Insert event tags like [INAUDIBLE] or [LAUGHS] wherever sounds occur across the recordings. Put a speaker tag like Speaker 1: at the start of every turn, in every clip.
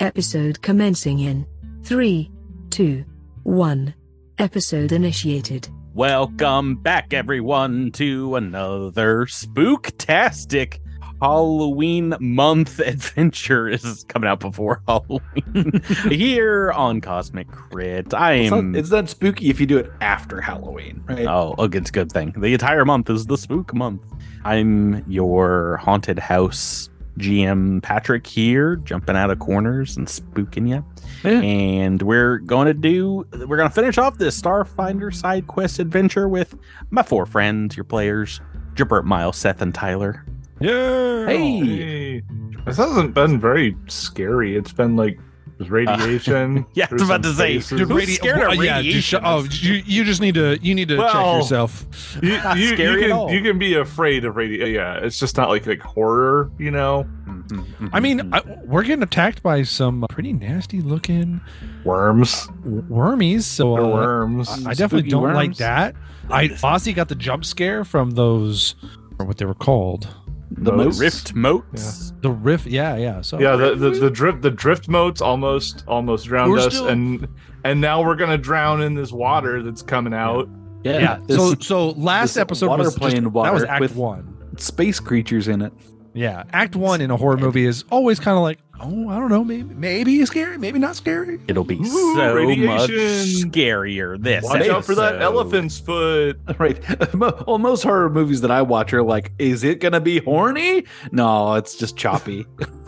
Speaker 1: Episode commencing in 3, 2, 1. Episode initiated.
Speaker 2: Welcome back, everyone, to another spooktastic Halloween month [LAUGHS] adventure. This is coming out before [LAUGHS] Halloween here on Cosmic Crit. I
Speaker 3: It's
Speaker 2: am.
Speaker 3: not, it's not spooky if you do it after Halloween, right?
Speaker 2: Oh, look, it's a good thing. The entire month is the spook month. I'm your haunted house GM Patrick here, jumping out of corners and spooking you.
Speaker 3: Yeah.
Speaker 2: And we're going to do, we're going to finish off this Starfinder side quest adventure with my four friends, your players, Jabert, Miles, Seth, and Tyler.
Speaker 4: Yeah.
Speaker 2: Hey.
Speaker 4: This hasn't been very scary. It's been like
Speaker 2: [LAUGHS]
Speaker 4: there's radiation.
Speaker 2: Uh, Yeah, I was
Speaker 4: there's
Speaker 2: about to
Speaker 4: some
Speaker 2: say,
Speaker 4: faces.
Speaker 2: dude, Who's radi- scared of
Speaker 4: Oh, yeah,
Speaker 2: radiation?
Speaker 4: dude,
Speaker 2: That's-
Speaker 4: sh-
Speaker 2: Shut
Speaker 4: oh,
Speaker 2: up.
Speaker 4: sh-
Speaker 5: you, you just need to you need to
Speaker 2: Well-
Speaker 5: check yourself.
Speaker 4: you,
Speaker 2: Not
Speaker 4: you- you
Speaker 2: scary at
Speaker 4: can,
Speaker 2: all.
Speaker 4: you can be afraid of radio. Yeah, it's just not like like horror, you know.
Speaker 5: I
Speaker 2: Mm-hmm.
Speaker 5: mean, I, we're getting attacked by some pretty nasty looking
Speaker 4: Worms,
Speaker 5: w- wormies. So
Speaker 4: they're
Speaker 5: uh,
Speaker 4: worms.
Speaker 5: I I definitely
Speaker 2: Spooky
Speaker 5: don't like
Speaker 2: worms.
Speaker 5: that. I Ozzy got the jump scare from those or what they were called.
Speaker 2: Mm-hmm. the
Speaker 4: Moats.
Speaker 2: rift moats.
Speaker 5: The riff. Yeah, yeah. So
Speaker 4: yeah, the, the the drift the drift moats almost almost drowned
Speaker 5: We're
Speaker 4: us,
Speaker 5: still-
Speaker 4: and and now we're gonna drown in this water that's coming out.
Speaker 3: yeah.
Speaker 5: [LAUGHS] yeah.
Speaker 3: There's
Speaker 5: so so last
Speaker 3: this
Speaker 5: episode
Speaker 3: water
Speaker 5: was just-
Speaker 3: plane
Speaker 5: that was
Speaker 3: water
Speaker 5: act
Speaker 3: with-
Speaker 5: one.
Speaker 3: space creatures in it. [LAUGHS]
Speaker 5: Yeah, Act One in a horror movie is always kind of like, oh, I don't know, maybe maybe scary, maybe not scary.
Speaker 2: It'll be
Speaker 4: Ooh,
Speaker 2: so much
Speaker 4: radiation.
Speaker 2: scarier this.
Speaker 4: Watch out for that
Speaker 2: episode.
Speaker 4: elephant's foot.
Speaker 3: Right. Mo- Well, most horror movies that I watch are like, is it gonna be horny? No, it's just choppy, [LAUGHS]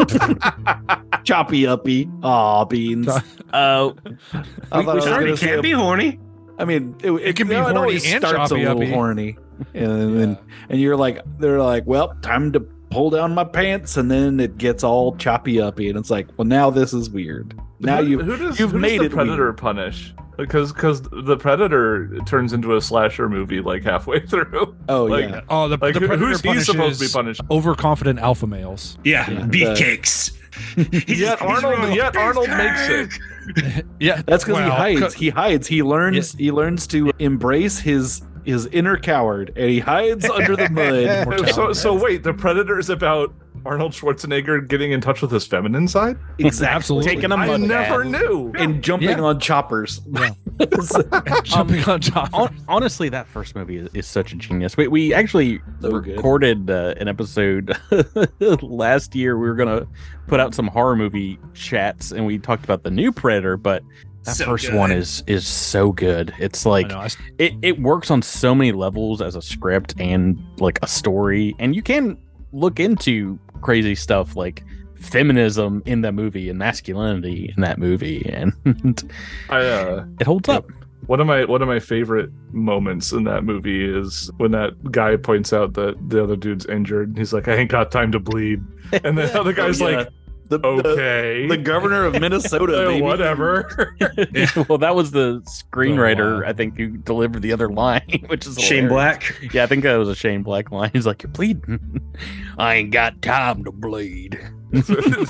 Speaker 3: choppy uppy. Aw, beans.
Speaker 5: Uh,
Speaker 2: Oh,
Speaker 3: I thought I was
Speaker 6: Sorry,
Speaker 3: gonna
Speaker 6: it
Speaker 3: say
Speaker 6: can't
Speaker 3: a-
Speaker 6: be horny.
Speaker 3: I mean, it, it,
Speaker 5: can be
Speaker 3: no, it
Speaker 5: horny
Speaker 3: always
Speaker 5: and
Speaker 3: starts a
Speaker 5: choppy
Speaker 3: little
Speaker 5: uppy.
Speaker 3: horny, and then and you're like, they're like, well, time to pull down my pants, and then it gets all choppy uppy, and it's like, well, now this is weird. Now
Speaker 4: Who-
Speaker 3: you
Speaker 4: who does,
Speaker 3: you've
Speaker 4: who
Speaker 3: made
Speaker 4: does
Speaker 3: it
Speaker 4: the [LAUGHS] predator
Speaker 3: weird.
Speaker 4: punish because because the predator turns into a slasher movie like halfway [LAUGHS] through.
Speaker 3: oh [LAUGHS]
Speaker 4: like,
Speaker 3: yeah,
Speaker 5: Oh, the,
Speaker 4: Like
Speaker 5: the
Speaker 4: who-
Speaker 5: predator
Speaker 4: who's he supposed to be
Speaker 5: punishes
Speaker 4: punished?
Speaker 5: Overconfident alpha males.
Speaker 6: Yeah,
Speaker 3: Yeah,
Speaker 6: beefcakes. He's-
Speaker 4: Yet
Speaker 6: he's
Speaker 4: Arnold-
Speaker 6: real-
Speaker 4: yet Arnold makes it.
Speaker 6: Beefcake!
Speaker 5: Yeah,
Speaker 3: that's because he
Speaker 5: well,
Speaker 3: hides.
Speaker 4: [LAUGHS]
Speaker 5: c-
Speaker 3: He hides. He learns. He learns to embrace his his inner coward, and he hides under the
Speaker 4: [LAUGHS]
Speaker 3: mud.
Speaker 5: Mortality.
Speaker 4: So so wait, the predator is about Arnold Schwarzenegger getting in touch with his feminine side.
Speaker 5: Absolutely.
Speaker 2: Taking a
Speaker 4: I
Speaker 2: mud
Speaker 4: never
Speaker 2: bath.
Speaker 4: knew.
Speaker 3: and jumping
Speaker 5: Yeah.
Speaker 3: on [LAUGHS] choppers.
Speaker 5: Yeah.
Speaker 3: It's-
Speaker 5: [LAUGHS] jumping Um, on top. [LAUGHS]
Speaker 2: Hon- honestly, that first movie is, is such a genius. We we actually
Speaker 3: So good.
Speaker 2: recorded uh, an episode [LAUGHS] last year. We were gonna put out some horror movie chats, and we talked about the new Predator, but that
Speaker 6: So
Speaker 2: first
Speaker 6: good.
Speaker 2: one is is so good. It's [LAUGHS]
Speaker 5: I
Speaker 2: like
Speaker 5: know, I s-
Speaker 2: it it works on so many levels as a script and like a story, and you can look into crazy stuff like feminism in that movie and masculinity in that movie, and [LAUGHS]
Speaker 4: I, uh,
Speaker 2: it holds up. [LAUGHS]
Speaker 4: one of my one of my favorite moments in that movie is when that guy points out that the other dude's injured. and He's like, I ain't got time to bleed, and the other guy's
Speaker 3: Yeah.
Speaker 4: like,
Speaker 3: the, the-
Speaker 4: Okay, [LAUGHS]
Speaker 3: the governor of [LAUGHS] Minnesota,
Speaker 4: Eh,
Speaker 3: baby.
Speaker 4: whatever.
Speaker 2: [LAUGHS] well, that was the screenwriter,
Speaker 5: Oh, wow.
Speaker 2: I think, who delivered the other [LAUGHS] line, which is
Speaker 6: Shane
Speaker 2: hilarious.
Speaker 6: Black.
Speaker 2: Yeah, I think that was a Shane Black line. He's like, "You're bleeding. [LAUGHS] I ain't got time to bleed."
Speaker 4: and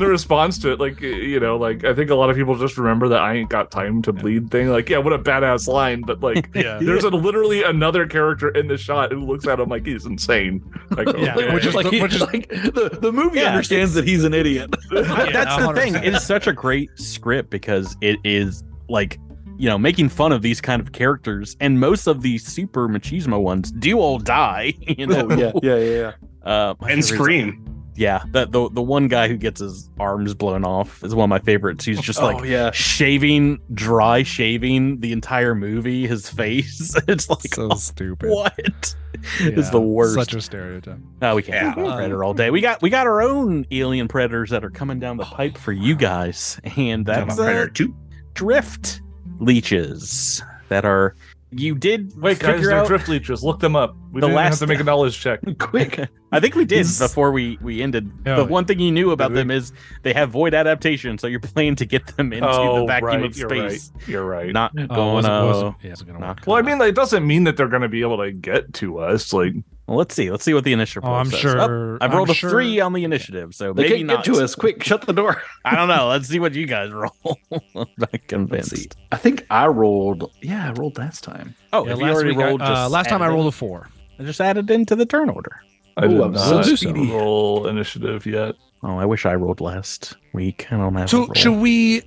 Speaker 4: the response to it, like you know, like I think a lot of people just remember that I ain't got time to bleed thing. Like, yeah, what a badass line, but like
Speaker 5: [LAUGHS] yeah.
Speaker 4: there's a, literally another character in the shot who looks at him like he's insane. Like,
Speaker 5: [LAUGHS] Yeah,
Speaker 2: [LAUGHS]
Speaker 4: okay.
Speaker 5: which is-
Speaker 3: like,
Speaker 5: the-
Speaker 3: he-
Speaker 5: which is- [LAUGHS]
Speaker 3: like, the, the movie
Speaker 2: Yeah,
Speaker 3: understands that he's an idiot.
Speaker 2: But [LAUGHS]
Speaker 5: Yeah,
Speaker 2: that's the thing.
Speaker 5: 100%.
Speaker 2: It is such a great script because it is like, you know, making fun of these kind of characters, and most of the super machismo ones do all die. [LAUGHS] You know,
Speaker 3: yeah, yeah, yeah.
Speaker 2: Uh, my
Speaker 6: And
Speaker 2: favorite is-
Speaker 6: Scream.
Speaker 2: Yeah, the, the the one guy who gets his arms blown off is one of my favorites. He's just like,
Speaker 3: oh, yeah.
Speaker 2: shaving, dry shaving the entire movie, his face. [LAUGHS] It's like,
Speaker 5: so
Speaker 2: oh,
Speaker 5: stupid.
Speaker 2: what? It's
Speaker 5: Yeah,
Speaker 2: the worst.
Speaker 5: Such a stereotype.
Speaker 2: oh, we can't talk about
Speaker 5: Um,
Speaker 2: Predator all day. We got we got our own alien predators that are coming down the
Speaker 5: Oh.
Speaker 2: pipe for you guys, and
Speaker 6: That's
Speaker 2: that's
Speaker 6: Predator
Speaker 2: uh,
Speaker 6: 2.
Speaker 2: drift leeches that are. You did
Speaker 4: Wait, guys,
Speaker 2: figure
Speaker 4: they're
Speaker 2: out.
Speaker 4: drift leeches. Look them up. We
Speaker 2: The
Speaker 4: didn't
Speaker 2: last-
Speaker 4: have to make a knowledge check.
Speaker 3: [LAUGHS] Quick.
Speaker 2: I think we did
Speaker 3: Is-
Speaker 2: before we we ended.
Speaker 5: Yeah,
Speaker 2: the one thing you knew about
Speaker 4: Did we?
Speaker 2: them is they have void adaptation, so you're [LAUGHS] planning to get them into the
Speaker 4: Oh,
Speaker 2: vacuum
Speaker 4: right,
Speaker 2: of
Speaker 4: you're
Speaker 2: space.
Speaker 4: right. You're right.
Speaker 2: Not
Speaker 5: Oh,
Speaker 2: going
Speaker 5: wasn't-
Speaker 2: to.
Speaker 5: wasn't- yeah, wasn't gonna
Speaker 2: not
Speaker 5: work.
Speaker 4: well, I mean, like, it doesn't mean that they're going to be able to get to us. Like,
Speaker 2: Well, let's see. Let's see what the initiative.
Speaker 5: Oh, I'm
Speaker 2: says.
Speaker 5: sure.
Speaker 2: I've rolled
Speaker 5: I'm
Speaker 2: a
Speaker 5: sure-
Speaker 2: three on the initiative, so
Speaker 3: They
Speaker 2: maybe
Speaker 3: can't
Speaker 2: not.
Speaker 3: get to us. Quick, shut the door.
Speaker 2: [LAUGHS] I don't know. Let's see what you guys [LAUGHS] roll. I'm not
Speaker 3: Let's [LAUGHS] see.
Speaker 2: convinced.
Speaker 3: I think I rolled. Yeah, I rolled last time.
Speaker 2: Oh,
Speaker 5: Yeah,
Speaker 2: if you
Speaker 5: last
Speaker 2: already
Speaker 5: week I-
Speaker 2: rolled,
Speaker 5: uh,
Speaker 2: just
Speaker 5: last time I
Speaker 2: add it-
Speaker 5: rolled a four.
Speaker 2: just added into the turn order.
Speaker 4: I
Speaker 3: Ooh,
Speaker 4: did
Speaker 3: I'm
Speaker 4: not
Speaker 3: so speedy.
Speaker 4: roll initiative yet.
Speaker 2: Oh, I wish I rolled last week. I don't have.
Speaker 5: So
Speaker 2: to
Speaker 5: should we?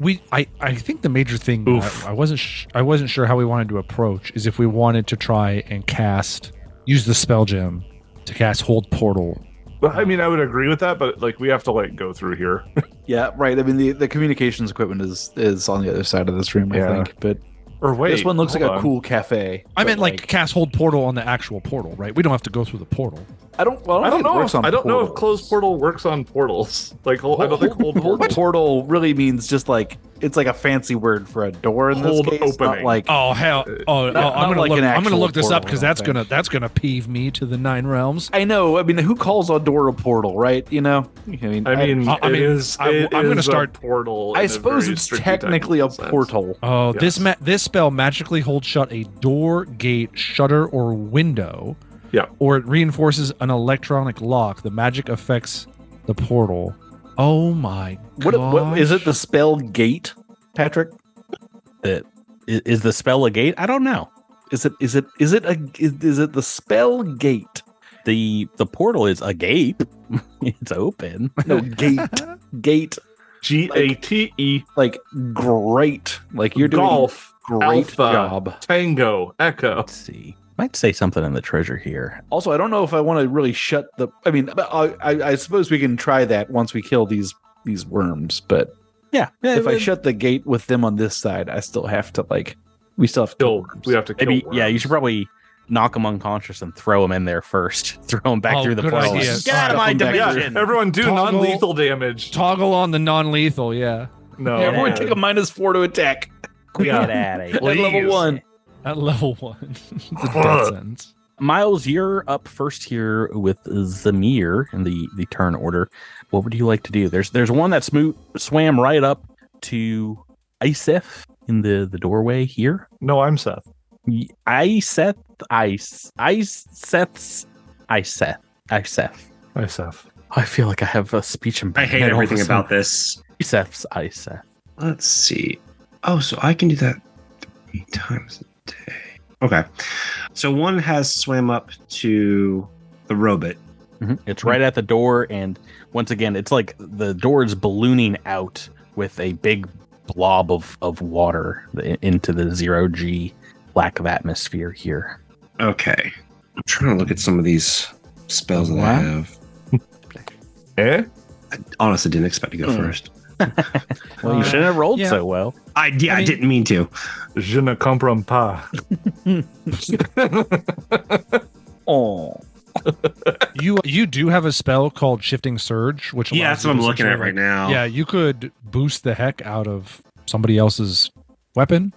Speaker 5: We I I think the major thing
Speaker 4: Oof.
Speaker 5: I, I wasn't sh- I wasn't sure how we wanted to approach is if we wanted to try and cast use the spell gem to cast hold portal.
Speaker 4: Well, I mean, I would agree with that, but like we have to like go through
Speaker 2: [LAUGHS]
Speaker 4: here.
Speaker 3: Yeah, right. I mean, the, the communications equipment is is on the other side of this room,
Speaker 4: Yeah.
Speaker 3: I think. But
Speaker 4: or wait,
Speaker 3: this one looks like
Speaker 4: hold
Speaker 3: a
Speaker 4: on.
Speaker 3: cool cafe.
Speaker 5: I
Speaker 3: but,
Speaker 5: meant like, cast hold portal on the actual portal, right? We don't have to go through the portal.
Speaker 3: I don't. Well,
Speaker 4: I don't
Speaker 3: think it
Speaker 4: know.
Speaker 3: works
Speaker 4: If,
Speaker 3: on
Speaker 4: I don't know if
Speaker 3: portals.
Speaker 4: closed portal works on portals. [LAUGHS] Like, hold, I don't think hold
Speaker 3: Hold
Speaker 4: portal.
Speaker 3: portal really means just like it's like a fancy word for a door in this
Speaker 4: Hold
Speaker 3: case, not
Speaker 4: opening.
Speaker 3: like
Speaker 5: Oh hell!
Speaker 4: Uh,
Speaker 5: Oh, oh,
Speaker 3: not
Speaker 5: I'm gonna
Speaker 3: like
Speaker 5: look.
Speaker 3: an
Speaker 5: I'm gonna
Speaker 3: actual
Speaker 5: look this up
Speaker 3: portal,
Speaker 5: because
Speaker 3: I don't
Speaker 5: that's
Speaker 3: think.
Speaker 5: gonna that's gonna peeve me to the nine realms.
Speaker 3: I know. I mean, who calls a door a portal, right? You know. I mean,
Speaker 4: I mean,
Speaker 5: I- I mean,
Speaker 4: it is.
Speaker 5: I-
Speaker 4: it
Speaker 5: I'm gonna
Speaker 4: is a
Speaker 5: start-
Speaker 4: portal.
Speaker 3: I
Speaker 4: in a
Speaker 3: suppose
Speaker 4: very
Speaker 3: it's
Speaker 4: strictly
Speaker 3: technically a
Speaker 4: technical sense.
Speaker 3: portal.
Speaker 5: Oh, this
Speaker 4: Yes.
Speaker 5: ma- this spell magically holds shut a door, gate, shutter, or window.
Speaker 4: Yeah.
Speaker 5: Or it reinforces an electronic lock. The magic affects the portal. Oh my
Speaker 3: What, what is it?
Speaker 5: gosh.
Speaker 3: The spell gate, Patrick?
Speaker 2: roll. I- is the spell a gate? I don't know.
Speaker 3: Is it? Is it? Is it a? Is, is it the spell gate?
Speaker 2: the The portal is agape. [LAUGHS] it's open.
Speaker 3: No, gate, gate.
Speaker 4: G A T E
Speaker 3: Like great. Like you're doing
Speaker 4: Golf,
Speaker 3: great
Speaker 4: alpha.
Speaker 3: job.
Speaker 4: Tango Echo.
Speaker 2: Let's see. Might say something in the treasure here.
Speaker 3: Also, I don't know if I want to really shut the. I mean, I, I, I suppose we can try that once we kill these these worms. But
Speaker 2: Yeah.
Speaker 3: if I shut the gate with them on this side, I still have to like. We still have to. kill
Speaker 4: Kill.
Speaker 3: worms.
Speaker 4: We have to kill.
Speaker 2: Maybe, yeah, you should
Speaker 4: worms.
Speaker 2: probably knock him unconscious and throw him in there first. [LAUGHS] Throw him back
Speaker 5: Oh,
Speaker 2: through the
Speaker 5: good
Speaker 2: portal.
Speaker 5: idea.
Speaker 2: Get out of my
Speaker 3: Stuff him back
Speaker 2: dimension.
Speaker 4: Yeah, everyone do
Speaker 5: Toggle-
Speaker 4: non-lethal damage.
Speaker 5: Toggle on the non-lethal. Yeah.
Speaker 4: No,
Speaker 3: Yeah, everyone
Speaker 2: Yeah.
Speaker 3: take a minus four to attack.
Speaker 2: Get
Speaker 4: Yeah.
Speaker 2: out of here.
Speaker 3: At level
Speaker 4: Please.
Speaker 3: one.
Speaker 5: At level one. [LAUGHS] it's a death sentence.
Speaker 2: Miles, you're up first here with Zamir in the the turn order. What would you like to do? There's there's one that smo- swam right up to Iseth in the the doorway here.
Speaker 4: No, I'm Seth.
Speaker 2: Y- Iseth, Is Iseth's Iseth, Iseth.
Speaker 4: Hi, Seth.
Speaker 2: I feel like I have a speech
Speaker 6: I
Speaker 2: impediment. all
Speaker 6: hate
Speaker 2: of a [LAUGHS]
Speaker 6: everything
Speaker 2: sudden.
Speaker 6: about this.
Speaker 2: Iseth's Iseth.
Speaker 6: Let's see. Oh, so I can do that three times a day. Okay. So one has swam up to the robot.
Speaker 2: It's right at the door, and once again, it's like the door is ballooning out with a big blob of, of water i- into the zero G lack of atmosphere here.
Speaker 6: Okay. I'm trying to look at some of these spells that I
Speaker 2: Wow.
Speaker 6: have.
Speaker 4: Eh?
Speaker 6: Honestly, didn't expect to go
Speaker 2: Hmm.
Speaker 6: first.
Speaker 2: Well, you
Speaker 5: Uh,
Speaker 2: shouldn't have rolled
Speaker 5: yeah.
Speaker 2: so well.
Speaker 6: I yeah, I,
Speaker 5: I mean-
Speaker 6: didn't mean to.
Speaker 4: Je ne comprends pas.
Speaker 3: Oh,
Speaker 5: You you do have a spell called Shifting Surge, which
Speaker 6: Yeah,
Speaker 5: allows
Speaker 6: that's
Speaker 5: you
Speaker 6: what I'm
Speaker 5: to
Speaker 6: looking
Speaker 5: essentially,
Speaker 6: at right
Speaker 5: like,
Speaker 6: now.
Speaker 5: Yeah, you could boost the heck out of somebody else's weapon.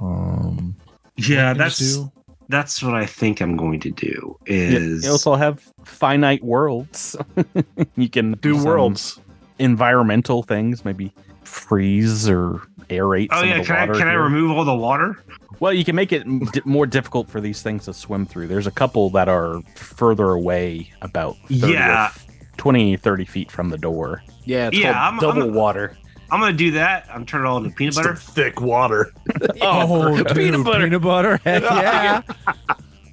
Speaker 5: Um,
Speaker 6: yeah,
Speaker 5: can this
Speaker 6: that's
Speaker 5: do?
Speaker 6: that's what I think I'm going to do.
Speaker 2: You-
Speaker 6: Is
Speaker 2: You also have finite worlds. [LAUGHS] you can
Speaker 4: Do
Speaker 2: some
Speaker 4: worlds.
Speaker 2: environmental things, maybe freeze or aerate.
Speaker 6: oh
Speaker 2: some of
Speaker 6: yeah,
Speaker 2: the
Speaker 6: can I
Speaker 2: water
Speaker 6: can I
Speaker 2: here.
Speaker 6: remove all the water?
Speaker 2: Well, you can make it m- di- more difficult for these things to swim through. There's a couple that are further away, about 30 or
Speaker 6: Yeah.
Speaker 2: f- 20, 30 feet from the door.
Speaker 3: yeah, it's
Speaker 6: Yeah,
Speaker 3: called
Speaker 6: I'm-
Speaker 3: double
Speaker 6: I'm-
Speaker 3: water.
Speaker 6: I'm gonna do that. I'm turning it all into peanut butter.
Speaker 4: thick [LAUGHS] water.
Speaker 5: oh,
Speaker 6: [LAUGHS]
Speaker 3: crap.
Speaker 5: dude, peanut butter, peanut butter, heck yeah!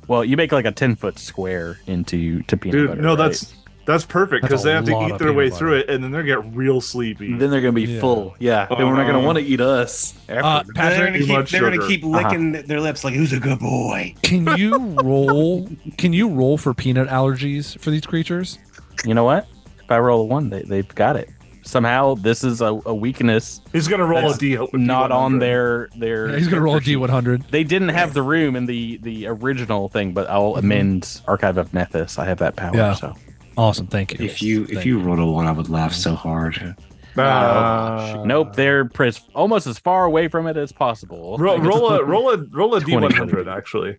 Speaker 2: Well, you make like a 10 foot square into to peanut
Speaker 4: Dude,
Speaker 2: butter,
Speaker 4: no,
Speaker 2: right?
Speaker 4: that's that's perfect
Speaker 5: That's
Speaker 4: because
Speaker 5: a
Speaker 4: they have to
Speaker 5: lot
Speaker 4: eat
Speaker 5: of
Speaker 4: their
Speaker 5: peanut
Speaker 4: way
Speaker 5: butter.
Speaker 4: through it, and then they get real sleepy.
Speaker 3: Then they're gonna be
Speaker 5: Yeah.
Speaker 3: full. Yeah, then we're not gonna
Speaker 2: Um,
Speaker 4: Uh-huh.
Speaker 3: want to eat us.
Speaker 5: Uh,
Speaker 3: after.
Speaker 6: They're
Speaker 5: Patrick,
Speaker 6: gonna
Speaker 4: Too
Speaker 6: keep,
Speaker 4: much
Speaker 6: they're gonna
Speaker 4: sugar.
Speaker 6: keep
Speaker 2: Uh-huh.
Speaker 6: licking their lips like who's a good boy.
Speaker 5: can you roll? Can you roll for peanut allergies for these creatures?
Speaker 2: You know what? If I roll a one, they, they've got it. Somehow, this is a, a weakness
Speaker 4: He's gonna roll a
Speaker 2: That's
Speaker 4: D.
Speaker 2: not on their their.
Speaker 5: he's gonna roll a
Speaker 2: sheet.
Speaker 5: d100.
Speaker 2: They didn't have the room in the the original thing, but I'll amend Archive of Nethys. I have that power,
Speaker 5: Yeah.
Speaker 2: so
Speaker 5: Awesome, thank you.
Speaker 6: If you if
Speaker 5: Thank
Speaker 6: you rolled a one, I would laugh so hard.
Speaker 4: Ah.
Speaker 2: Nope, they're pres- almost as far away from it as possible.
Speaker 4: Roll, roll a roll a roll a D
Speaker 2: 20.
Speaker 4: one hundred actually,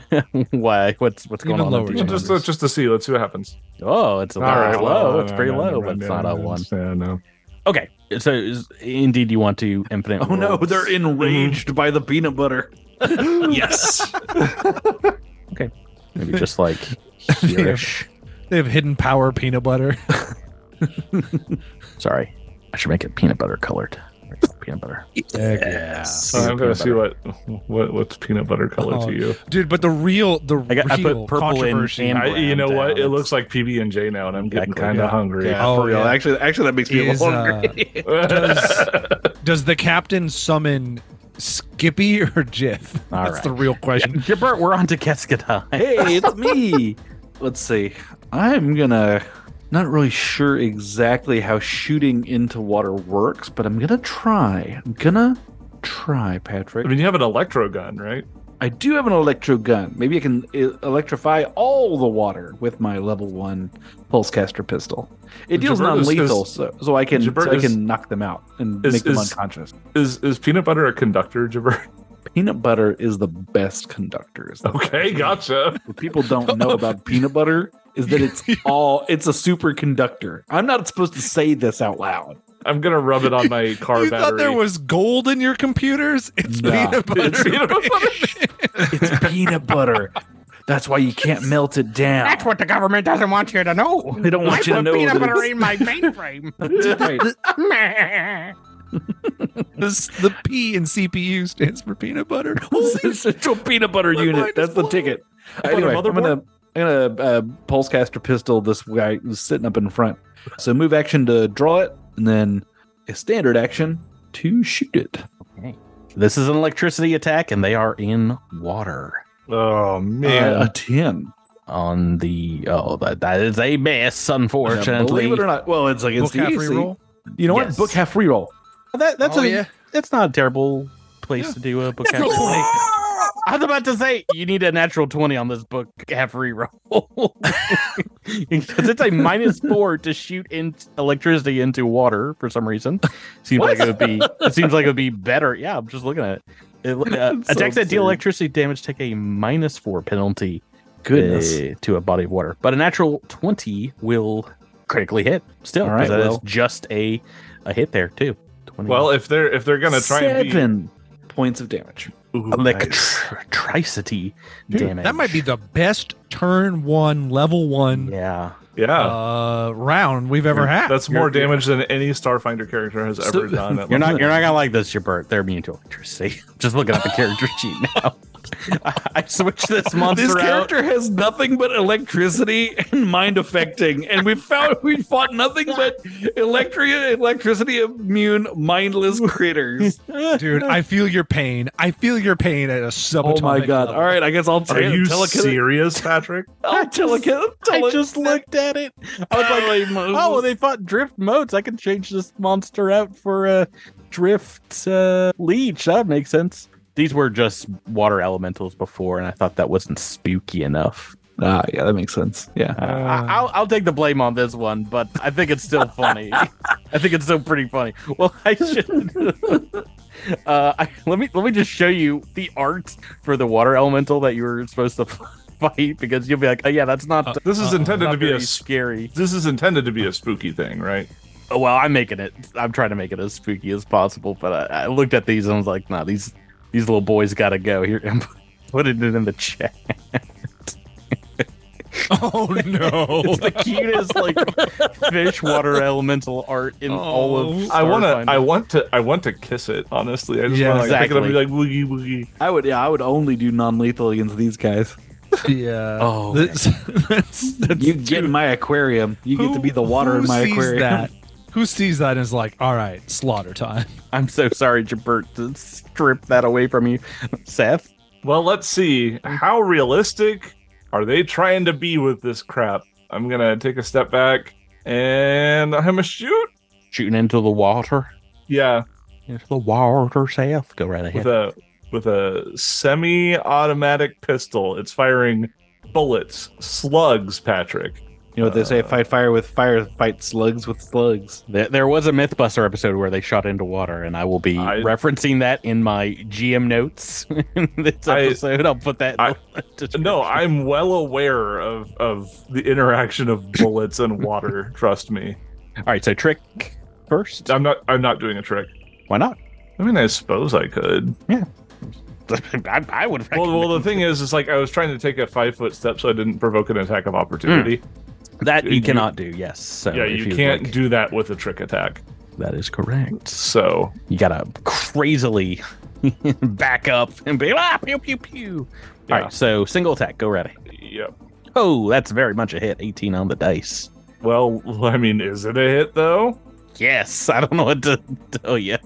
Speaker 2: [LAUGHS] Why? What's what's going
Speaker 5: Even
Speaker 2: on? with
Speaker 5: lower
Speaker 2: these
Speaker 5: than
Speaker 4: just to,
Speaker 2: numbers?
Speaker 4: just to see. Let's see what happens.
Speaker 2: oh, it's a
Speaker 4: All
Speaker 2: low.
Speaker 4: right,
Speaker 2: it's
Speaker 4: well,
Speaker 2: low. it's
Speaker 4: no,
Speaker 2: pretty
Speaker 4: no,
Speaker 2: low,
Speaker 4: no,
Speaker 2: but it's
Speaker 4: no,
Speaker 2: not a
Speaker 4: no,
Speaker 2: one.
Speaker 4: Yeah, no.
Speaker 2: Okay, so is, indeed, you want to infinite.
Speaker 3: Oh no,
Speaker 2: worlds.
Speaker 3: they're enraged by the peanut butter.
Speaker 6: yes.
Speaker 2: maybe just like hereish.
Speaker 5: They have hidden power peanut butter.
Speaker 2: Sorry, I should make it peanut butter colored. peanut butter. [LAUGHS]
Speaker 5: Heck
Speaker 2: Yes.
Speaker 4: I'm gonna
Speaker 2: Peanut
Speaker 4: see what what what's peanut butter color
Speaker 5: Oh,
Speaker 4: to you.
Speaker 5: Dude, but the real the
Speaker 2: I got- I put
Speaker 5: real
Speaker 2: purple in
Speaker 5: controversy.
Speaker 2: and-
Speaker 4: I, you know
Speaker 2: brown
Speaker 4: what?
Speaker 2: down.
Speaker 4: It looks like PB and J now, and I'm getting
Speaker 2: Exactly,
Speaker 4: kind of
Speaker 2: yeah.
Speaker 4: hungry. [LAUGHS]
Speaker 3: Yeah,
Speaker 5: Oh,
Speaker 3: for real.
Speaker 5: yeah.
Speaker 3: Actually, actually, that makes me
Speaker 5: Is, uh,
Speaker 3: a little hungry.
Speaker 5: Does the captain summon Skippy or Jiff?
Speaker 2: All
Speaker 5: That's
Speaker 2: right.
Speaker 5: the real question.
Speaker 2: Gilbert, we're on to Keskadai.
Speaker 3: hey,
Speaker 2: [LAUGHS]
Speaker 3: it's me. Let's see. I'm gonna not really sure exactly how shooting into water works, but I'm gonna try. I'm gonna try, Patrick.
Speaker 4: I mean, you have an electro gun, right?
Speaker 3: I do have an electro gun. Maybe I can e- electrify all the water with my level one pulse caster pistol. It deals
Speaker 4: Jabert
Speaker 3: non lethal,
Speaker 4: is-
Speaker 3: so, so I can so
Speaker 4: Jabert
Speaker 3: I
Speaker 4: is-
Speaker 3: can knock them out and
Speaker 4: is-
Speaker 3: make them
Speaker 4: is-
Speaker 3: unconscious.
Speaker 4: Is is peanut butter a conductor, Jabber?
Speaker 3: Peanut butter is the best conductor. is the
Speaker 4: [LAUGHS] Okay, gotcha.
Speaker 3: What people
Speaker 5: [LAUGHS]
Speaker 3: don't know about peanut butter is that it's all it's a superconductor. I'm not supposed to say this out loud.
Speaker 4: I'm gonna rub it on my car
Speaker 5: you
Speaker 4: battery.
Speaker 5: thought there was gold in your computers? [LAUGHS] It's
Speaker 3: Nah.
Speaker 5: peanut
Speaker 4: It's
Speaker 5: butter.
Speaker 4: peanut
Speaker 3: It's peanut butter. That's why you can't melt it down.
Speaker 7: That's what the government doesn't want you to know.
Speaker 3: they don't
Speaker 7: I
Speaker 3: want you to
Speaker 7: put
Speaker 3: know.
Speaker 7: peanut
Speaker 3: that
Speaker 7: butter
Speaker 3: it's-
Speaker 7: in my
Speaker 3: [LAUGHS]
Speaker 7: mainframe.
Speaker 3: Right.
Speaker 7: Meh.
Speaker 5: [LAUGHS] This- the P in CPU stands for peanut butter.
Speaker 3: [LAUGHS] This is Central peanut butter
Speaker 5: My mind
Speaker 3: unit.
Speaker 5: is
Speaker 3: That's the
Speaker 5: blown.
Speaker 3: ticket.
Speaker 4: Peanut
Speaker 3: Anyway, I'm
Speaker 4: butter
Speaker 3: gonna I'm gonna uh, pulse caster pistol this guy who's sitting up in front. So move action to draw it, and then a standard action to shoot it. Uh,
Speaker 2: This is an electricity attack, and they are in water.
Speaker 4: Oh
Speaker 3: Uh, a
Speaker 4: man.
Speaker 3: ten.
Speaker 2: On the oh, that, that is a miss,
Speaker 3: Now,
Speaker 2: unfortunately.
Speaker 3: believe it or not, well, it's like it's
Speaker 5: Book half
Speaker 3: the AC.
Speaker 5: reroll.
Speaker 3: You know
Speaker 2: Yes.
Speaker 3: what? Book half reroll.
Speaker 2: that, that's
Speaker 5: Oh,
Speaker 2: a
Speaker 5: yeah.
Speaker 2: that's not a terrible place to do a book half twenty.
Speaker 3: [LAUGHS]
Speaker 2: I was about to say you need a natural twenty on this book half reroll [LAUGHS] because it's a
Speaker 3: [LAUGHS]
Speaker 2: minus four to shoot in electricity into water for some reason. Seems like it would be. It seems like it would be better. Yeah, I'm just looking at it. it uh,
Speaker 3: [LAUGHS] That's so
Speaker 2: attacks that deal
Speaker 3: absurd.
Speaker 2: electricity damage take a minus four penalty
Speaker 3: Goodness.
Speaker 2: uh, to a body of water. But a natural 20 will critically hit still.
Speaker 3: All right,
Speaker 2: 'cause that is
Speaker 3: well-
Speaker 2: just a, a hit there, too. 20.
Speaker 4: Well, if they're if they're gonna try and
Speaker 3: seven points of damage.
Speaker 4: be Ooh, nice.
Speaker 2: electricity
Speaker 5: Dude,
Speaker 2: damage.
Speaker 5: That might be the best turn one, level one
Speaker 2: Yeah.
Speaker 4: yeah.
Speaker 5: uh, round we've ever had.
Speaker 4: That's
Speaker 2: You're-
Speaker 4: more damage than any Starfinder character has
Speaker 5: So-
Speaker 4: ever done. at
Speaker 2: You're not
Speaker 4: level-
Speaker 2: you're not gonna like this, Jabert. They're immune to electricity. [LAUGHS] Just looking at the [LAUGHS] character sheet now. I, I switched this monster
Speaker 3: This
Speaker 2: out. [LAUGHS]
Speaker 3: character has nothing but electricity and mind affecting, and we found we fought nothing but electri- electricity immune mindless critters.
Speaker 5: [LAUGHS] Dude, I feel your pain. I feel your pain at a subatomic
Speaker 3: oh my god!
Speaker 5: level.
Speaker 3: All right, I guess I'll
Speaker 4: Are
Speaker 3: tell
Speaker 4: you serious, Patrick?
Speaker 3: I'll telekinetic.
Speaker 2: I just looked at it. I was like, oh, well, they fought drift modes. I can change this monster out for a drift uh, leech. That makes sense. These were just water elementals before, and I thought that wasn't spooky enough.
Speaker 3: Ah, yeah, that makes sense. Yeah.
Speaker 4: Uh,
Speaker 2: I- I'll, I'll take the blame on this one, but I think it's still
Speaker 4: [LAUGHS]
Speaker 2: funny. I think it's still pretty funny. Well, I should. [LAUGHS] Uh, I, let me let me just show you the art for the water elemental that you were supposed to [LAUGHS] fight because you'll be like, oh yeah, that's [LAUGHS] not,
Speaker 4: This is
Speaker 5: Uh-oh.
Speaker 4: intended
Speaker 2: not
Speaker 4: Uh, to be a
Speaker 2: very
Speaker 4: sp-
Speaker 2: scary.
Speaker 4: this is intended to be a spooky thing, right?
Speaker 2: Oh, well, I'm making it. I'm trying to make it as spooky as possible. But I, I looked at these and I was like, nah, these these little boys gotta go. Here, [LAUGHS] I'm putting it in the chat. [LAUGHS]
Speaker 5: [LAUGHS] Oh no.
Speaker 2: It's the cutest like fish water elemental art in all of.
Speaker 4: I want to
Speaker 2: Starfinder.
Speaker 4: I want to I want to kiss it, honestly. I just
Speaker 5: Yeah,
Speaker 4: want to like, pick it up and be
Speaker 2: exactly.
Speaker 4: like woogie woogie.
Speaker 3: I would. Yeah, I would only do non-lethal against these guys.
Speaker 5: yeah.
Speaker 2: Oh,
Speaker 5: uh, That's, [LAUGHS] that's, that's,
Speaker 3: You get in my aquarium. You get to be the water
Speaker 5: who
Speaker 3: in my
Speaker 5: sees
Speaker 3: aquarium.
Speaker 5: That? Who sees that and is like, all right, slaughter time.
Speaker 2: I'm so sorry, Jabert, to strip that away from you, Seth.
Speaker 4: Well, let's see. How realistic are they trying to be with this crap? I'm going to take a step back and I'm going to shoot.
Speaker 2: Shooting into the water,
Speaker 4: Yeah,
Speaker 2: into the water, Seth. Go right ahead.
Speaker 4: with a with a semi-automatic pistol. It's firing bullets, slugs, Patrick.
Speaker 3: [LAUGHS] You know what they say:
Speaker 4: Uh,
Speaker 3: fight fire with fire, fight slugs with slugs.
Speaker 2: There, there was a MythBuster episode where they shot into water, and I will be
Speaker 4: I-
Speaker 2: referencing that in my GM notes. in this
Speaker 4: I-
Speaker 2: episode, I, will put that. in
Speaker 4: I-
Speaker 2: the description.
Speaker 4: [LAUGHS]
Speaker 2: [LAUGHS]
Speaker 4: No, I'm well aware of of the interaction of bullets
Speaker 2: [LAUGHS]
Speaker 4: and water, trust me.
Speaker 2: All right, so trick first.
Speaker 4: I'm not I'm not doing a trick.
Speaker 2: Why not? [LAUGHS]
Speaker 4: I mean, I suppose I could.
Speaker 2: I, I would.
Speaker 4: Well, well,
Speaker 2: recommend
Speaker 4: the thing is, is like I was trying to take a five foot step so I didn't provoke an attack of opportunity.
Speaker 2: that you
Speaker 4: you-
Speaker 2: cannot do. Yes. So
Speaker 4: yeah,
Speaker 2: if
Speaker 4: you
Speaker 2: would
Speaker 4: can't
Speaker 2: like-
Speaker 4: do that with a trick attack.
Speaker 2: That is correct.
Speaker 4: So
Speaker 2: You gotta crazily [LAUGHS] back up and be ah, pew pew pew. All
Speaker 4: Yeah.
Speaker 2: right, so single attack, go ready.
Speaker 4: yeah.
Speaker 2: Oh, that's very much a hit. 18 on the dice.
Speaker 4: Well, [LAUGHS] I mean, is it a hit though?
Speaker 2: Yes, [LAUGHS] I don't know what to tell you.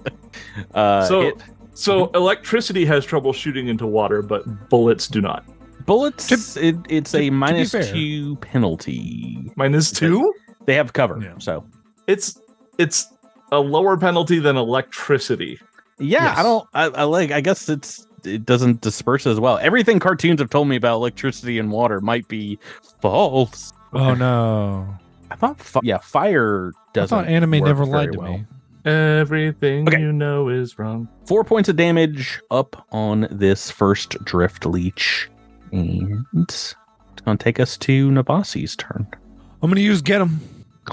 Speaker 2: Uh,
Speaker 4: So-
Speaker 2: hit.
Speaker 4: So electricity has trouble shooting into water, but bullets do not.
Speaker 2: bullets, it, it's
Speaker 5: to-
Speaker 2: a
Speaker 5: to be
Speaker 2: minus
Speaker 5: fair-
Speaker 2: two penalty.
Speaker 4: Minus two.
Speaker 2: They have cover,
Speaker 5: Yeah.
Speaker 2: so
Speaker 4: It's it's a lower penalty than electricity.
Speaker 2: yeah,
Speaker 5: Yes.
Speaker 2: I don't. I, I like. I guess it's it doesn't disperse as well. Everything cartoons have told me about electricity and water might be false.
Speaker 5: Oh no!
Speaker 2: I thought, fi- yeah, fire
Speaker 5: I
Speaker 2: doesn't.
Speaker 5: thought anime
Speaker 2: work
Speaker 5: never
Speaker 2: very
Speaker 5: lied to
Speaker 2: well.
Speaker 5: me.
Speaker 4: Everything
Speaker 2: Okay.
Speaker 4: you know is wrong.
Speaker 2: Four points of damage up on this first drift leech, and it's gonna take us to Nabasi's turn.
Speaker 5: I'm gonna use get him.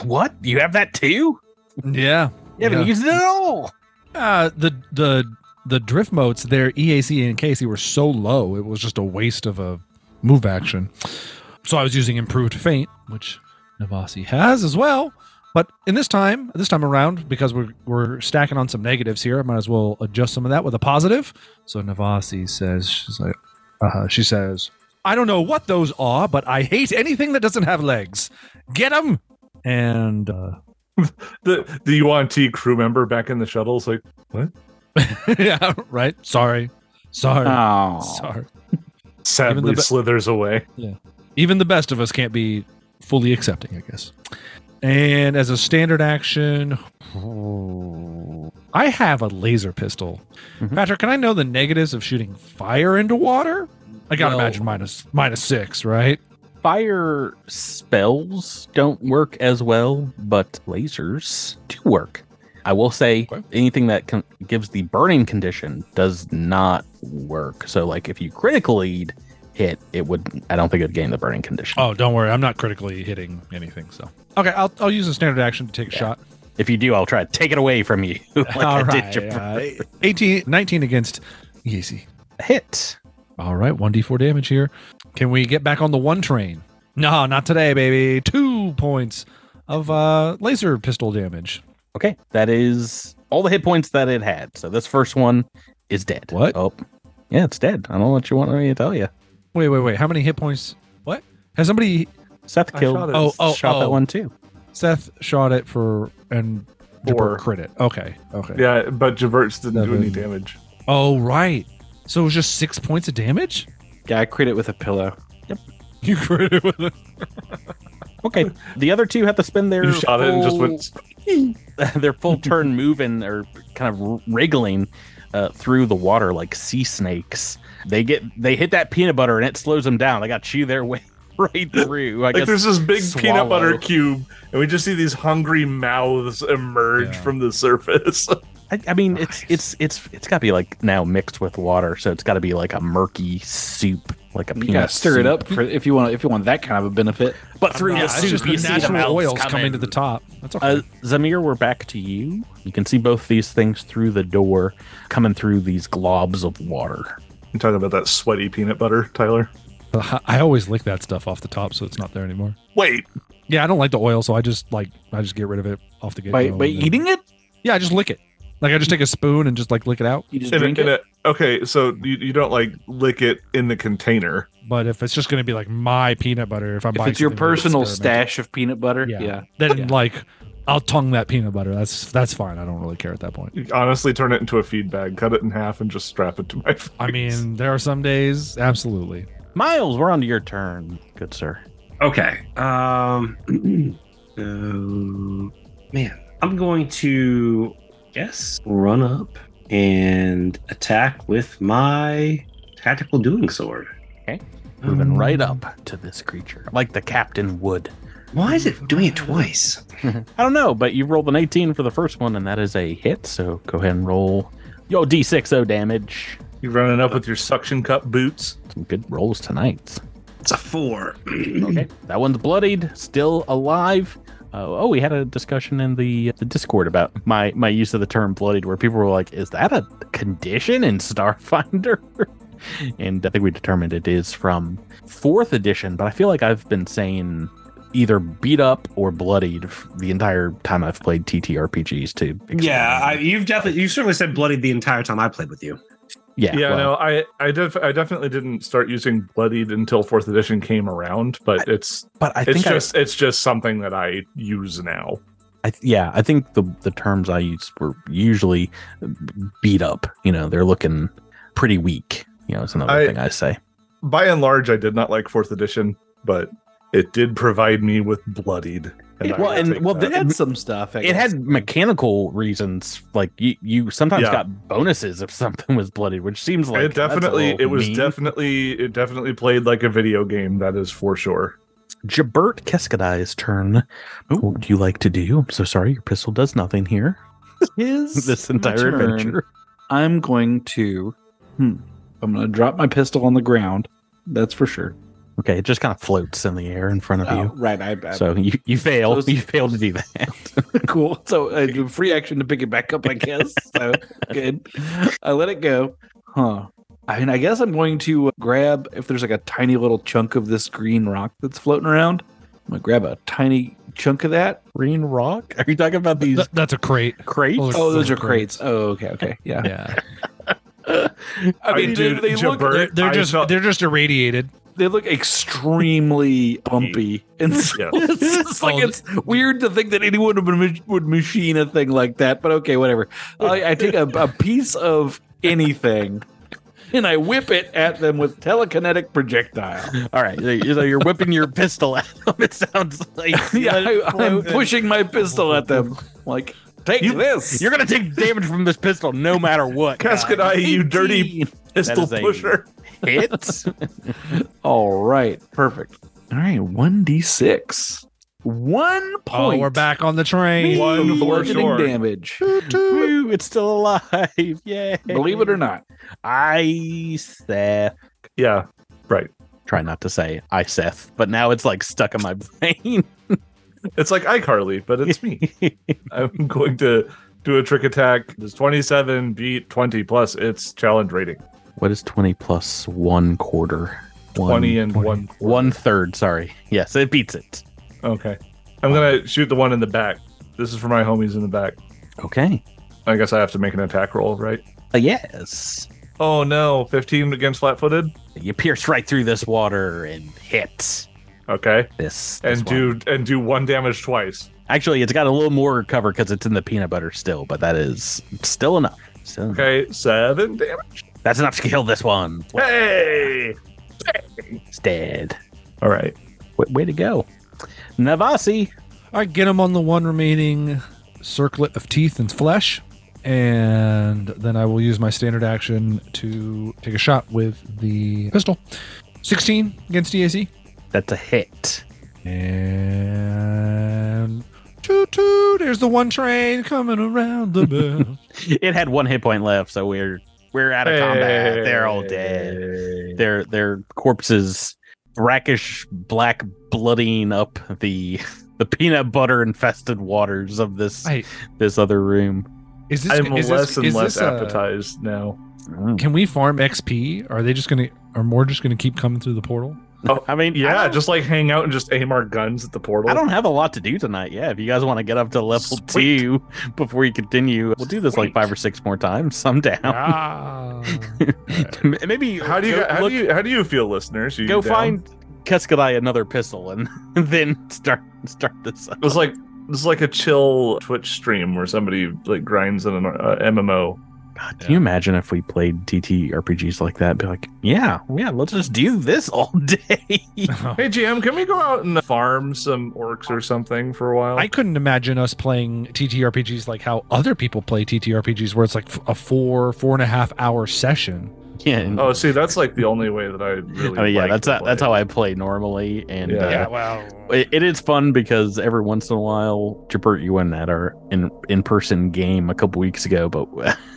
Speaker 2: What? You have that too?
Speaker 5: Yeah.
Speaker 2: You haven't
Speaker 5: Yeah.
Speaker 2: used it at all.
Speaker 5: Uh, the the the drift motes, their EAC and KC were so low, it was just a waste of a move action. So I was using improved feint, which Navasi has as well. But in this time, this time around, because we're we're stacking on some negatives here, I might as well adjust some of that with a positive. So Navasi says, she's like, uh, she says, I don't know what those are, but I hate anything that doesn't have legs. Get them. And uh, [LAUGHS]
Speaker 4: The the UNT crew member back in the shuttle is like,
Speaker 5: yeah, right. Sorry, sorry,
Speaker 3: Oh.
Speaker 5: sorry.
Speaker 4: sadly
Speaker 5: Even the ba-
Speaker 4: slithers away.
Speaker 5: even the best of us can't be fully accepting, I guess. And as a standard action, I have a laser pistol.
Speaker 2: Mhm.
Speaker 5: Patrick, can I know the negatives of shooting fire into water? I gotta
Speaker 2: Well-
Speaker 5: imagine minus minus six, right?
Speaker 2: Fire spells don't work as well, but lasers do work. I will say
Speaker 5: Okay.
Speaker 2: anything that con- gives the burning condition does not work. So, like if you critically hit, it would. I don't think it would gain the burning condition.
Speaker 5: Oh, don't worry, I'm not critically hitting anything. So okay, I'll I'll use a standard action to take a
Speaker 2: Yeah.
Speaker 5: shot.
Speaker 2: If you do, I'll try to take it away from you. [LAUGHS] like I
Speaker 5: All
Speaker 2: did
Speaker 5: right,
Speaker 2: your
Speaker 5: uh, 18, 19 against Yeezy.
Speaker 2: hit.
Speaker 5: All right, 1d4 damage here. Can we get back on the one train? No, not today, baby. Two points of uh, laser pistol damage.
Speaker 2: Okay, that is all the hit points that it had. So this first one is dead.
Speaker 5: What?
Speaker 2: Oh, yeah, it's dead. I don't know what you want me to tell you.
Speaker 5: Wait, wait, wait. How many hit points? What? Has somebody,
Speaker 2: Seth
Speaker 4: I
Speaker 2: killed.
Speaker 4: shot it.
Speaker 5: Oh, oh,
Speaker 2: shot that
Speaker 5: oh.
Speaker 2: one too.
Speaker 5: Seth shot it for and
Speaker 4: Four.
Speaker 5: Jabert crit it. Okay, okay.
Speaker 4: Yeah, but Javerts didn't do any
Speaker 5: Seven.
Speaker 4: damage.
Speaker 5: Oh, right. So it was just six points of damage? [LAUGHS]
Speaker 3: Yeah, I crit it with a pillow.
Speaker 5: You crit it with a
Speaker 4: [LAUGHS]
Speaker 2: Okay, the other two have to spend their
Speaker 4: You shot it and just
Speaker 2: [LAUGHS]
Speaker 4: went.
Speaker 2: their full turn [LAUGHS] moving or kind of wr- wriggling uh, through the water like sea snakes. They get they hit that peanut butter and it slows them down. They got to chew their [LAUGHS] way right through. I
Speaker 4: Like
Speaker 2: guess
Speaker 4: there's this big peanut butter
Speaker 2: swallow.
Speaker 4: cube, and we just see these hungry mouths emerge
Speaker 5: Yeah.
Speaker 4: from the surface. [LAUGHS]
Speaker 2: I, I mean, it's it's it's it's got to be like now mixed with water, so it's got to be like a murky soup, like a
Speaker 3: You
Speaker 2: peanut.
Speaker 3: gotta stir
Speaker 2: soup.
Speaker 3: it up for if you want if you want that kind of a benefit.
Speaker 2: But through
Speaker 5: Yeah,
Speaker 2: the
Speaker 5: it's
Speaker 2: soup,
Speaker 5: just
Speaker 2: you
Speaker 5: the
Speaker 2: see the
Speaker 5: natural
Speaker 2: mouths
Speaker 5: oils coming
Speaker 2: coming
Speaker 5: to the top. That's okay.
Speaker 2: Uh, Zamir, we're back to you. You can see both these things through the door, coming through these globs of water.
Speaker 4: I'm talking about that sweaty peanut butter, Tyler.
Speaker 5: I always lick that stuff off the top so it's not there anymore.
Speaker 4: Wait,
Speaker 5: Yeah, I don't like the oil, so I just like I just get rid of it off the get
Speaker 3: By by eating it,
Speaker 5: Yeah, I just lick it. Like I just take a spoon and just like lick it out.
Speaker 3: you just
Speaker 4: in a,
Speaker 3: drink
Speaker 4: in
Speaker 3: it.
Speaker 4: a, okay, so you, you don't like lick it in the container.
Speaker 5: But if it's just gonna be like my peanut butter, if I'm
Speaker 3: If
Speaker 5: buying
Speaker 3: it's your
Speaker 5: something really
Speaker 3: personal
Speaker 5: experimental,
Speaker 3: stash of peanut butter,
Speaker 5: Yeah.
Speaker 3: yeah.
Speaker 5: then like I'll tongue that peanut butter. That's that's fine. I don't really care at that point.
Speaker 4: You honestly turn it into a feed bag, cut it in half, and just strap it to my [LAUGHS] face.
Speaker 5: I mean, there are some days, absolutely.
Speaker 2: Miles, we're on to your turn, good sir.
Speaker 6: Okay. [CLEARS THROAT] Um. so, man, I'm going to guess run up and attack with my tactical dueling sword.
Speaker 2: Okay.
Speaker 6: Um,
Speaker 2: Moving right up to this creature, like the captain would.
Speaker 6: Why is it doing it twice?
Speaker 2: I don't know, but you rolled an 18 for the first one, and that is a hit. So go ahead and roll yo d60 damage.
Speaker 4: you running up with your suction cup boots.
Speaker 2: Some good rolls
Speaker 6: [CLEARS THROAT]
Speaker 2: tonight.
Speaker 6: It's a four.
Speaker 2: Okay, that one's bloodied, still alive. Uh, oh, we had a discussion in the the Discord about my my use of the term bloodied, where people were like, "Is that a condition in Starfinder?" [LAUGHS] and I think we determined it is from fourth edition. But I feel like I've been saying either beat up or bloodied f- the entire time I've played TTRPGs too.
Speaker 6: [CLEARS THROAT] Yeah, I, you've definitely, you certainly said bloodied the entire time I played with you.
Speaker 2: yeah,
Speaker 4: Yeah,
Speaker 2: well,
Speaker 4: no, I I, def- I definitely didn't start using bloodied until fourth edition came around, but it's
Speaker 2: but I
Speaker 4: it's
Speaker 2: think I,
Speaker 4: just it's just something that I use now.
Speaker 2: I th- yeah, I think the the terms I used were usually beat up. You know, they're looking pretty weak. You know, is another
Speaker 4: I-
Speaker 2: thing I say.
Speaker 4: By and large, I did not like fourth edition, but it did provide me with bloodied. I
Speaker 2: Well,
Speaker 4: will
Speaker 2: and-
Speaker 4: take
Speaker 2: well,
Speaker 4: that.
Speaker 3: They had
Speaker 2: It-
Speaker 3: some stuff. I
Speaker 2: It
Speaker 3: guess.
Speaker 2: had mechanical reasons, like you you sometimes
Speaker 4: Yeah.
Speaker 2: got bonuses if something was bloodied, which seems like
Speaker 4: it
Speaker 2: that's a
Speaker 4: definitely
Speaker 2: little
Speaker 4: it was
Speaker 2: mean.
Speaker 4: definitely it definitely played like a video game. That is for sure.
Speaker 2: Jabert Keskadai's turn. What do you like to do? I'm so sorry, your pistol does nothing here. [LAUGHS]
Speaker 3: [LAUGHS] his
Speaker 2: This entire
Speaker 3: turn.
Speaker 2: adventure.
Speaker 3: I'm going to. Hmm, I'm going to drop my pistol on the ground. That's for sure.
Speaker 2: Okay, it just kind of floats in the air in front of
Speaker 3: Oh,
Speaker 2: you.
Speaker 3: right. I, I
Speaker 2: So you you fail. [LAUGHS]
Speaker 3: Those-
Speaker 2: you fail to do that.
Speaker 3: [LAUGHS] cool. So I do free action to pick it back up, I [LAUGHS] guess. So good. I let it go. Huh. I mean, I guess I'm going to uh, grab if there's like a tiny little chunk of this green rock that's floating around. I'm gonna grab a tiny chunk of that.
Speaker 2: Green rock? Are you talking about these
Speaker 5: Th- that's
Speaker 4: [LAUGHS]
Speaker 5: a crate.
Speaker 2: crates?
Speaker 5: Those
Speaker 3: Oh, those are
Speaker 5: crates.
Speaker 3: crates. Oh, okay, okay, yeah.
Speaker 5: Yeah,
Speaker 3: [LAUGHS] I mean, they,
Speaker 4: dude,
Speaker 3: they look
Speaker 4: Jabert,
Speaker 5: they're, they're
Speaker 4: I
Speaker 5: just
Speaker 4: felt-
Speaker 5: they're just irradiated.
Speaker 3: they look extremely bumpy, and so [LAUGHS]
Speaker 4: Yeah.
Speaker 3: it's just like
Speaker 5: Oh,
Speaker 3: it's weird to think that anyone would, ma- would machine a thing like that. But okay, whatever. I, I take a, a piece of anything and I whip it at them with telekinetic projectile.
Speaker 2: All right, so you're- so you're whipping your pistol at [LAUGHS] them. It sounds like
Speaker 3: [LAUGHS]
Speaker 2: [LAUGHS]
Speaker 3: yeah, I, am
Speaker 2: float and-
Speaker 3: pushing my pistol at them. Like, take
Speaker 2: You-
Speaker 3: this.
Speaker 2: You're gonna take damage from this pistol no matter what. guys.
Speaker 4: Cascadai, you dirty pistol
Speaker 2: That is a-
Speaker 4: pusher. [LAUGHS]
Speaker 2: hit.
Speaker 3: All right, perfect. All right, one d six. One
Speaker 5: Oh,
Speaker 3: point.
Speaker 5: we're back on the train.
Speaker 4: What? One
Speaker 3: Ooh,
Speaker 4: for
Speaker 3: bludgeoning
Speaker 4: sure.
Speaker 3: damage.
Speaker 2: Woo, it's still alive. Yay.
Speaker 3: Believe it or not.
Speaker 2: I Seth.
Speaker 4: Yeah,
Speaker 2: Try not to say I Seth, but now it's like stuck in my [LAUGHS] brain.
Speaker 4: it's like iCarly, but it's me.
Speaker 2: [LAUGHS]
Speaker 4: I'm going to do a trick attack. Does 27 beat 20 plus its challenge rating?
Speaker 2: what is twenty plus one quarter?
Speaker 4: 20 and one.
Speaker 2: one third, sorry. Yes, it beats it.
Speaker 4: Okay. I'm going to shoot the one in the back. This is for my homies in the back.
Speaker 2: Okay.
Speaker 4: I guess I have to make an attack roll, right?
Speaker 2: Uh, yes.
Speaker 4: Oh no, 15 against flat footed.
Speaker 2: You pierce right through this water and hit
Speaker 4: Okay.
Speaker 2: this. this
Speaker 4: And
Speaker 2: one.
Speaker 4: do and do one damage twice.
Speaker 2: Actually, it's got a little more cover because it's in the peanut butter still, but that is still enough. Still enough.
Speaker 4: Okay, 7 damage.
Speaker 2: That's enough to kill this one.
Speaker 4: [LAUGHS] Hey!
Speaker 2: It's dead.
Speaker 4: All right.
Speaker 2: Way, way to go. Navasi.
Speaker 5: I get him on the one remaining circlet of teeth and flesh, and then I will use my standard action to take a shot with the pistol. 16 against DAC.
Speaker 2: That's a hit.
Speaker 5: And toot toot, there's the one train coming
Speaker 4: [LAUGHS]
Speaker 5: around the bend.
Speaker 2: It had one hit point left, so we're we're out of combat. They're all dead.
Speaker 4: dead.
Speaker 2: Their their corpses brackish black bloodying up the the peanut butter infested waters of this
Speaker 5: Hey.
Speaker 2: this other room.
Speaker 5: Is this,
Speaker 4: I'm
Speaker 5: is
Speaker 4: less
Speaker 5: this-
Speaker 4: and
Speaker 5: is
Speaker 4: less
Speaker 5: this, uh,
Speaker 4: appetized now. Oh,
Speaker 5: Can we farm XP? Are they just gonna? Are more just gonna keep coming through the portal?
Speaker 2: I mean,
Speaker 4: Yeah,
Speaker 2: I
Speaker 4: just like hang out and just aim our guns at the portal.
Speaker 2: I don't have a lot to do tonight. Yeah, if you guys want to get up to level
Speaker 4: Sweet.
Speaker 2: two [LAUGHS] before you continue, we'll do this like
Speaker 7: Sweet.
Speaker 2: five or six more times. I'm down.
Speaker 5: Ah.
Speaker 2: [LAUGHS] Maybe
Speaker 4: How do you
Speaker 2: go,
Speaker 4: how
Speaker 2: look-
Speaker 4: do you how do you feel, listeners? You
Speaker 2: go
Speaker 4: down?
Speaker 2: find Keskadai another pistol and [LAUGHS] then start start this up.
Speaker 4: It was like it's like a chill Twitch stream where somebody like grinds in an uh, MMO.
Speaker 2: God,
Speaker 5: Yeah.
Speaker 2: imagine if we played TT RPGs like that? Be like, yeah, yeah, let's just do this all [LAUGHS]
Speaker 4: [LAUGHS]
Speaker 2: day.
Speaker 4: Hey GM, can we go out and farm some orcs or something for a while?
Speaker 5: I couldn't imagine us playing TTRPGs like how other people play TTRPGs, where it's like f- a four, four and a half hour session.
Speaker 2: yeah. and-
Speaker 4: oh, see, that's like the only way that I really.
Speaker 2: I mean, Oh, yeah,
Speaker 4: like
Speaker 2: that's
Speaker 4: to
Speaker 2: how, that's
Speaker 4: play.
Speaker 2: how I play normally, and
Speaker 4: Yeah.
Speaker 2: uh,
Speaker 7: Yeah, well.
Speaker 2: it, it is fun because every once in a while, Jabert, you went at our in in person game a couple weeks ago, but [LAUGHS]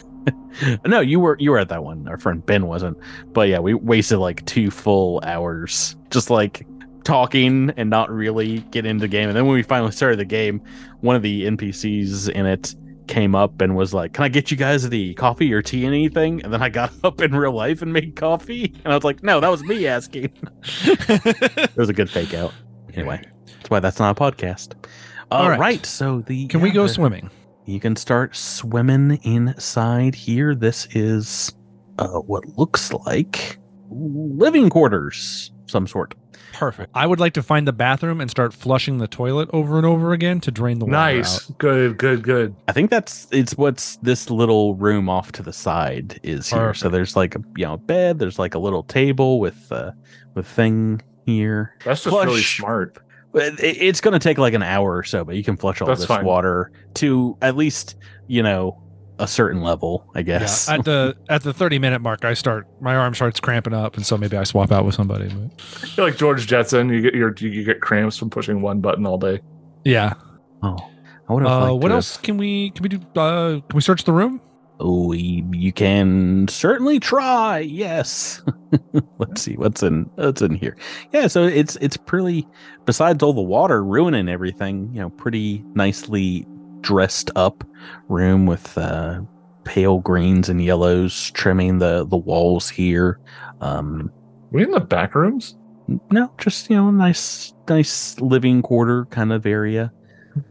Speaker 2: no, you were you were at that one. Our friend Ben wasn't, but yeah, we wasted like two full hours just like talking and not really get into the game. And then when we finally started the game, one of the NPCs in it came up and was like, "Can I get you guys the coffee or tea anything?" And then I got [LAUGHS] up in real life and made [LAUGHS] coffee, and I was like, "No, that was me asking." it was a good fake out. Anyway, That's why that's not a podcast. All
Speaker 5: All
Speaker 2: right.
Speaker 5: right.
Speaker 2: So the
Speaker 5: Can we
Speaker 2: yeah,
Speaker 5: go
Speaker 2: the-
Speaker 5: swimming?
Speaker 2: You can start swimming inside here. This is uh, what looks like living quarters, of some sort.
Speaker 5: Perfect. I would like to find the bathroom and start flushing the toilet over and over again to drain the water.
Speaker 4: Nice.
Speaker 5: out.
Speaker 4: Good, good, good.
Speaker 2: I think that's it's what's this little room off to the side is here. So
Speaker 5: Perfect.
Speaker 2: there's like a you know bed. There's like a little table with uh, with thing here.
Speaker 4: That's just really
Speaker 2: Flush.
Speaker 4: smart.
Speaker 2: But it- It's going to take like an hour or so, but you can flush all
Speaker 4: That's
Speaker 2: this
Speaker 4: fine.
Speaker 2: water to at least you know a certain level, I
Speaker 5: Yeah,
Speaker 2: guess.
Speaker 5: at the at the thirty minute mark, I start my arm starts cramping up, and so maybe I swap out with somebody. but-
Speaker 4: You're like George Jetson, you get your you get cramps from pushing one button all day.
Speaker 5: yeah.
Speaker 2: oh, I would have.
Speaker 5: Uh,
Speaker 2: liked
Speaker 5: what
Speaker 2: to
Speaker 5: else can we can we do? Uh, can we search the room?
Speaker 2: Oh, y- you can certainly try. Yes. [LAUGHS] Let's see what's in what's in here. Yeah, so it's it's pretty besides all the water ruining everything, you know, pretty nicely dressed up room with uh pale greens and yellows trimming the the walls here. Um
Speaker 4: we in the back rooms?
Speaker 2: no, just you know, nice nice living quarter kind of area.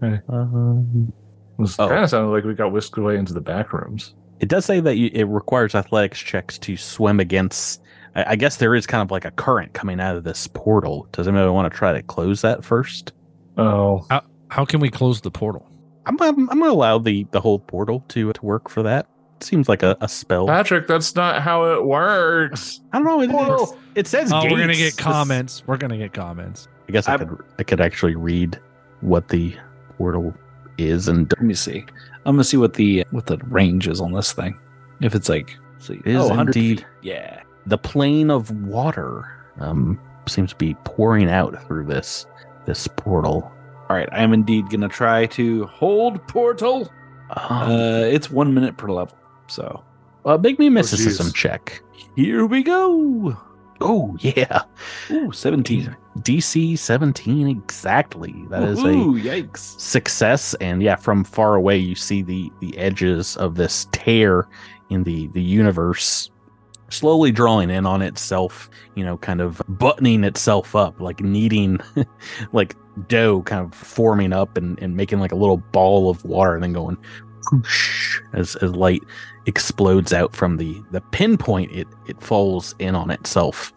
Speaker 4: Okay.
Speaker 2: Um,
Speaker 4: This
Speaker 2: Oh.
Speaker 4: kind of sounded like we got whisked away into the back rooms.
Speaker 2: It does say that you, it requires athletics checks to swim against. I, I guess there is kind of like a current coming out of this portal. Does anybody want to try to close that first?
Speaker 4: Oh,
Speaker 5: How can we close the portal?
Speaker 2: I'm I'm, I'm going to allow the the whole portal to to work for that. Seems like a, a spell. I
Speaker 4: Patrick, that's not how it works.
Speaker 2: don't know. It,
Speaker 4: Portal.
Speaker 2: it- it says.
Speaker 5: Oh, we're gonna
Speaker 2: gates. This-
Speaker 5: get comments. We're gonna get
Speaker 2: [LAUGHS]
Speaker 5: comments.
Speaker 2: I guess I
Speaker 3: I'm-
Speaker 2: could I could actually read what the portal is and
Speaker 3: Let me see. I'm gonna see what the what the range is on this thing. If it's like see,
Speaker 2: It is
Speaker 3: oh, 100
Speaker 2: indeed.
Speaker 3: feet. Yeah.
Speaker 2: the plane of water um seems to be pouring out through this this portal.
Speaker 3: All right. I am indeed gonna try to hold portal.
Speaker 2: Um,
Speaker 3: Uh, it's one minute per level. So
Speaker 2: Uh, make me a mysticism
Speaker 3: oh,
Speaker 4: mysticism
Speaker 2: check.
Speaker 3: here we go.
Speaker 2: Oh yeah,
Speaker 3: Ooh, 17.
Speaker 2: DC seventeen exactly. That is a
Speaker 3: Ooh, yikes.
Speaker 2: success, and yeah, from far away you see the the edges of this tear in the the universe slowly drawing in on itself. You know, kind of buttoning itself up, like kneading, [LAUGHS] like dough, kind of forming up and and making like a little ball of water, and then going. whoosh As, as light explodes out from the the pinpoint it it falls in on itself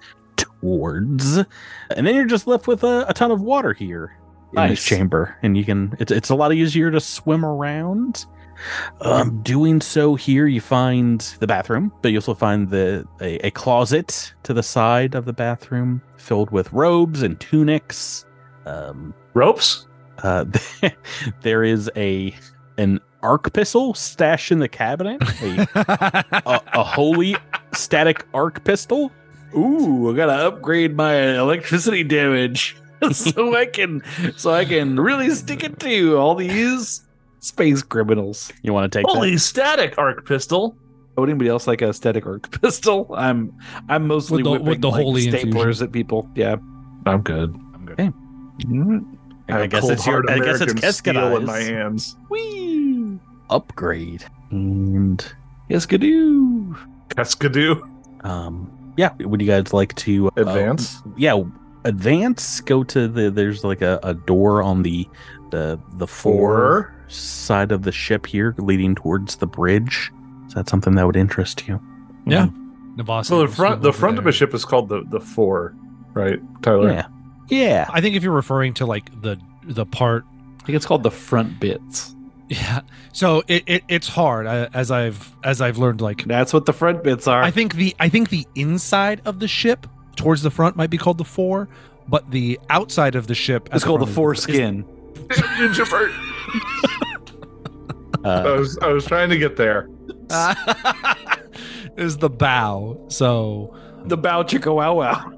Speaker 2: towards and then you're just left with a, a ton of water here in this
Speaker 3: Nice.
Speaker 2: chamber and you can it's, it's a lot easier to swim around um doing so here you find the bathroom but you also find the a, a closet to the side of the bathroom filled with robes and tunics um
Speaker 4: Ropes?
Speaker 2: uh [LAUGHS] there is a an arc pistol stashed in the cabinet a, a, a holy static arc pistol
Speaker 3: Ooh, I gotta upgrade my electricity damage [LAUGHS] so I can so I can really stick it to all these space criminals.
Speaker 2: you want to take that?
Speaker 4: Holy static arc pistol.
Speaker 3: Would anybody else like a static arc [LAUGHS] pistol? I'm I'm mostly
Speaker 5: With the-
Speaker 3: whipping
Speaker 5: with the
Speaker 3: like,
Speaker 5: holy
Speaker 3: staplers
Speaker 5: infusion.
Speaker 3: at people. Yeah.
Speaker 4: I'm good.
Speaker 5: I'm good.
Speaker 2: I, guess it's your. I guess it's
Speaker 4: steel in my
Speaker 2: Eskedai's
Speaker 4: hands.
Speaker 3: Whee!
Speaker 2: upgrade, and
Speaker 3: Yes, gadoo.
Speaker 4: Cascadoo.
Speaker 2: um, yeah. Would you guys like to uh,
Speaker 4: Advance.
Speaker 2: yeah, advance. Go to the. There's like a, a door on the the the fore
Speaker 4: Four.
Speaker 2: side of the ship here, leading towards the bridge. Is that something that would interest you?
Speaker 5: Yeah. Navasi.
Speaker 4: So
Speaker 5: will
Speaker 4: the front
Speaker 5: swim
Speaker 4: the
Speaker 5: over
Speaker 4: front of
Speaker 5: there.
Speaker 4: a ship is called the the four, right, Tyler?
Speaker 2: Yeah. Yeah.
Speaker 5: I think if you're referring to like the the part [LAUGHS]
Speaker 3: I think it's called the front bits.
Speaker 5: Yeah. So it, it it's hard I, as I've as I've learned. Like
Speaker 3: That's what the front bits are.
Speaker 5: I think the I think the inside of the ship towards the front might be called the four, but the outside of the ship at
Speaker 3: it's called the
Speaker 5: front is-
Speaker 3: foreskin.
Speaker 4: [LAUGHS] You jabber- I
Speaker 2: Uh,
Speaker 4: was I was trying to get there.
Speaker 5: is, [LAUGHS] is the bow. So [LAUGHS]
Speaker 3: The bow chicka wow wow.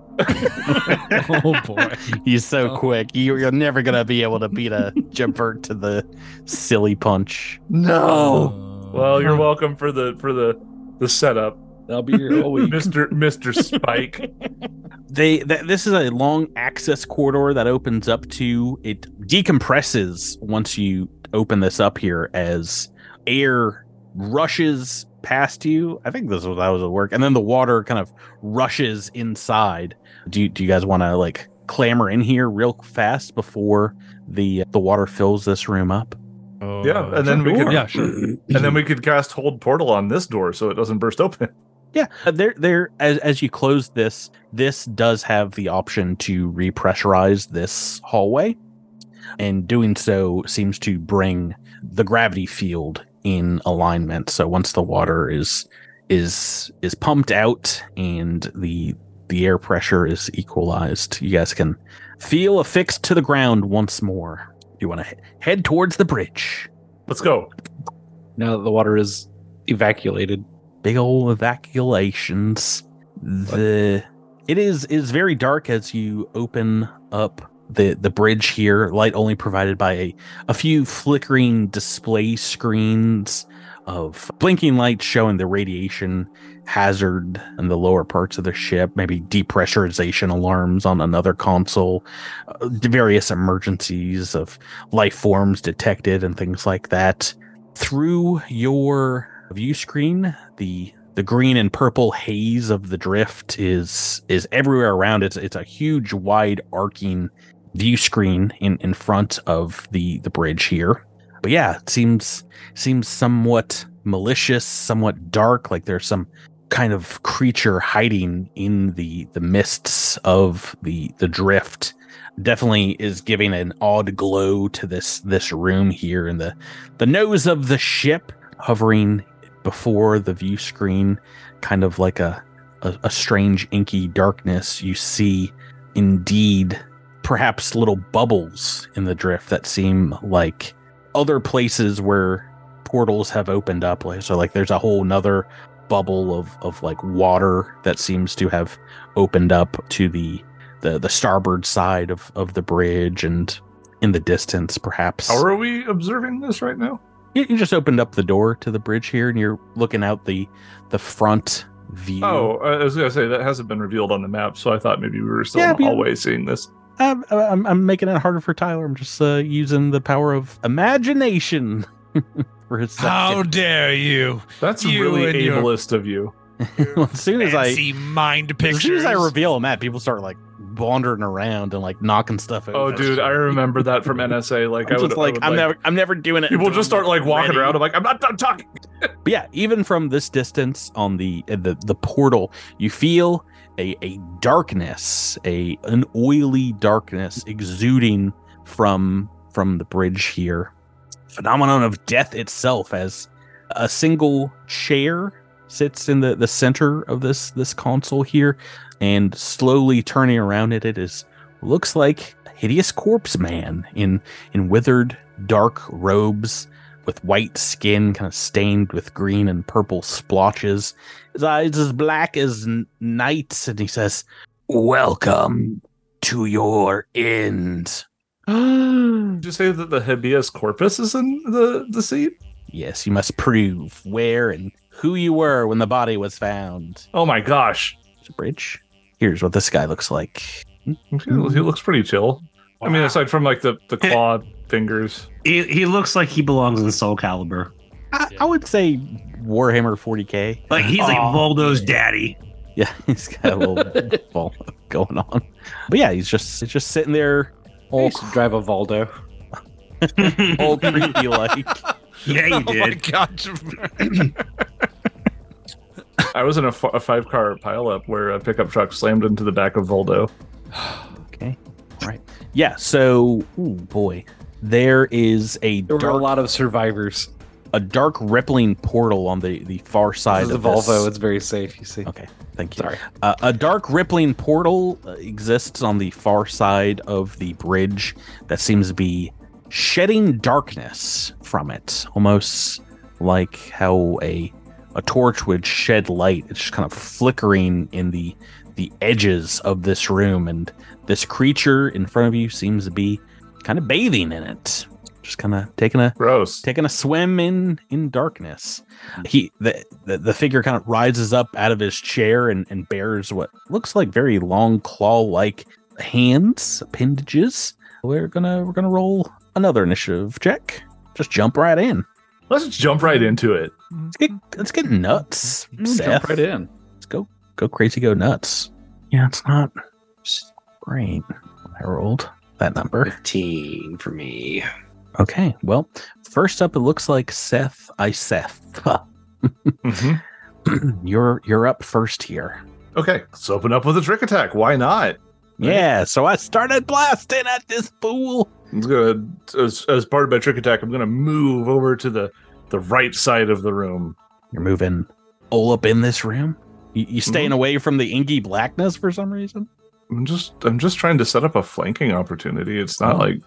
Speaker 5: oh boy.
Speaker 2: [LAUGHS] he's so
Speaker 5: Oh.
Speaker 2: quick. You, you're never gonna be able to beat [LAUGHS] a Jabert to the silly punch. Oh.
Speaker 4: No.
Speaker 5: Uh,
Speaker 4: Well, you're welcome for the for the the setup,
Speaker 3: I'll be [LAUGHS] here all week.
Speaker 4: Mister Mister Spike.
Speaker 2: they th- this is a long access corridor that opens up to it decompresses once you open this up here as air rushes past you i think this was how it would work and then the water kind of rushes inside do you do you guys want to like clamber in here real fast before the the water fills this room up?
Speaker 5: Oh,
Speaker 4: Yeah, and then we
Speaker 5: sure.
Speaker 4: could-
Speaker 5: yeah, sure.
Speaker 6: mm-hmm.
Speaker 4: And then we could cast hold portal on this door so it doesn't burst open. [LAUGHS]
Speaker 2: Yeah, uh, there there as as you close this, this does have the option to repressurize this hallway. And doing so seems to bring the gravity field in alignment. So once the water is is is pumped out and the the air pressure is equalized, you guys can feel affixed to the ground once more. You want to head towards the bridge.
Speaker 4: Let's go.
Speaker 3: Now that the water is evacuated.
Speaker 2: big old evacuations. The it is is very dark as you open up the the bridge here. Light only provided by a, a few flickering display screens of blinking lights showing the radiation hazard in the lower parts of the ship, maybe depressurization alarms on another console, uh, various emergencies of life forms detected and things like that. Through your view screen, the the green and purple haze of the drift is is everywhere around. It's it's a huge wide arcing view screen in in front of the the bridge here. But yeah, it seems seems somewhat malicious, somewhat dark, like there's some kind of creature hiding in the the mists of the the drift. Definitely is giving an odd glow to this this room here and the the nose of the ship hovering before the view screen, kind of like a, a, a strange inky darkness, you see indeed perhaps little bubbles in the drift that seem like other places where portals have opened up. Like so like there's a whole nother bubble of, of like water that seems to have opened up to the the, the starboard side of, of the bridge and in the distance perhaps
Speaker 4: How are we observing this right now?
Speaker 2: you, you just opened up the door to the bridge here, and you're looking out the the front view.
Speaker 4: Oh, I I was gonna say that hasn't been revealed on the map, so I thought maybe we were still
Speaker 2: Yeah,
Speaker 4: in the
Speaker 2: yeah.
Speaker 4: hallway seeing this.
Speaker 2: I'm, I'm, I'm making it harder for Tyler. I'm just uh, using the power of imagination [LAUGHS] for his. [LAUGHS]
Speaker 5: How dare you?
Speaker 4: That's
Speaker 5: You
Speaker 4: really
Speaker 5: and your-
Speaker 4: ableist of you.
Speaker 2: Well, as soon as I
Speaker 5: Fancy mind pictures.
Speaker 2: as soon as I reveal a map, people start like wandering around and like knocking stuff.
Speaker 4: Oh,
Speaker 2: over.
Speaker 4: dude, I remember that from NSA. Like,
Speaker 2: I'm
Speaker 4: I
Speaker 2: just
Speaker 4: would
Speaker 2: like
Speaker 4: I
Speaker 2: I'm
Speaker 4: would,
Speaker 2: never I'm never doing it.
Speaker 4: [LAUGHS] People
Speaker 2: until
Speaker 4: just
Speaker 2: I'm
Speaker 4: start like walking
Speaker 2: ready.
Speaker 4: around. I'm like, I'm not done talking.
Speaker 2: But yeah, even from this distance on the uh, the, the portal, you feel a, a darkness, a an oily darkness exuding from from the bridge here. Phenomenon of death itself as a single chair sits in the, the center of this this console here and slowly turning around it it is looks like a hideous corpse man in in withered dark robes with white skin, kind of stained with green and purple splotches. His eyes as black as n- night, and he says, "Welcome to your end."
Speaker 4: Did you say that the habeas corpus is in the the seat?
Speaker 2: Yes, you must prove where and who you were when the body was found.
Speaker 4: Oh my gosh,
Speaker 2: There's a bridge. Here's what this guy looks like.
Speaker 4: Okay, well, he looks pretty chill. I mean, aside from like the [LAUGHS] the claw fingers.
Speaker 6: He, he looks like he belongs in Soul Calibur.
Speaker 2: I, I would say Warhammer 40k.
Speaker 6: Like he's like
Speaker 4: Aw.
Speaker 6: Voldo's daddy.
Speaker 2: [LAUGHS] Yeah, he's got a [LAUGHS] little ball going on. But yeah, he's just he's just sitting there, all
Speaker 3: drive a Valdo.
Speaker 2: all creepy like.
Speaker 6: yeah,
Speaker 5: [LAUGHS]
Speaker 6: you
Speaker 5: oh my
Speaker 6: did.
Speaker 5: god!
Speaker 4: I was in a, f- a five car pileup where a pickup truck slammed into the back of Voldo.
Speaker 2: Okay. All right. Yeah. So, ooh, boy, there is a
Speaker 3: There
Speaker 2: dark,
Speaker 3: were a lot of survivors.
Speaker 2: a dark rippling portal on the the far side
Speaker 3: This is a
Speaker 2: of this-
Speaker 3: Volvo. It's very safe, you see.
Speaker 2: Okay. Thank you.
Speaker 3: Sorry.
Speaker 2: Uh, a dark rippling portal uh, exists on the far side of the bridge that seems to be shedding darkness from it, almost like how a a torch would shed light. It's just kind of flickering in the the edges of this room, and this creature in front of you seems to be kind of bathing in it, just kind of taking a
Speaker 4: Gross.
Speaker 2: taking a swim in in darkness he the the, the figure kind of rises up out of his chair and, and bears what looks like very long claw like hands appendages we're gonna we're gonna roll another initiative check just jump right in
Speaker 4: Let's just jump right into it.
Speaker 2: let's get let's get nuts Seth.
Speaker 3: Jump right in.
Speaker 2: let's go go crazy go nuts yeah it's not great I rolled that number.
Speaker 6: 15 for me.
Speaker 2: Okay. Well, first up, it looks like Seth. I Seth. [CLEARS THROAT]
Speaker 4: Mhm.
Speaker 2: you're you're up first here.
Speaker 4: Okay, let's open up with a trick attack. Why not?
Speaker 2: Yeah. So I started blasting at this fool.
Speaker 4: I'm gonna, as, as part of my trick attack, I'm gonna move over to the the right side of the room.
Speaker 2: You're moving all up in this room. Mm-hmm. You, you staying away from the inky blackness for some reason.
Speaker 4: I'm just I'm just trying to set up a flanking opportunity. It's not like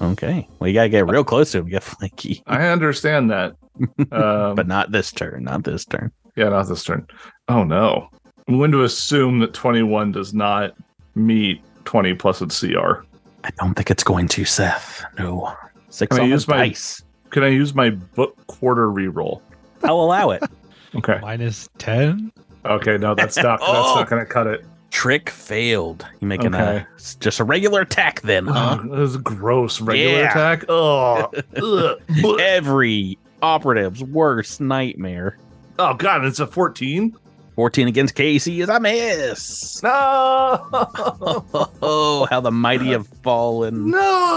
Speaker 2: Okay. Well, you gotta get [LAUGHS] real close to him. Get flanky,
Speaker 4: I understand that, [LAUGHS] um,
Speaker 2: but not this turn. Not this turn.
Speaker 4: yeah, not this turn. Oh no, I'm going to assume that 21 does not meet 20 plus its CR.
Speaker 2: I don't think it's going to, Seth. No. Six
Speaker 4: Can I
Speaker 2: on the
Speaker 4: use my-
Speaker 2: dice.
Speaker 4: Can I use my book quarter reroll?
Speaker 2: I'll allow it. [LAUGHS]
Speaker 4: Okay.
Speaker 5: [LAUGHS] Minus 10?
Speaker 4: Okay. No, that's not that's
Speaker 2: Oh!
Speaker 4: not gonna cut it.
Speaker 2: Trick failed. You making
Speaker 4: Okay.
Speaker 2: a it's just a regular attack then, huh?
Speaker 4: Ugh, That was gross. Regular
Speaker 2: Uh-huh. Yeah.
Speaker 4: attack.
Speaker 2: [LAUGHS]
Speaker 4: Oh, oh
Speaker 2: Every operative's worst nightmare.
Speaker 4: Oh, god, it's a 14.
Speaker 2: 14 against Casey is a miss. [LAUGHS]
Speaker 4: No, [LAUGHS]
Speaker 2: Oh, how the mighty have fallen.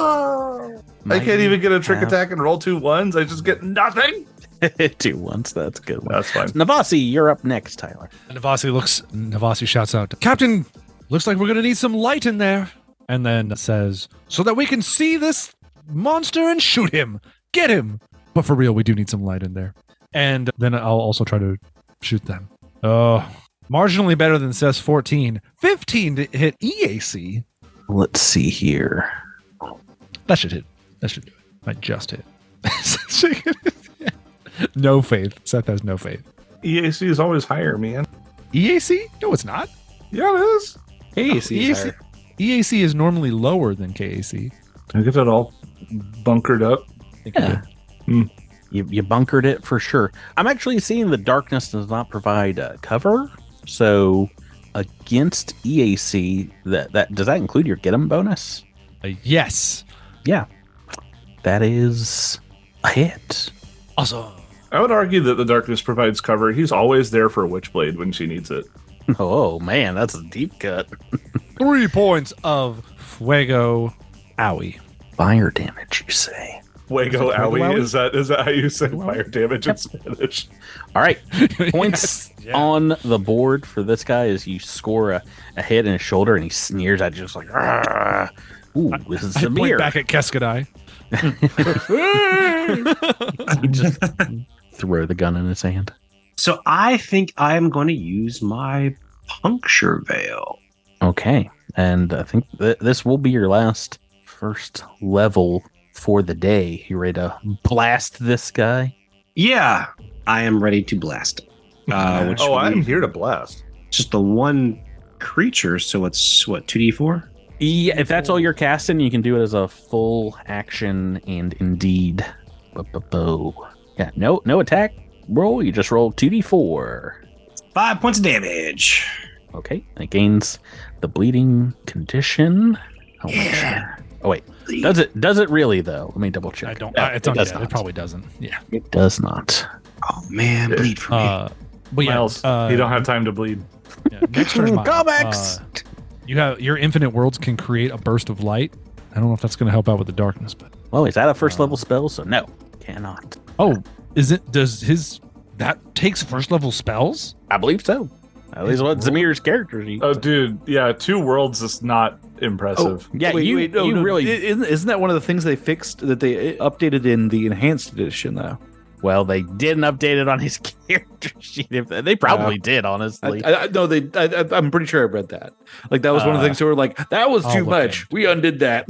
Speaker 4: no. I can't even get a trick
Speaker 2: have-
Speaker 4: attack and roll two ones. I just get nothing.
Speaker 2: even [LAUGHS] two once. That's a good one.
Speaker 4: That's fine.
Speaker 2: Navasi, you're up next, Tyler.
Speaker 5: Navasi looks. Navasi shouts out, Captain, looks like we're going to need some light in there. And then says, so that we can see this monster and shoot him. Get him. But for real, we do need some light in there. And then I'll also try to shoot them. Oh, marginally better than says 14. 15 to hit E EAC.
Speaker 2: Let's see here.
Speaker 5: That should hit. That should do it. I just hit. [LAUGHS] Shaking his head. no faith. Seth has no faith.
Speaker 4: EAC E is always higher, man.
Speaker 5: EAC? No, it's not.
Speaker 4: Yeah, it is.
Speaker 5: EAC, EAC E is normally lower than KAC.
Speaker 4: I get that all bunkered up.
Speaker 2: Yeah. You, you bunkered it for sure. I'm actually seeing the darkness does not provide uh, cover. So against EAC, that, that does that include your get 'em bonus?
Speaker 5: Uh, yes.
Speaker 2: That is a hit. [LAUGHS]
Speaker 5: Awesome.
Speaker 4: I would argue that the darkness provides cover. He's always there for Witchblade when she needs it.
Speaker 2: Oh man, that's a deep cut.
Speaker 5: Three points of Fuego Owie.
Speaker 2: Fire damage, you say?
Speaker 4: Fuego Owie,
Speaker 5: Owie?
Speaker 4: is that is that how you say
Speaker 5: Fuego Owie?
Speaker 4: fire damage in Spanish?
Speaker 3: Uh,
Speaker 2: All
Speaker 5: [LAUGHS]
Speaker 2: right, [LAUGHS] points
Speaker 5: Yeah.
Speaker 2: on the board for this guy is you score a, a hit in his shoulder and he sneers at you just like, "Argh." ooh, this is
Speaker 5: I point
Speaker 2: severe.
Speaker 5: back at Keskadai.
Speaker 2: Throw the gun in his hand.
Speaker 6: [LAUGHS] so I think I'm going to use my puncture veil.
Speaker 2: Okay, and I think th- this will be your last first level for the day. You ready to blast this guy?
Speaker 6: Yeah, I am ready to blast it. Uh, which
Speaker 4: Oh,
Speaker 6: will
Speaker 4: I'm
Speaker 6: be
Speaker 4: here to blast.
Speaker 6: just the one creature. So it's what two d four.
Speaker 2: Yeah, if that's all you're casting, you can do it as a full action and indeed. Bo-bo-bo. Yeah, no no attack roll, you just roll 2d4.
Speaker 6: Five points of damage.
Speaker 2: Okay, and it gains the bleeding condition. I'll make
Speaker 6: Yeah.
Speaker 2: sure. Oh wait, does it does it really though? Let me double check.
Speaker 5: I don't.
Speaker 2: No,
Speaker 5: uh, it's
Speaker 2: it
Speaker 5: on
Speaker 2: does
Speaker 5: dead.
Speaker 2: not.
Speaker 5: It probably doesn't. Yeah.
Speaker 2: It does not.
Speaker 6: Oh man, bleed for me.
Speaker 5: Uh, but yeah.
Speaker 4: Miles,
Speaker 5: uh,
Speaker 4: you don't have time to bleed.
Speaker 5: Yeah, next turn's mine. Uh, you have your infinite worlds can create a burst of light. I don't know if that's going to help out with the darkness, but
Speaker 2: Well, is that a first level spell? So no, cannot.
Speaker 5: oh, is it? Does his that takes first level spells?
Speaker 2: I believe so. At least what Zamir's character is.
Speaker 4: Oh, dude, yeah, two worlds is not impressive.
Speaker 2: yeah, you,
Speaker 3: no,
Speaker 2: you
Speaker 3: no,
Speaker 2: really
Speaker 3: i- isn't, isn't that one of the things they fixed that they updated in the enhanced edition though?
Speaker 2: well. They didn't update it on his [LAUGHS] character sheet. If they probably did,
Speaker 3: I,
Speaker 2: honestly.
Speaker 3: I, I- no, they. I, I, I'm pretty sure I read that. Like that was one of the
Speaker 2: Uh,
Speaker 3: things they were like, that was
Speaker 5: I'll
Speaker 3: too
Speaker 5: look
Speaker 3: much. We undid that.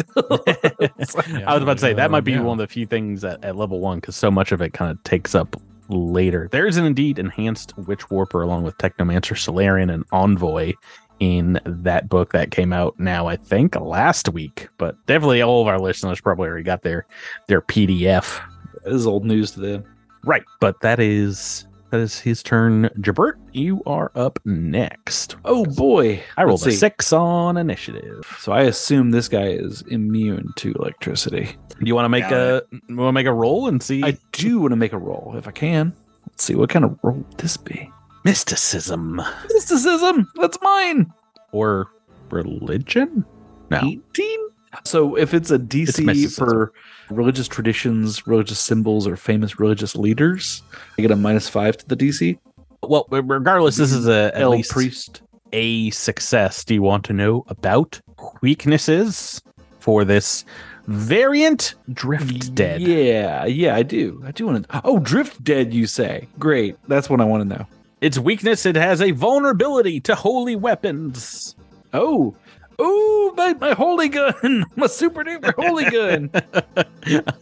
Speaker 2: [LAUGHS]
Speaker 3: [LAUGHS]
Speaker 5: Yeah,
Speaker 2: [LAUGHS] I was about to say that might be
Speaker 5: yeah.
Speaker 2: one of the few things at, at level one because so much of it kind of takes up later. There is an indeed enhanced Witch Warper along with Technomancer, Solarian, and Envoy in that book that came out now, I think, last week. But definitely all of our listeners probably already got their their PDF.
Speaker 3: this is old news to them.
Speaker 2: Right. But that is that is his turn. Jabert, you are up next.
Speaker 3: Oh boy,
Speaker 2: I rolled
Speaker 3: Let's
Speaker 2: a
Speaker 3: see.
Speaker 2: six on initiative.
Speaker 3: So I assume this guy is immune to electricity.
Speaker 2: Do you want to make
Speaker 6: Got
Speaker 2: a want to make a roll and see?
Speaker 3: I do want to make a roll if I can. Let's see what kind of roll would this be.
Speaker 2: mysticism.
Speaker 3: Mysticism. That's mine.
Speaker 2: or religion? No.
Speaker 3: 18? So if it's a DC
Speaker 2: mysticism.
Speaker 3: for religious traditions, religious symbols, or famous religious leaders, I get a minus five to the DC.
Speaker 2: Well, re- regardless, this is a at
Speaker 3: El
Speaker 2: least
Speaker 3: priest.
Speaker 2: a success. Do you want to know about weaknesses for this variant drift dead?
Speaker 3: Yeah, yeah, I do. I do want to. Oh, drift dead. You say? Great. That's what I want to know.
Speaker 2: Its weakness, it has a vulnerability to holy weapons.
Speaker 3: Oh, oh, my, my holy gun, [LAUGHS] my super duper holy gun.
Speaker 2: [LAUGHS]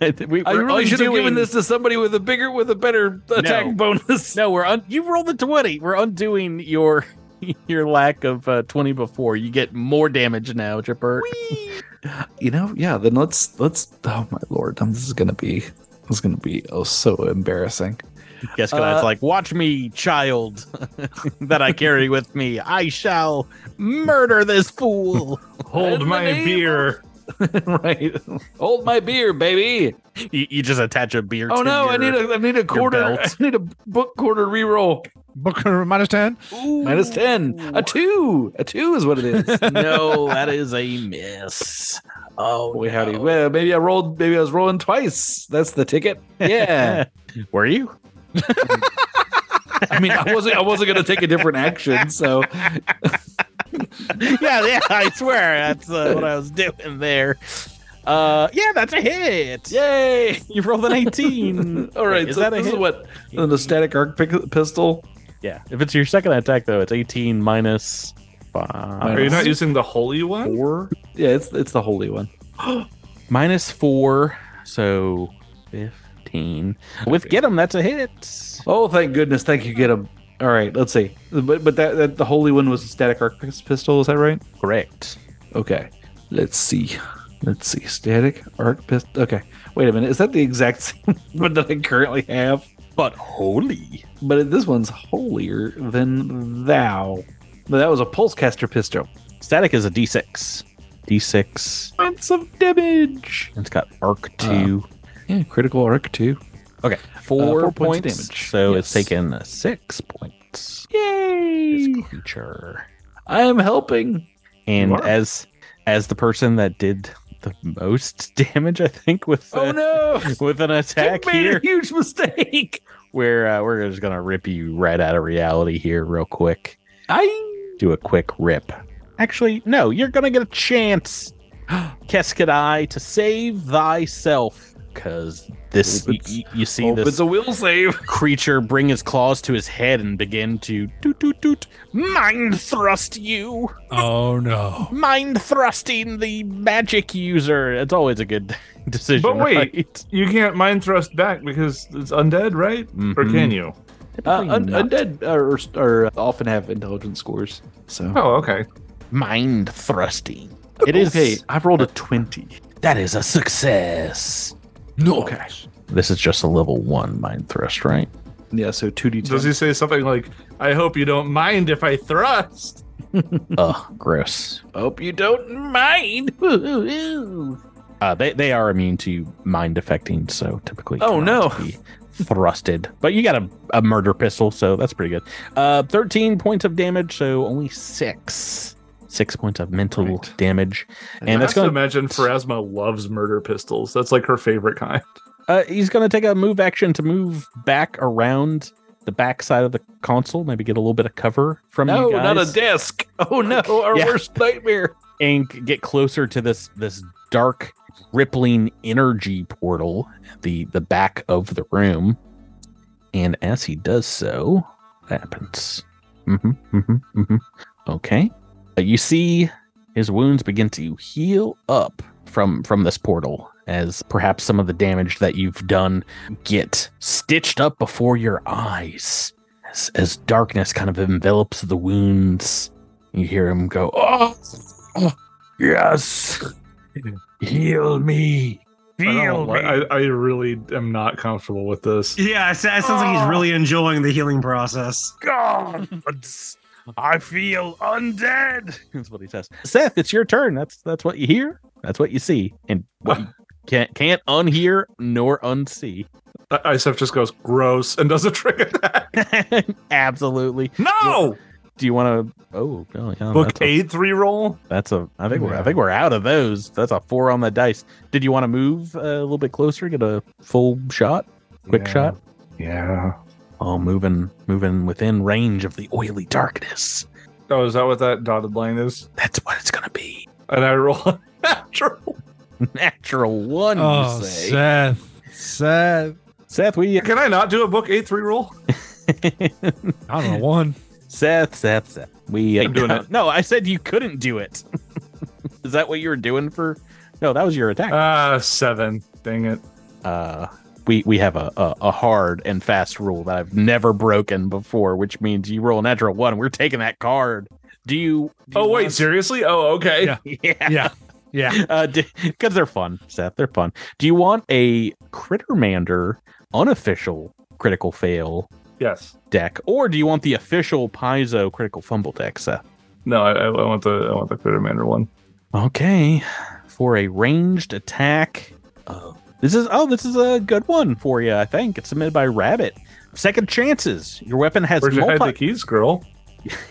Speaker 2: I think we-
Speaker 3: I
Speaker 2: we're oh,
Speaker 3: really should have given
Speaker 2: undoing-
Speaker 3: this to somebody with a bigger, with a better attack bonus.
Speaker 2: No, we're un- you rolled the twenty. We're undoing your [LAUGHS] your lack of uh, twenty before. You get more damage now, Dripper.
Speaker 3: you know, yeah, then let's let's oh my lord, um, this is gonna be this is gonna be oh so embarrassing. [LAUGHS]
Speaker 2: Yes, because I was
Speaker 3: Uh,
Speaker 2: like, "Watch me, child, [LAUGHS] that I carry with me. I shall murder this fool."
Speaker 3: Oh.
Speaker 4: Hold
Speaker 3: In the
Speaker 4: my
Speaker 3: name
Speaker 4: beer.
Speaker 3: right. Hold my beer, baby.
Speaker 2: [LAUGHS] you, you just attach a beer. to
Speaker 3: Oh no,
Speaker 2: your,
Speaker 3: I need a I need a quarter I
Speaker 2: belt.
Speaker 3: need a book quarter reroll.
Speaker 5: Booker [LAUGHS] minus ten.
Speaker 3: Minus ten. A two. A two is what it
Speaker 2: [LAUGHS]
Speaker 3: is.
Speaker 2: no, that is a miss. Oh,
Speaker 3: Boy howdy. Well, maybe I rolled maybe I was rolling twice. That's the ticket. Yeah.
Speaker 2: were you? [LAUGHS]
Speaker 3: I mean I wasn't I wasn't gonna take a different action, so
Speaker 2: yeah, yeah, I swear that's uh, what I was doing there. Uh, yeah, that's a hit.
Speaker 3: yay.
Speaker 2: You rolled an [LAUGHS] 18.
Speaker 3: All right,
Speaker 2: Wait, is
Speaker 3: so
Speaker 2: that a
Speaker 3: this is
Speaker 2: hit?
Speaker 3: what the static arc pic- pistol.
Speaker 2: Yeah, if it's your second attack though, it's 18 minus five.
Speaker 4: Are you
Speaker 3: Minus
Speaker 4: not using the holy one?
Speaker 3: four? Yeah, it's it's the holy one.
Speaker 2: minus four, so 15. With get him, that's a hit.
Speaker 3: Oh, thank goodness! Thank you, get him. All right, let's see. But but that, that the holy one was a static arc pis- pistol. Is that right?
Speaker 2: Correct.
Speaker 3: Okay, let's see. Let's see. Static arc pistol. Okay, wait a minute. Is that the exact [LAUGHS] same one that I currently have?
Speaker 2: But holy.
Speaker 3: But this one's holier than thou. But that was a pulsecaster pistol.
Speaker 2: Static is a d6. D6.
Speaker 3: Lots of damage.
Speaker 2: It's got arc two.
Speaker 3: Yeah, critical arc too.
Speaker 2: okay, uh, four,
Speaker 3: four points
Speaker 2: points.
Speaker 3: of damage.
Speaker 2: So it's
Speaker 3: Yes.
Speaker 2: taken six points.
Speaker 3: Yay!
Speaker 2: This creature.
Speaker 3: I am helping.
Speaker 2: and
Speaker 4: are.
Speaker 2: as as the person that did the most [LAUGHS] damage i think with
Speaker 3: Oh
Speaker 2: uh,
Speaker 3: no!
Speaker 2: with an [LAUGHS] attack
Speaker 3: I made
Speaker 2: here
Speaker 3: a huge mistake.
Speaker 2: where uh, we're just gonna rip you right out of reality here real quick
Speaker 3: I
Speaker 2: do a quick rip actually no you're gonna get a
Speaker 3: [GASPS]
Speaker 2: chance keskadai to save thyself because this
Speaker 3: Hope
Speaker 2: y-
Speaker 3: it's-
Speaker 2: y- you see
Speaker 3: hope
Speaker 2: this
Speaker 3: it's a will save.
Speaker 2: creature bring his claws to his head and begin to toot toot toot mind thrust you
Speaker 5: Oh no.
Speaker 2: mind thrusting the magic user. It's always a good [LAUGHS] decision.
Speaker 4: But wait.
Speaker 2: right?
Speaker 4: You can't mind thrust back because it's undead, right? Or
Speaker 3: Mm-hmm.
Speaker 4: can you?
Speaker 3: Uh, un-
Speaker 2: not.
Speaker 3: undead are, are uh, often have intelligence scores. So
Speaker 4: Oh, okay.
Speaker 2: mind thrusting. It is
Speaker 3: okay. I've rolled a twenty.
Speaker 2: that is a success.
Speaker 5: No.
Speaker 2: This is just a level one mind thrust,
Speaker 3: [LAUGHS]
Speaker 2: right?
Speaker 3: Yeah, so two d
Speaker 4: Does
Speaker 3: ten.
Speaker 4: he say something like, I hope you don't mind if I thrust?
Speaker 2: Ugh, gross.
Speaker 3: Hope you don't mind. [LAUGHS] Ooh, ooh, ooh.
Speaker 2: Uh, they they are immune to mind affecting, so typically
Speaker 3: Oh,
Speaker 2: cannot
Speaker 3: no.
Speaker 2: be thrusted. But you got a, a murder pistol, so that's pretty good. Uh, thirteen points of damage, so only six six points of mental
Speaker 3: Right.
Speaker 2: damage,
Speaker 4: I
Speaker 2: and that's
Speaker 4: have
Speaker 2: going
Speaker 4: to imagine Pharasma loves murder pistols. That's like her favorite kind.
Speaker 2: Uh, he's going to take a move action to move back around the back side of the console, maybe get a little bit of cover from
Speaker 3: No,
Speaker 2: you guys,
Speaker 3: not a desk. Oh no, our
Speaker 2: Yeah.
Speaker 3: worst nightmare.
Speaker 2: and c- get closer to this this dark, rippling energy portal at the the back of the room. And as he does so, what happens? Mm-hmm, mm-hmm, mm-hmm. Okay, Uh, you see his wounds begin to heal up from from this portal as perhaps some of the damage that you've done get stitched up before your eyes as, as darkness kind of envelops the wounds you hear him go oh yes heal me
Speaker 7: [LAUGHS]
Speaker 4: I,
Speaker 7: Feel
Speaker 4: don't
Speaker 7: me.
Speaker 4: li- I, I really am not comfortable with this.
Speaker 6: Yeah, it sa- it sounds like he's really enjoying the healing process.
Speaker 7: gods. I feel undead.
Speaker 2: [LAUGHS] that's what he says seth it's your turn that's that's what you hear that's what you see and what [LAUGHS] you can't can't unhear nor unsee [LAUGHS]
Speaker 4: I- Isef just goes, gross, and does a trick attack.
Speaker 2: absolutely
Speaker 4: No!
Speaker 2: do you want to? [LAUGHS] Oh, no, yeah,
Speaker 4: Book
Speaker 2: that's a-
Speaker 4: eight three roll.
Speaker 2: That's a. I think we're. I
Speaker 5: Yeah.
Speaker 2: think we're out of those. That's a four on the dice. Did you want to move uh, a little bit closer? Get a full shot, quick
Speaker 4: Yeah.
Speaker 2: shot.
Speaker 4: Yeah.
Speaker 2: Oh, moving, moving within range of the oily darkness.
Speaker 4: Oh, is that what that dotted line is?
Speaker 2: That's what it's gonna be. [LAUGHS]
Speaker 4: And I roll a [LAUGHS] natural.
Speaker 2: Natural one.
Speaker 5: Oh,
Speaker 2: you say.
Speaker 5: Seth. Seth.
Speaker 2: Seth, we. [LAUGHS]
Speaker 4: Can I not do a book eight three roll?
Speaker 5: I don't know. One.
Speaker 2: Seth, Seth, Seth. We. uh, [LAUGHS]
Speaker 4: I'm doing it.
Speaker 2: No, I said you couldn't do it. [LAUGHS] Is that what you were doing for? No, that was your attack.
Speaker 4: Ah, seven. Dang it.
Speaker 2: uh, we we have a, a a hard and fast rule that I've never broken before, which means you roll a natural one, we're taking that card. Do you? do you
Speaker 4: Oh wait,
Speaker 2: want-
Speaker 4: seriously? Oh okay.
Speaker 5: Yeah.
Speaker 2: [LAUGHS] yeah,
Speaker 5: Yeah. Yeah.
Speaker 2: because they're fun, Seth. They're fun. Do you want a Crittermander unofficial critical fail
Speaker 4: Yes.
Speaker 2: deck, or do you want the official Paizo critical fumble deck, Seth?
Speaker 4: No, I, I want the I want the Critter Mander one.
Speaker 2: Okay, for a ranged attack. Oh, this is oh, this is a good one for you. I think it's submitted by Rabbit. Second chances. Your weapon has
Speaker 4: Where's your head the
Speaker 2: multi.
Speaker 4: keys, girl?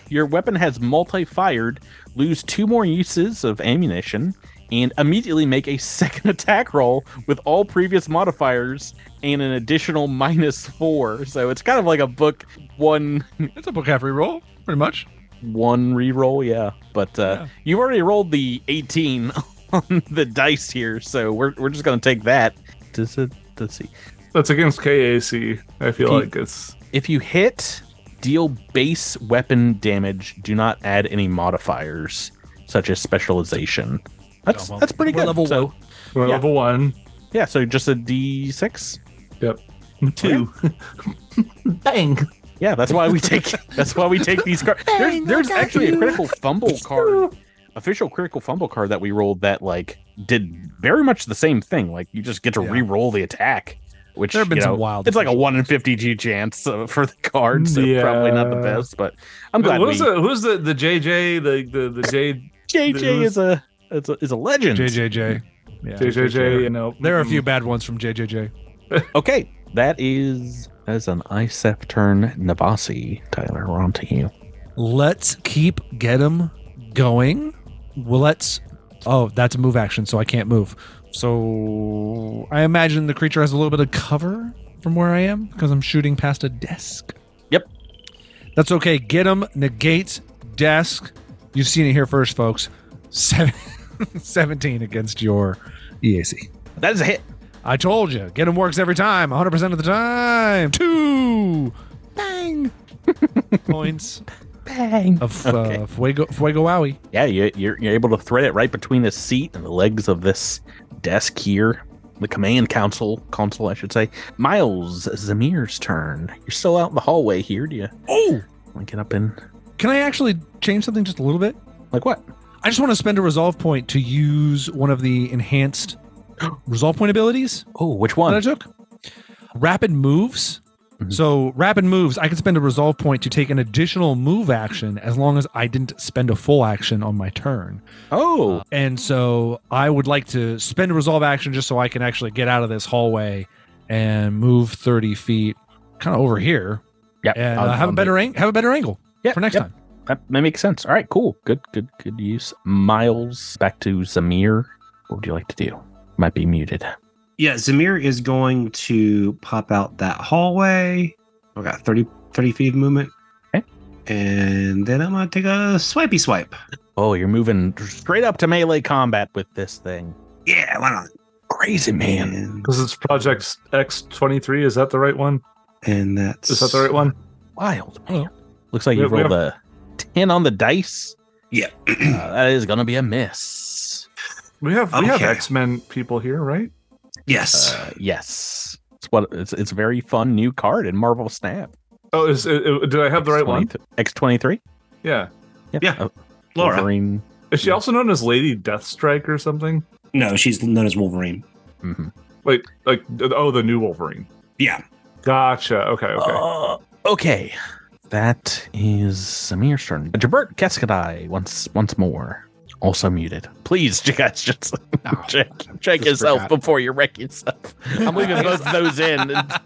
Speaker 2: Your weapon has multi-fired. Lose two more uses of ammunition, and immediately make a [LAUGHS] second attack roll with all previous modifiers and an additional minus four. So it's kind of like a book one
Speaker 5: It's a book half roll, pretty much.
Speaker 2: one re-roll, yeah. But uh,
Speaker 5: Yeah.
Speaker 2: you've already rolled the 18 [LAUGHS] on the dice here, so we're, we're just gonna take that. Does it? Let's see.
Speaker 4: That's against KAC. I feel
Speaker 2: P-
Speaker 4: like it's
Speaker 2: If you hit, deal base weapon damage. Do not add any modifiers such as specialization. That's
Speaker 5: Oh, well,
Speaker 2: that's pretty
Speaker 5: we're
Speaker 2: good.
Speaker 5: level
Speaker 2: so,
Speaker 4: we're
Speaker 2: Yeah.
Speaker 4: level one.
Speaker 2: yeah, so just a d6.
Speaker 4: Two.
Speaker 2: [LAUGHS]
Speaker 4: Bang.
Speaker 2: Yeah, that's why we
Speaker 5: [LAUGHS]
Speaker 2: take that's why we take these cards. There's there's actually a critical fumble card, official critical fumble card that we rolled that like did very much the same thing. Like you just get to
Speaker 5: Yeah.
Speaker 2: re-roll the attack, which
Speaker 5: There have been
Speaker 2: you know,
Speaker 5: some wild.
Speaker 2: It's like a one in fifty-two chance uh, for the card, so probably not the
Speaker 4: Yeah.
Speaker 2: best. But I'm glad we,
Speaker 4: who's the who's the the JJ the the the J
Speaker 2: JJ is a is a, is a legend.
Speaker 5: JJJ. Yeah.
Speaker 4: JJJ you know
Speaker 5: There are a few bad ones from JJJ.
Speaker 2: Okay, that is that is an ICEF turn. Nabasi, Tyler, we're on to you.
Speaker 5: Let's keep get 'em going. Well, let's. Oh, that's a move action, so I can't move. So I imagine the creature has a little bit of cover from where I am because I'm shooting past a desk.
Speaker 2: Yep.
Speaker 5: That's okay. Get 'em, negate desk. You've seen it here first, folks. Seven, [LAUGHS] 17 against your EAC.
Speaker 2: That is a hit.
Speaker 5: I told you, get 'em works every time, 100% of the time. Two, bang, points
Speaker 2: Bang. [LAUGHS]
Speaker 5: of
Speaker 2: Okay.
Speaker 5: uh, Fuego Fuego Wowie.
Speaker 2: Oh, yeah, you, you're, you're able to thread it right between the seat and the legs of this desk here, the command council console, I should say. Miles Zamir's turn. You're still out in the hallway here. Do you
Speaker 5: Oh,
Speaker 2: want to get up in?
Speaker 5: can I actually change something just a little bit?
Speaker 2: Like what?
Speaker 5: I just want to spend a resolve point to use one of
Speaker 2: [GASPS]
Speaker 5: the enhanced resolve point abilities
Speaker 2: Oh, which one?
Speaker 5: that I took. Rapid moves.
Speaker 2: Mhm.
Speaker 5: So rapid moves, I can spend a resolve point to take an additional move action as long as I didn't spend a full action on my turn.
Speaker 2: oh,
Speaker 5: And so I would like to spend a resolve action just so I can actually get out of this hallway and move 30 feet kind of over here
Speaker 2: yeah.
Speaker 5: and
Speaker 2: I'll-
Speaker 5: uh, have
Speaker 2: I'll
Speaker 5: a better ang- have a better angle
Speaker 2: Yeah,
Speaker 5: for next
Speaker 2: yep.
Speaker 5: time.
Speaker 2: That, that makes sense. All right, cool. Good, good, good use. Miles, back to Zamir. What would you like to do? Might be muted.
Speaker 6: Yeah, Zamir is going to pop out that hallway. I got 30, 30 feet of movement.
Speaker 2: Okay.
Speaker 6: And then I'm going to take a swipey swipe.
Speaker 2: Oh, you're moving straight up to melee combat with this thing.
Speaker 6: Yeah, why not?
Speaker 2: Crazy man.
Speaker 6: And,
Speaker 4: because it's Project X twenty three. Is that the right one?
Speaker 6: and that's.
Speaker 4: Is that the right one?
Speaker 2: Wild.
Speaker 5: Hello.
Speaker 2: Man. Looks like
Speaker 4: We
Speaker 2: you
Speaker 4: have- we
Speaker 2: rolled a 10 on the dice. [CLEARS THROAT]
Speaker 6: Yeah.
Speaker 2: Uh, that is going to be a miss.
Speaker 4: We have we have
Speaker 6: Okay.
Speaker 4: X Men people here, right?
Speaker 6: Yes.
Speaker 2: Uh, yes. It's what it's it's a very fun new card in Marvel Snap.
Speaker 4: Oh, is it, it- did I have the right one?
Speaker 2: X23?
Speaker 4: Yeah.
Speaker 6: Yeah,
Speaker 2: Uh,
Speaker 6: Laura.
Speaker 2: Wolverine.
Speaker 4: Is she also known as Lady Deathstrike or something?
Speaker 6: no, she's known as Wolverine.
Speaker 2: Mhm.
Speaker 4: Like like oh the new Wolverine.
Speaker 6: Yeah.
Speaker 4: Gotcha. Okay. Okay.
Speaker 2: Uh, okay. That is Samir's turn. Jabert Keskadai once once more. Also muted. Please, [LAUGHS] you guys, just [LAUGHS] check check
Speaker 3: just
Speaker 2: yourself
Speaker 3: forgot.
Speaker 2: before you wreck [LAUGHS]
Speaker 3: [LAUGHS]
Speaker 2: yourself. I'm leaving both of those in. And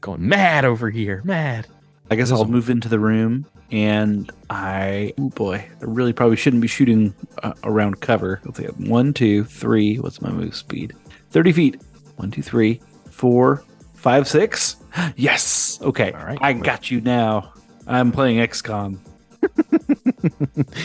Speaker 2: going mad over here, mad.
Speaker 3: I guess I'll move into the room and I. Oh boy, I really probably shouldn't be shooting uh, around cover. Let's see, one, two, three. What's my move speed? 30 feet. One, two, three, four, five, six. [GASPS] Yes. Okay.
Speaker 5: All right.
Speaker 3: I got you now. I'm playing XCOM.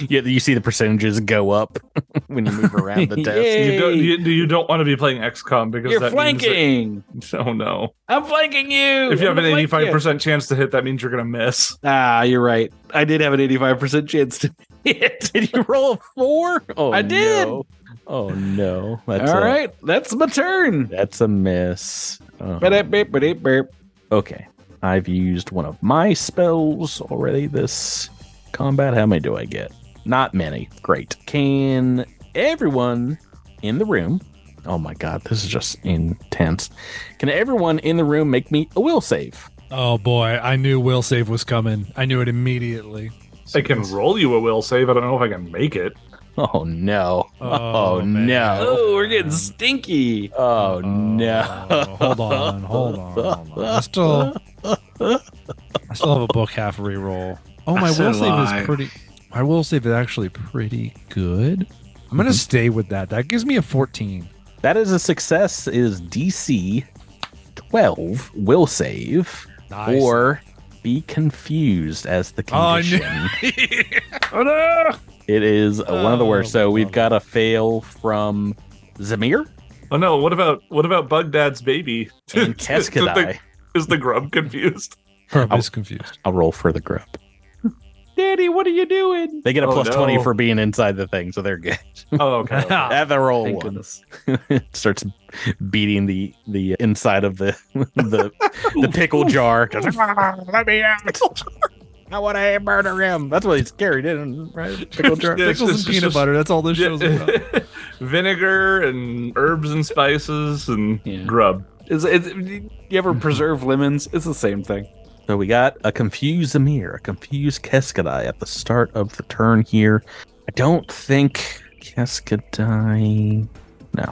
Speaker 2: Yeah, you see the percentages go up [LAUGHS] when you move around
Speaker 3: [LAUGHS]
Speaker 2: the desk.
Speaker 4: You don't,
Speaker 3: Yay.
Speaker 4: you, you don't want to be playing XCOM because
Speaker 3: You're
Speaker 4: that means that-
Speaker 3: flanking.
Speaker 4: [LAUGHS] oh no!
Speaker 3: I'm flanking you.
Speaker 4: If you have an
Speaker 3: I'm gonna flank
Speaker 4: eighty-five
Speaker 3: you.
Speaker 4: percent chance to hit, that means you're gonna miss.
Speaker 3: Ah, you're right. I did have an 85% chance to [LAUGHS] hit.
Speaker 2: Did you roll a four? Oh,
Speaker 3: I did.
Speaker 2: no. Oh no!
Speaker 3: All
Speaker 2: That's
Speaker 3: right,
Speaker 4: uh,
Speaker 2: a,
Speaker 3: That's my turn.
Speaker 2: that's a miss. Oh.
Speaker 3: Ba-da-beep, ba-da-beep.
Speaker 2: Okay, I've used one of my spells already. This combat. How many do I get? Not many. Great. Can everyone in the room? Oh my god, this is just intense. Can everyone in the room make me a will save?
Speaker 5: Oh boy, I knew will save was coming. I knew it immediately.
Speaker 4: I can roll you a will save. I don't know if I can make it.
Speaker 2: Oh no! Oh,
Speaker 5: Oh, man. Uh,
Speaker 2: no!
Speaker 3: Oh, we're getting stinky.
Speaker 2: Oh no!
Speaker 5: [LAUGHS] Hold on, hold on,
Speaker 2: [LAUGHS]
Speaker 5: hold on. I still, I still have a book half reroll. Oh, my
Speaker 6: I said
Speaker 5: will save
Speaker 6: lie.
Speaker 5: is pretty. My will save is actually pretty good. I'm
Speaker 6: Mm-hmm.
Speaker 5: gonna stay with that. That gives me a 14.
Speaker 2: That is a success. Is DC twelve will save
Speaker 5: Nice.
Speaker 2: or be confused as the
Speaker 5: Oh, I
Speaker 2: condition?
Speaker 4: Oh no!
Speaker 2: it is uh, one of the worst. So
Speaker 5: Oh,
Speaker 2: we've
Speaker 5: brother.
Speaker 2: got a fail from Zamir
Speaker 4: Oh no! What about what about Bug Dad's baby? [LAUGHS]
Speaker 2: and
Speaker 4: Is the-
Speaker 2: Keskadai.
Speaker 4: Is the grub
Speaker 5: [LAUGHS]
Speaker 4: confused?
Speaker 5: [LAUGHS] Herb is confused.
Speaker 2: I'll roll for the grip.
Speaker 3: Daddy, what are you doing?
Speaker 2: They get a
Speaker 4: Oh,
Speaker 2: plus
Speaker 4: no.
Speaker 2: twenty for being inside the thing, so they're good.
Speaker 4: Oh okay.
Speaker 2: [LAUGHS]
Speaker 4: okay.
Speaker 2: At the roll
Speaker 3: Thank
Speaker 2: one.
Speaker 3: goodness.
Speaker 2: [LAUGHS] starts beating the the inside of the [LAUGHS] the, the pickle jar.
Speaker 7: Let me out.
Speaker 2: [LAUGHS] I want to murder him. That's what he's carried in, right? Pickle jar.
Speaker 4: Yeah, it's
Speaker 5: [LAUGHS] Pickles
Speaker 4: just-
Speaker 5: and peanut
Speaker 4: it's just-
Speaker 5: butter. That's all this show's about.
Speaker 4: Yeah. [LAUGHS] Vinegar and herbs and spices and
Speaker 3: Yeah.
Speaker 4: grub.
Speaker 3: Is, is, you ever preserve lemons? It's the same thing.
Speaker 2: So we got a confused Amir, a confused Keskadai at the start of the turn here. I don't think Keskadai. No,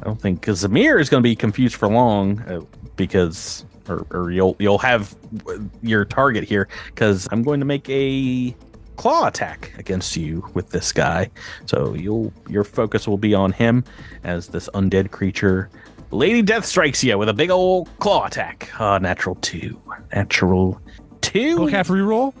Speaker 2: I don't think because Amir is going to be confused for long uh, because, or, or you'll you'll have uh, your target here because I'm going to make a claw attack against you with this guy. So you'll your focus will be on him as this undead creature. Lady Death strikes you with a big old claw attack. Ah, natural two. Natural two.
Speaker 5: Book half reroll.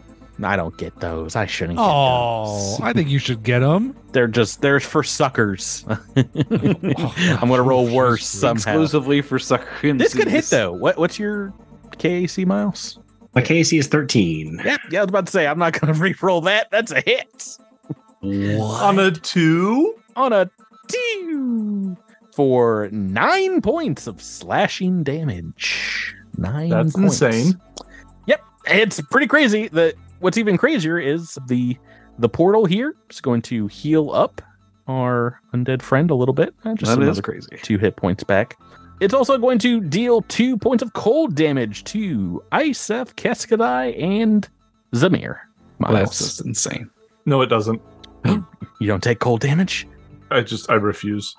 Speaker 2: I don't get those. I shouldn't get
Speaker 5: Oh,
Speaker 2: those.
Speaker 5: I think you should get them.
Speaker 2: They're just they're for suckers. [LAUGHS] I'm gonna [LAUGHS] roll worse somehow.
Speaker 3: Exclusively for sucker.
Speaker 2: This could hit
Speaker 3: disease.
Speaker 2: though. What what's your KAC miles?
Speaker 6: My KC is 13.
Speaker 2: Yep, yeah, I was about to say I'm not gonna [LAUGHS] re-roll that. That's a hit.
Speaker 4: On a two?
Speaker 2: On a two for nine points of slashing damage. Nine
Speaker 4: That's
Speaker 2: points.
Speaker 4: insane.
Speaker 2: it's pretty crazy. The what's even crazier is the the portal here is going to heal up our undead friend a little bit. Uh, Just
Speaker 3: That is
Speaker 2: another
Speaker 3: crazy.
Speaker 2: two hit points back. It's also going to deal two points of cold damage to Isef, Keskadai, and Zamir.
Speaker 3: That's
Speaker 2: Miles,
Speaker 3: just insane.
Speaker 4: No, it doesn't.
Speaker 2: you don't take cold damage.
Speaker 4: I just I refuse.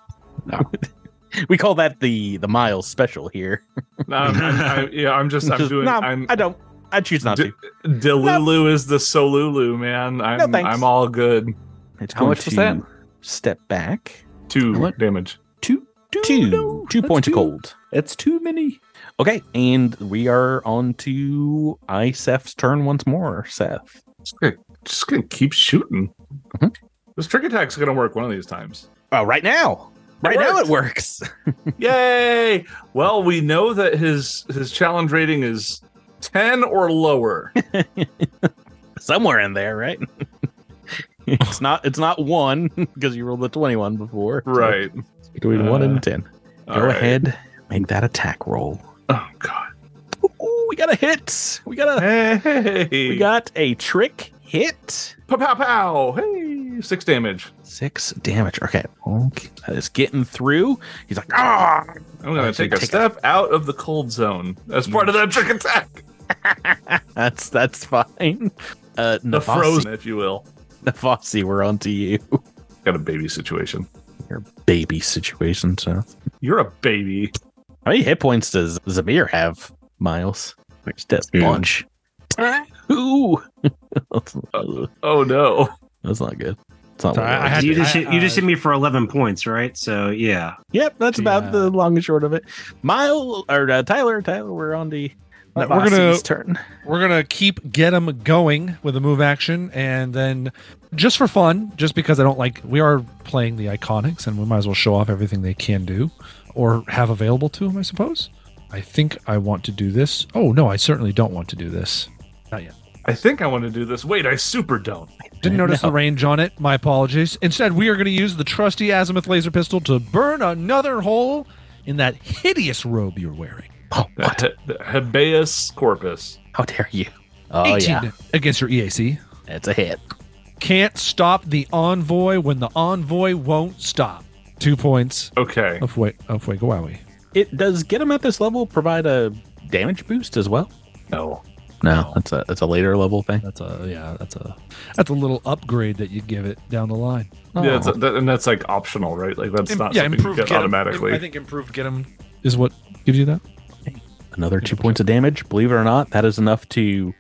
Speaker 2: We call that the the Miles special here.
Speaker 4: No, I'm, I'm, I, yeah, I'm just
Speaker 5: [LAUGHS]
Speaker 4: I'm doing.
Speaker 2: no,
Speaker 4: I'm,
Speaker 2: I don't. I choose not
Speaker 4: D-
Speaker 2: to.
Speaker 4: Delulu is the Solulu man. I'm
Speaker 2: No, thanks.
Speaker 4: I'm all good.
Speaker 2: It's
Speaker 3: How much was that?
Speaker 2: Step back.
Speaker 4: Two
Speaker 3: What?
Speaker 4: damage.
Speaker 2: Two, two, two
Speaker 3: Two. That's
Speaker 2: points
Speaker 3: two.
Speaker 2: of cold.
Speaker 3: That's too many.
Speaker 2: Okay, and we are on to Isef's turn once more, Seth.
Speaker 4: Just gonna, just gonna keep shooting. Mm-hmm.
Speaker 2: Mhm.
Speaker 4: This trick attack's gonna work one of these [LAUGHS] times.
Speaker 2: Oh, right now. Right now it works.
Speaker 4: Yay! Well, we know that his his challenge rating is ten or lower.
Speaker 2: Somewhere in there, right? it's not it's not one [LAUGHS] because you rolled the 21 before. so
Speaker 4: [LAUGHS] right.
Speaker 2: Between 1
Speaker 4: Uh,
Speaker 2: and 10. Go
Speaker 4: All right.
Speaker 2: ahead, make that attack roll.
Speaker 4: Oh god.
Speaker 2: Ooh, we got a hit. We got a
Speaker 4: Hey.
Speaker 2: we got a trick hit.
Speaker 4: pow pow pow. Hey, six damage.
Speaker 2: 6 damage. Okay. okay. That is getting through. He's like, "Ah,
Speaker 4: I'm gonna
Speaker 2: Actually,
Speaker 4: take a
Speaker 2: take a-
Speaker 4: step out of the cold zone as part of that trick attack.
Speaker 2: that's that's fine." Uh
Speaker 4: The
Speaker 2: Navasi,
Speaker 4: frozen, if you will.
Speaker 2: Navasi, we're on to you.
Speaker 4: Got a baby situation.
Speaker 2: baby situation, so.
Speaker 4: You're a baby.
Speaker 2: How many hit points does Zamir have, Miles? Just a
Speaker 5: [LAUGHS]
Speaker 6: Yeah.
Speaker 2: bunch. Who? that's, not,
Speaker 4: Oh no.
Speaker 2: that's not good. It's not
Speaker 5: Sorry,
Speaker 2: what
Speaker 5: I
Speaker 2: I
Speaker 5: had-
Speaker 2: like.
Speaker 6: you just hit, you just
Speaker 5: I-
Speaker 6: hit me for 11 points, right? So yeah.
Speaker 2: Yep, that's
Speaker 5: Yeah.
Speaker 2: about the long and short of it. Mile or uh, Tyler, Tyler, we're on the
Speaker 5: No, we're
Speaker 2: we're
Speaker 5: gonna-
Speaker 2: gonna turn.
Speaker 5: We're gonna keep get them going with a move action, and then just for fun, just because I don't like, we are playing the iconics, and we might as well show off everything they can do or have available to them, I suppose. I think I want to do this. Oh no, I certainly don't want to do this.
Speaker 4: I think I want to do this. Wait, I super don't.
Speaker 5: Didn't notice
Speaker 2: No.
Speaker 5: the range on it. My apologies. Instead, we are going to use the trusty azimuth laser pistol to burn another hole in that hideous robe you're wearing.
Speaker 2: Oh, what?
Speaker 4: The he- the habeas corpus.
Speaker 2: How dare you? Oh yeah,
Speaker 5: against your E EAC.
Speaker 2: that's a hit.
Speaker 5: Can't stop the envoy when the envoy won't stop. Two points
Speaker 4: Okay.
Speaker 5: of wait of wait wowie.
Speaker 2: It does get him at this level provide a damage boost as well. No, no, that's a that's a later level thing.
Speaker 5: That's a yeah. That's a that's a little upgrade that you give it down the line.
Speaker 4: Yeah,
Speaker 2: Oh,
Speaker 4: it's that, and that's like optional, right? Like that's not something you get,
Speaker 5: 'em.
Speaker 4: automatically.
Speaker 5: I think improved get him is what gives you that.
Speaker 2: Another two points of damage. Believe it or not, that is enough to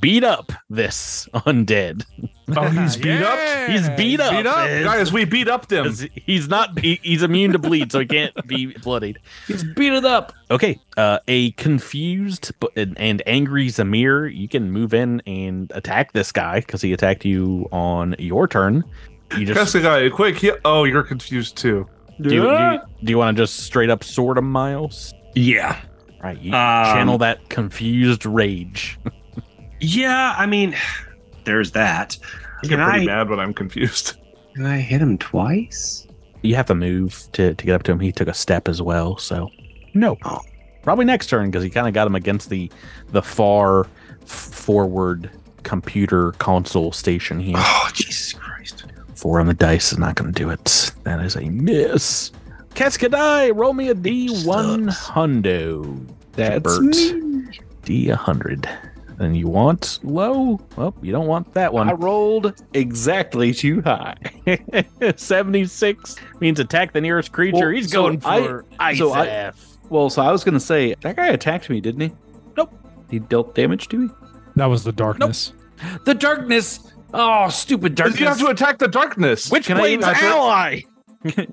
Speaker 2: beat up this [LAUGHS] undead.
Speaker 5: [LAUGHS]
Speaker 4: oh, he's beat
Speaker 5: Ah, Yeah,
Speaker 4: up.
Speaker 2: He's beat up.
Speaker 4: Beat up,
Speaker 2: It's-
Speaker 4: guys. We beat up them.
Speaker 2: 'Cause He's not. he- he's immune to bleed, so he can't be bloodied. He's beat it up. Okay. Uh, a confused but, and, and angry Zamir, you can move in and attack this guy because he attacked you on your turn. You just
Speaker 4: Just... guy, quick! He- oh, you're confused too.
Speaker 2: do. you- Do you, do you want to just straight up sword him, Miles?
Speaker 6: Yeah.
Speaker 2: Right. You
Speaker 6: Um,
Speaker 2: channel that confused rage.
Speaker 6: Yeah, I mean, there's that.
Speaker 4: I get
Speaker 6: Can
Speaker 4: pretty
Speaker 6: I
Speaker 4: mad when I'm confused.
Speaker 6: can I hit him twice?
Speaker 2: You have to move to to get up to him. He took a step as well, so no.
Speaker 6: Oh.
Speaker 2: Probably next turn because he kind of got him against the the far f- forward computer console station here.
Speaker 6: Oh, Jesus Christ.
Speaker 2: Four on the dice is not going to do it. That is a miss. Cascadai, roll me a D1 hundo.
Speaker 3: That's
Speaker 2: D100. And you want low? Well, you don't want that
Speaker 3: I
Speaker 2: one.
Speaker 3: rolled exactly too
Speaker 2: [LAUGHS]
Speaker 3: high.
Speaker 2: 76 means attack the nearest creature.
Speaker 3: Well,
Speaker 2: He's
Speaker 3: so
Speaker 2: going
Speaker 3: I-
Speaker 2: for ice.
Speaker 3: so I-
Speaker 2: F.
Speaker 3: Well, so I was gonna say that guy attacked me, didn't he? Nope. He dealt damage to me.
Speaker 5: That was the darkness.
Speaker 3: The darkness. Oh, stupid darkness.
Speaker 4: You have to attack the darkness.
Speaker 3: Which
Speaker 4: Can I
Speaker 3: blade's
Speaker 4: even-
Speaker 3: ally?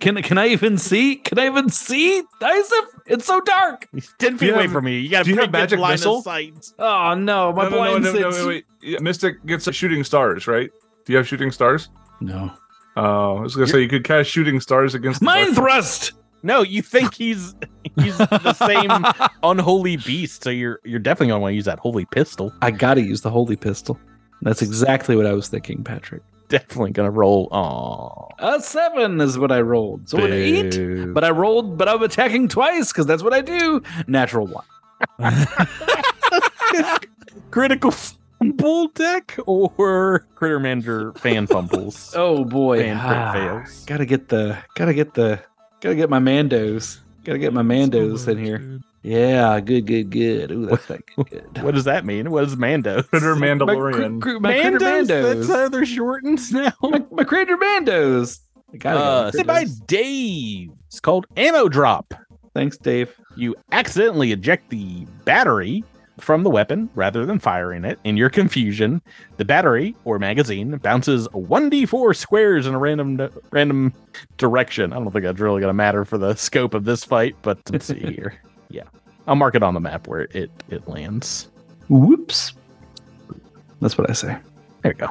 Speaker 3: Can can I even see? Can I even see, Isaac? It's so dark.
Speaker 2: He's 10
Speaker 4: Do
Speaker 2: feet
Speaker 4: you
Speaker 2: away
Speaker 4: have-
Speaker 2: from me. You got
Speaker 4: do
Speaker 2: to
Speaker 4: you have
Speaker 2: pick magic
Speaker 4: magic
Speaker 2: line
Speaker 4: missile?
Speaker 2: of sight.
Speaker 3: Oh no, my
Speaker 4: No, no, no,
Speaker 3: blind
Speaker 4: no, no,
Speaker 3: sense.
Speaker 4: wait, wait. Yeah, Mystic gets shooting stars, right? Do you have shooting stars?
Speaker 3: No.
Speaker 4: Oh, I was gonna say you could cast shooting stars against the
Speaker 3: Mind
Speaker 4: darkness.
Speaker 3: thrust.
Speaker 2: No, you think he's he's the same
Speaker 3: [LAUGHS]
Speaker 2: unholy beast, so you're you're definitely going to want to use that holy pistol.
Speaker 3: I gotta use the holy pistol. That's exactly what I was thinking, Patrick.
Speaker 2: Definitely going to roll. Aw.
Speaker 3: A seven is what I rolled. So an eight. But I rolled, but I'm attacking twice because that's what I do. Natural one.
Speaker 2: critical fumble deck or critter manager fan fumbles.
Speaker 3: [LAUGHS] Oh boy.
Speaker 2: fan
Speaker 3: Ah.
Speaker 2: crit fails.
Speaker 3: Gotta get the gotta get the gotta get my mandos. Gotta get my mandos in here. Yeah, good, good, good. Ooh, that's that
Speaker 2: [LAUGHS]
Speaker 3: good. good.
Speaker 2: What does that mean? What is Mando? [LAUGHS]
Speaker 4: Critter
Speaker 3: My,
Speaker 4: Mandalorian.
Speaker 3: cr- cr- my critter
Speaker 2: That's
Speaker 3: mandos. Oh,
Speaker 2: how they're shortened now.
Speaker 3: My, my critter mandos. I gotta get my
Speaker 2: Uh, sent by
Speaker 3: critters.
Speaker 2: Dave. It's called Ammo Drop.
Speaker 3: Thanks, Dave.
Speaker 2: You accidentally eject the battery from the weapon rather than firing it. In your confusion, the battery or magazine bounces 1d4 squares in a random random direction. I don't think that's really going to matter for the scope of this fight, but let's see
Speaker 3: [LAUGHS]
Speaker 2: here. Yeah. I'll mark it on the map where it it lands.
Speaker 3: Whoops. That's what I say.
Speaker 2: There you go.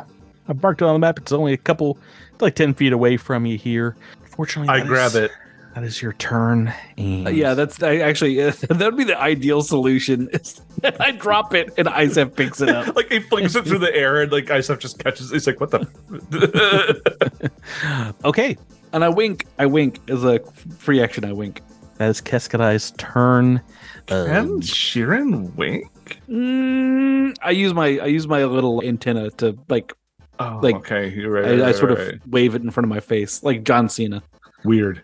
Speaker 2: I marked it on the map. It's only a couple, it's like 10 feet away from you here. Fortunately,
Speaker 4: I
Speaker 2: that
Speaker 4: grab
Speaker 2: is-
Speaker 4: [LAUGHS] it.
Speaker 2: That is your turn. And
Speaker 3: Uh, yeah, that's I, actually [LAUGHS] uh, that would be the ideal solution. [LAUGHS] Is that I drop it and Isaac picks it [LAUGHS] up.
Speaker 4: like he flings it through the air and like Isaf just catches. He's like, "What the?"
Speaker 3: [LAUGHS]
Speaker 2: okay.
Speaker 3: And I wink. I wink as a free action. I wink.
Speaker 2: That is Keskadai's turn. Uh,
Speaker 4: and Sheeran wink.
Speaker 3: Mm, I use my I use my little antenna to like
Speaker 4: Oh,
Speaker 3: Like,
Speaker 4: okay, you're right.
Speaker 3: I, I
Speaker 4: right,
Speaker 3: sort
Speaker 4: right.
Speaker 3: of wave it in front of my face like John Cena.
Speaker 4: weird.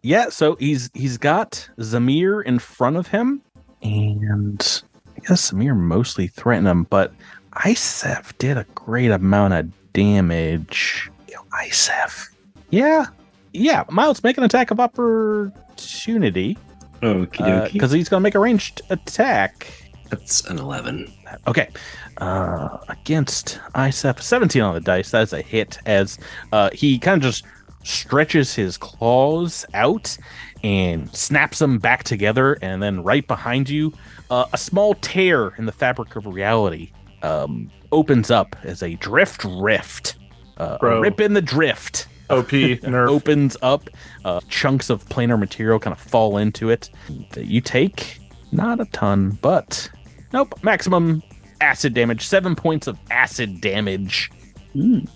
Speaker 2: yeah, so he's he's got Zamir in front of him, and I guess Zamir mostly threatened him, but Isef did a great amount of damage. Yo, Isef. Yeah. Yeah. Miles, make an attack of opportunity.
Speaker 6: Okie dokie.
Speaker 2: Uh, Because he's gonna make a ranged attack.
Speaker 6: That's an 11.
Speaker 2: Okay. Uh, against ISEF, 17 on the dice. That is a hit as uh, he kind of just stretches his claws out and snaps them back together. And then right behind you, uh, a small tear in the fabric of reality um, opens up as a drift rift. Uh, a
Speaker 4: Bro.
Speaker 2: rip in the drift
Speaker 4: OP
Speaker 3: [LAUGHS] Oh.
Speaker 4: nerf.
Speaker 2: opens up. Uh, chunks of planar material kind of fall into it. That you take not a ton, but nope. Maximum acid damage. Seven points of acid damage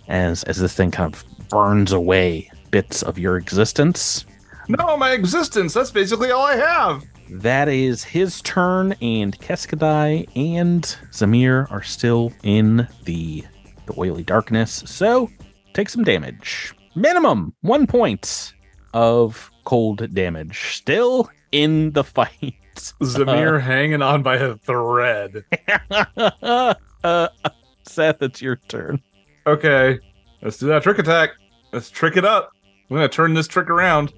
Speaker 2: as as this thing kind of burns away bits of your existence.
Speaker 4: No, my existence. That's basically all I have.
Speaker 2: That is his turn, and Keskadai and Zamir are still in the the oily darkness. So take some damage. Minimum one point of cold damage. Still in the fight. [LAUGHS]
Speaker 3: Uh-huh.
Speaker 4: Zamir hanging on by a thread.
Speaker 2: uh, Seth, it's your turn.
Speaker 4: Okay, let's do that trick attack. Let's trick it up. I'm gonna turn this trick around.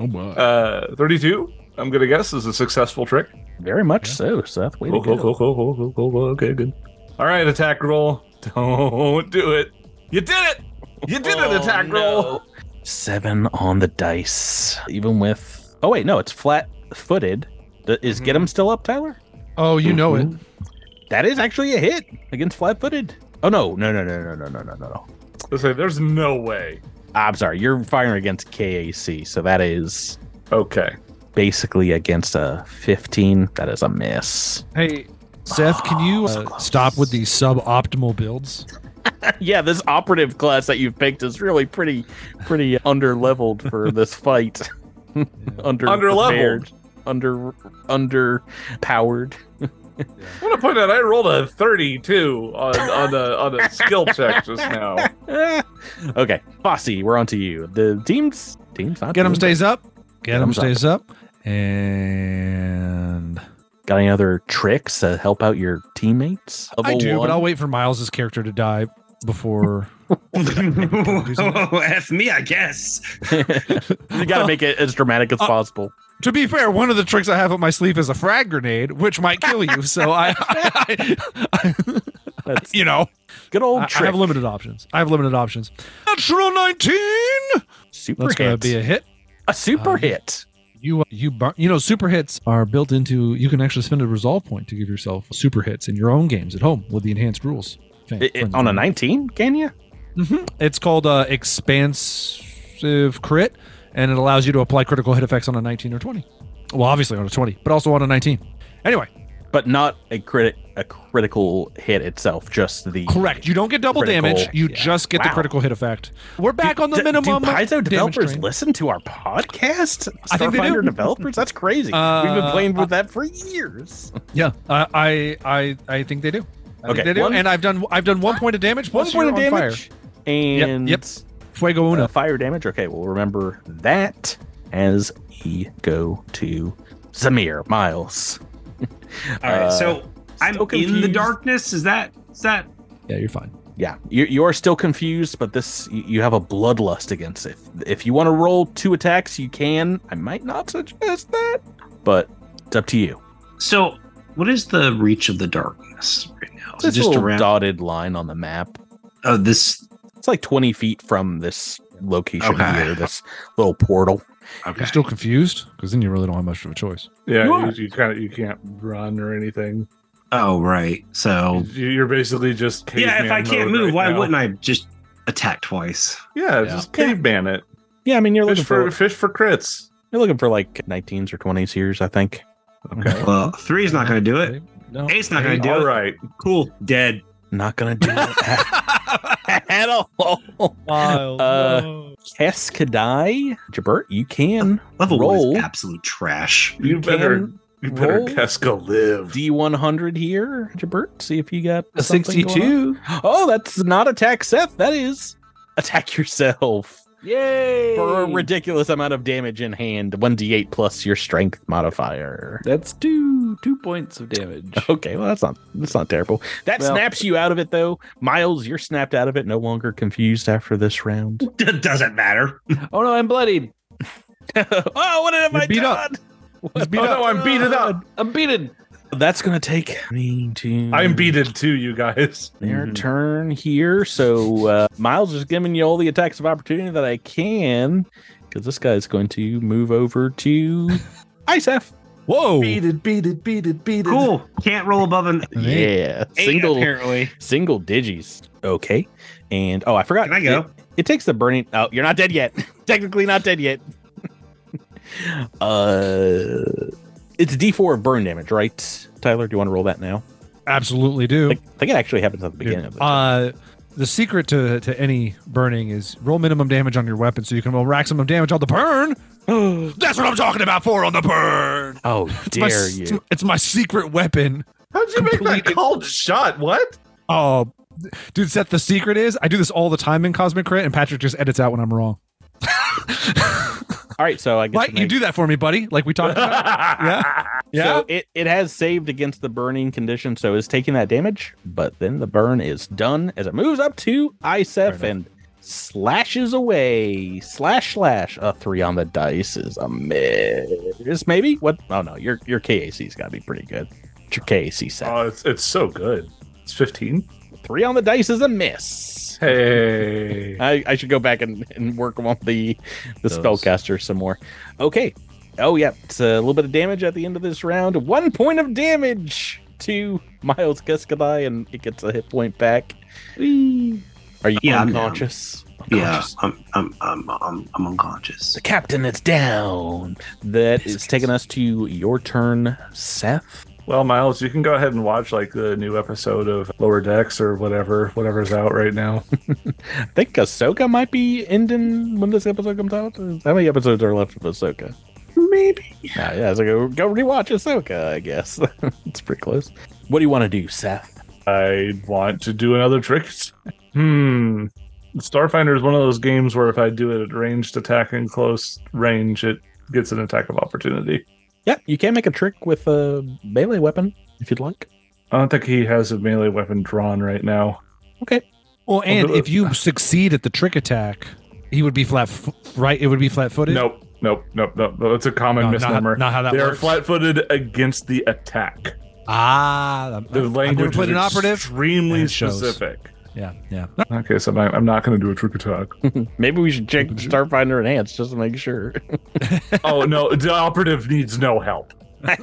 Speaker 5: Oh my.
Speaker 4: Uh, 32. I'm gonna guess is a successful trick.
Speaker 2: Very much so, Seth. Way
Speaker 4: Cool,
Speaker 2: to go.
Speaker 4: cool, cool, cool, cool, cool, cool, cool. Okay, good. All right, attack roll. [LAUGHS] Don't do it. You did it. You did an
Speaker 6: Oh,
Speaker 4: attack roll.
Speaker 2: Oh,
Speaker 4: [LAUGHS]
Speaker 2: Seven on the dice. Even with oh wait, no, it's flat footed. Is
Speaker 4: Mm-hmm.
Speaker 2: get him still up, Tyler?
Speaker 5: Oh, you know it.
Speaker 2: That is actually a hit against flat footed. Oh no, no, no, no, no, no, no, no, no, no.
Speaker 4: Let's say there's no way.
Speaker 2: I'm sorry, you're firing against KAC, so that is
Speaker 4: Okay.
Speaker 2: basically against a 15. That is a miss. [LAUGHS]
Speaker 5: Hey, Seth, can you
Speaker 2: So
Speaker 5: uh,
Speaker 2: close.
Speaker 5: stop with these suboptimal builds?
Speaker 2: yeah, this operative class that you've picked is really pretty, pretty under leveled [LAUGHS] for this fight. under
Speaker 4: Underleveled.
Speaker 2: under under powered.
Speaker 4: I want to point out I rolled a 32 on on a on a
Speaker 6: [LAUGHS]
Speaker 4: skill check just now.
Speaker 2: [LAUGHS] okay, Fossy, we're on to you. The team's team's not
Speaker 5: Get him
Speaker 2: doing
Speaker 5: stays up. Get him
Speaker 2: Get 'em
Speaker 5: stays up. And
Speaker 2: Got any other tricks to help out your teammates?
Speaker 5: I
Speaker 2: Level
Speaker 5: do,
Speaker 2: one?
Speaker 5: but I'll wait for Miles's character to die before.
Speaker 6: [LAUGHS] Whoa, F me, I guess.
Speaker 2: you got to make it as dramatic as
Speaker 5: Uh,
Speaker 2: possible.
Speaker 5: to be fair, one of the tricks I have up my sleeve is a frag grenade, which might kill you. So
Speaker 2: [LAUGHS]
Speaker 5: I, I, I-
Speaker 2: That's
Speaker 5: you know,
Speaker 2: good
Speaker 5: I,
Speaker 2: old
Speaker 5: I
Speaker 2: trick.
Speaker 5: have limited options. I have limited options. Natural nineteen.
Speaker 2: super
Speaker 5: That's gonna
Speaker 2: hit.
Speaker 5: be a hit.
Speaker 2: a super
Speaker 5: Uh,
Speaker 2: hit.
Speaker 5: You you bu- you know super hits are built into. You can actually spend a resolve point to give yourself super hits in your own games at home with the enhanced rules. Fan-
Speaker 2: It- it-
Speaker 5: friends
Speaker 2: on a
Speaker 5: and-
Speaker 2: 19, can you?
Speaker 5: Mhm. It's called uh, expansive crit, and it allows you to apply critical hit effects on a 19 or 20. Well, obviously on a 20, but also on a 19. Anyway,
Speaker 2: But not a crit a critical hit itself, just the
Speaker 5: correct. You don't get double
Speaker 2: Critical,
Speaker 5: damage. You
Speaker 2: yeah.
Speaker 5: just get the
Speaker 2: Wow.
Speaker 5: critical hit effect. We're back on the
Speaker 2: Do-
Speaker 5: minimum.
Speaker 2: Do
Speaker 5: uh,
Speaker 2: Paizo
Speaker 5: damage
Speaker 2: developers
Speaker 5: drain.
Speaker 2: listen to our podcast?
Speaker 5: I think they
Speaker 2: Starfinder
Speaker 5: do.
Speaker 2: developers? That's crazy. We've been
Speaker 5: Uh,
Speaker 2: playing with that for years.
Speaker 5: Yeah, I I I, I think they do. I
Speaker 2: Okay,
Speaker 5: think they do.
Speaker 2: one-
Speaker 5: and I've done I've done one point of damage.
Speaker 2: One
Speaker 5: plus
Speaker 2: point of
Speaker 5: you're on
Speaker 2: damage. And
Speaker 5: yep. Fire. Fuego
Speaker 2: uh,
Speaker 5: uno.
Speaker 2: fire damage. Okay, we'll remember that as we go to Zamir Miles.
Speaker 6: All right,
Speaker 2: Uh,
Speaker 6: so I'm
Speaker 2: still
Speaker 6: in the
Speaker 2: confused.
Speaker 6: darkness. Is that is that
Speaker 5: yeah, you're fine.
Speaker 2: yeah you, you are still confused but this you, you have a bloodlust against it if you want to roll two attacks you can i might not suggest that but it's up to you
Speaker 6: so? What is the reach of the darkness right now?
Speaker 2: it's
Speaker 6: Is it
Speaker 2: just
Speaker 6: just
Speaker 2: a little
Speaker 6: around?
Speaker 2: dotted line on the map
Speaker 6: oh, this.
Speaker 2: it's like 20 feet from this location
Speaker 6: Okay.
Speaker 2: here this little portal
Speaker 6: Okay.
Speaker 5: You're still confused because then you really don't have much of a choice.
Speaker 2: You
Speaker 4: Yeah, you,
Speaker 2: are.
Speaker 4: you kind of you can't run or anything.
Speaker 6: Oh, right. So
Speaker 4: You- You're basically just
Speaker 6: yeah, if
Speaker 4: caveman
Speaker 6: I can't
Speaker 4: mode
Speaker 6: move,
Speaker 4: right
Speaker 6: why
Speaker 4: now.
Speaker 6: wouldn't I just attack twice?
Speaker 4: Yeah,
Speaker 5: Yeah.
Speaker 4: just caveman it.
Speaker 2: yeah i mean you're
Speaker 4: Fish
Speaker 2: looking
Speaker 4: for
Speaker 2: for,
Speaker 4: fish for crits.
Speaker 2: you're looking for like 19s or 20s here's i think
Speaker 4: Okay.
Speaker 6: Well, three's not going to do it.
Speaker 5: No.
Speaker 6: Eight's not going to do
Speaker 4: All
Speaker 6: it.
Speaker 4: right.
Speaker 6: Cool. Dead.
Speaker 2: not gonna do it at, [LAUGHS] at all
Speaker 5: Wild.
Speaker 2: Uh, Cascadai, jabert you can
Speaker 6: Level one
Speaker 2: Roll.
Speaker 6: is absolute trash.
Speaker 4: You, better
Speaker 2: can
Speaker 4: you better
Speaker 2: roll.
Speaker 4: Keska live.
Speaker 2: D100 here, Jabert. See if you got something going on. Oh, that's not attack Seth. That is attack yourself
Speaker 3: Yay!
Speaker 2: for a ridiculous amount of damage in hand. 1d8 plus your strength modifier.
Speaker 3: That's two two points of damage.
Speaker 2: Okay, well that's not that's not terrible. That
Speaker 3: Well-
Speaker 2: snaps you out of it though. Miles, you're snapped out of it, no longer confused after this
Speaker 5: [LAUGHS]
Speaker 2: round.
Speaker 6: It doesn't matter.
Speaker 3: [LAUGHS] oh no, I'm bloodied.
Speaker 2: oh, what have
Speaker 5: You're
Speaker 2: I
Speaker 5: beat
Speaker 2: done?
Speaker 5: up. He's beat
Speaker 2: [LAUGHS]
Speaker 4: oh
Speaker 5: up.
Speaker 4: no, I'm beaten up.
Speaker 3: I'm beaten.
Speaker 2: That's gonna take me to.
Speaker 4: I'm beated too, you guys.
Speaker 2: Their turn here. So uh, Miles is giving you all the attacks of opportunity that I can, because this guy's going to move over to ISF.
Speaker 5: Whoa!
Speaker 3: Beat it, beat it, beat it, beat it.
Speaker 6: Cool. Can't roll above an eight,
Speaker 2: Yeah, single
Speaker 6: apparently.
Speaker 2: single digis. Okay, and oh, I forgot.
Speaker 6: Can I go?
Speaker 2: It, it takes the burning. Oh, you're not dead yet. [LAUGHS] Technically, not dead yet. [LAUGHS] uh, it's D4 of burn damage, right? Tyler, do you want to roll that now?
Speaker 5: Absolutely do.
Speaker 2: I think it actually happens at the beginning of the
Speaker 5: Uh, the secret to, to any burning is roll minimum damage on your weapon so you can roll maximum damage on the burn. That's what I'm talking about for on the burn.
Speaker 2: [LAUGHS] Oh,
Speaker 5: It's my,
Speaker 2: dare
Speaker 5: s-
Speaker 2: you.
Speaker 5: It's my secret weapon.
Speaker 4: How'd you make that
Speaker 5: Complete-
Speaker 4: cold shot? What?
Speaker 5: Oh, dude, Seth, the secret is I do this all the time in Cosmic Crit, and Patrick just edits out when I'm wrong.
Speaker 2: All right, so I guess
Speaker 5: Right?
Speaker 2: it
Speaker 5: You
Speaker 2: makes-
Speaker 5: do that for me, buddy. Like we talked about.
Speaker 2: [LAUGHS]
Speaker 5: Yeah. Yeah.
Speaker 2: So it, it has saved against the burning condition, so it's taking that damage, but then the burn is done as it moves up to Isef
Speaker 5: Fair
Speaker 2: and slashes away. Slash slash. A three on the dice is a miss. Maybe? What oh no, your your KAC's gotta be pretty good. It's your KAC set.
Speaker 5: Uh,
Speaker 4: Oh, it's it's so good. It's 15.
Speaker 2: three on the dice is a miss.
Speaker 4: Hey.
Speaker 2: I, I should go back and, and work on the the
Speaker 6: Those.
Speaker 2: spellcaster some more. Okay. Oh yeah, it's a little bit of damage at the end of this round. One point of damage to Miles Geskadai, and it gets a hit point back. Are you
Speaker 6: Yeah, I'm down.
Speaker 2: unconscious?
Speaker 6: Yeah,
Speaker 2: Unconscious.
Speaker 6: I'm, I'm, I'm, I'm, I'm unconscious.
Speaker 2: The captain is down. That is taking us to your turn, Seth.
Speaker 4: Well, Miles, you can go ahead and watch like the new episode of Lower Decks or whatever, whatever's out right now.
Speaker 2: I think Ahsoka might be ending when this episode comes out. How many episodes are left of Ahsoka?
Speaker 6: Maybe.
Speaker 2: Yeah, yeah. So go go rewatch Ahsoka. I guess [LAUGHS] it's pretty close. What do you want to do, Seth?
Speaker 4: I want to do another trick. [LAUGHS] Hmm. Starfinder is one of those games where if I do it at ranged attack and close range, it gets an attack of opportunity.
Speaker 2: Yeah, you can make a trick with a melee weapon if you'd like.
Speaker 4: I don't think he has a melee weapon drawn right now.
Speaker 5: Well, and
Speaker 4: do it.
Speaker 5: if you succeed at the trick attack, he would be flat, f- right? It would be flat footed.
Speaker 4: Nope, nope, nope, nope. That's a common
Speaker 5: No, not, how-
Speaker 4: misnomer.
Speaker 5: not how that
Speaker 4: they are
Speaker 5: works.
Speaker 4: flat-footed against the attack.
Speaker 5: ah,
Speaker 4: The language
Speaker 5: played
Speaker 4: is
Speaker 5: an operative,
Speaker 4: extremely
Speaker 5: and it shows.
Speaker 4: specific.
Speaker 5: Yeah, yeah.
Speaker 4: Okay, so I'm I'm not going to do a trick attack.
Speaker 2: Maybe we should check Starfinder Enhanced just to make sure.
Speaker 4: [LAUGHS] oh no, the operative needs
Speaker 2: [LAUGHS]
Speaker 4: no help. Uh,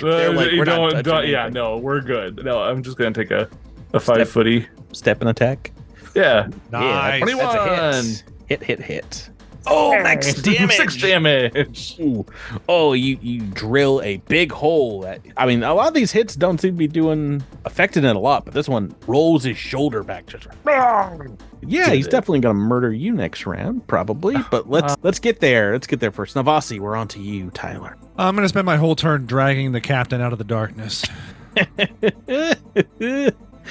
Speaker 2: They're like,
Speaker 4: You
Speaker 2: "We're not
Speaker 4: don't-
Speaker 2: touching
Speaker 4: don't- yeah,
Speaker 2: anything."
Speaker 4: no, we're good. No, I'm just gonna take a a five footy.
Speaker 2: Step and attack. [LAUGHS]
Speaker 4: Yeah,
Speaker 2: Yeah, that's- that's a hit. Hit, hit, hit. Oh, max damage.
Speaker 4: six damage.
Speaker 2: Ooh. Oh, you you drill a big hole. At, I mean, a lot of these hits don't seem to be doing affecting it a lot, but this one rolls his shoulder back just. Yeah,
Speaker 4: Did
Speaker 2: he's
Speaker 4: it.
Speaker 2: definitely gonna murder you next round, [SIGHS] probably. But let's let's get there. Let's get there first. Navasi, we're on to you, [LAUGHS] Tyler.
Speaker 5: I'm gonna spend my whole turn dragging the captain out of the darkness.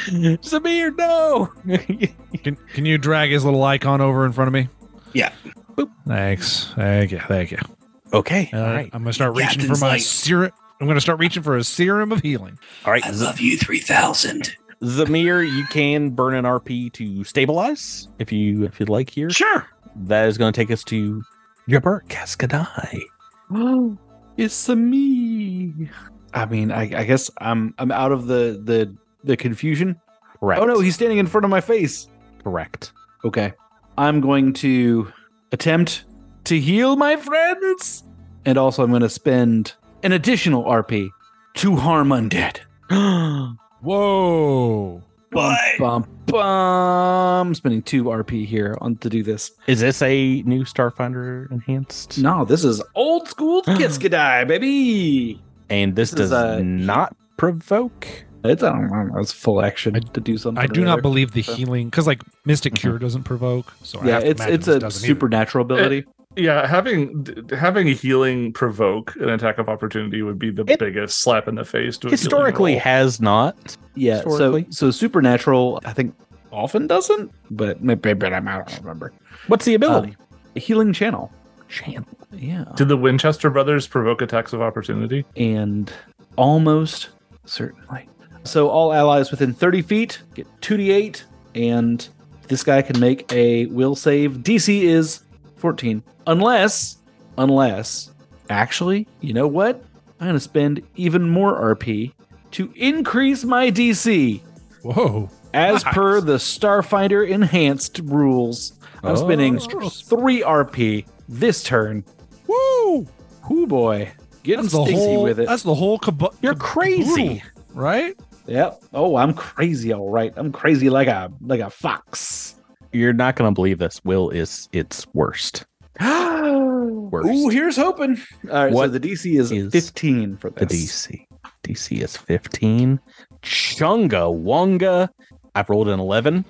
Speaker 2: Samir, no. [LAUGHS]
Speaker 5: Can Can you drag his little icon over in front of me?
Speaker 6: Yeah.
Speaker 5: Boop. Thanks. Thank you. Thank you.
Speaker 2: okay.
Speaker 5: All
Speaker 2: All right.
Speaker 5: I'm gonna start reaching for
Speaker 6: Captain's
Speaker 5: my
Speaker 6: like-
Speaker 5: serum. I'm gonna start reaching for a serum of healing.
Speaker 2: All right.
Speaker 6: love you, 3000.
Speaker 2: Zamir, you can burn an RP to stabilize if you if you'd like here.
Speaker 6: Sure.
Speaker 2: That is going to take us to your bird, Cascadai.
Speaker 3: Oh, it's a me. I mean, I, I guess I'm I'm out of the the the confusion.
Speaker 2: Correct.
Speaker 3: Oh no, he's standing in front of my face.
Speaker 2: correct.
Speaker 3: Okay, I'm going to attempt to heal my friends, and also I'm going to spend an additional RP to harm undead.
Speaker 5: Whoa.
Speaker 3: Bum,
Speaker 6: What?
Speaker 3: bum, bum. Spending two RP here on to do this.
Speaker 2: Is this a new Starfinder enhanced?
Speaker 3: No, this is old
Speaker 5: [GASPS]
Speaker 3: school Kitskadai, baby.
Speaker 2: And this,
Speaker 3: This is
Speaker 2: does
Speaker 3: a-
Speaker 2: not provoke.
Speaker 3: It's I don't know. It's full action
Speaker 5: I-
Speaker 3: to do something.
Speaker 5: I do not
Speaker 3: believe.
Speaker 5: believe the
Speaker 3: So-
Speaker 5: healing because like Mystic
Speaker 2: Mhm.
Speaker 5: Cure doesn't provoke. So I
Speaker 3: Mm-hmm. yeah,
Speaker 5: have to
Speaker 3: it's
Speaker 5: imagine
Speaker 3: it's
Speaker 5: this
Speaker 3: a
Speaker 5: doesn't either.
Speaker 3: supernatural ability.
Speaker 4: Yeah, having d- having a healing provoke an attack of opportunity would be the
Speaker 2: It-
Speaker 4: biggest slap in the face. To a healing
Speaker 2: Historically,
Speaker 4: roll.
Speaker 2: has not.
Speaker 3: yeah, so
Speaker 2: Historically.
Speaker 3: so supernatural, I think often doesn't, but maybe but I'm, I don't remember.
Speaker 2: What's the ability?
Speaker 3: Ability, healing channel,
Speaker 2: Champ.
Speaker 3: yeah,
Speaker 4: did the Winchester brothers provoke attacks of opportunity?
Speaker 3: and almost certainly. So all allies within 30 feet get 2d8, and this guy can make a will save. DC is 14, unless unless actually, you know what? I'm going to spend even more RP to increase my DC
Speaker 5: Whoa.
Speaker 3: as per the Starfinder enhanced rules. I'm spending
Speaker 5: Oh.
Speaker 3: three RP this turn.
Speaker 5: Woo!
Speaker 3: Whoo boy, getting
Speaker 5: That's the
Speaker 3: sticky
Speaker 5: whole.
Speaker 3: with it.
Speaker 5: That's the whole. Kab-
Speaker 3: You're
Speaker 5: kab-
Speaker 3: crazy.
Speaker 5: caboodle, right?
Speaker 3: Yep. Oh, I'm crazy. All right, I'm crazy like a like a fox. [GASPS]
Speaker 2: You're not going to believe this. Will is its worst.
Speaker 3: Ooh, here's hoping. All right,
Speaker 2: What
Speaker 3: so the DC is,
Speaker 2: is
Speaker 3: 15 for
Speaker 2: The
Speaker 3: this.
Speaker 2: DC. DC is 15. Chunga Wonga. I've rolled an
Speaker 3: [GASPS]
Speaker 2: 11.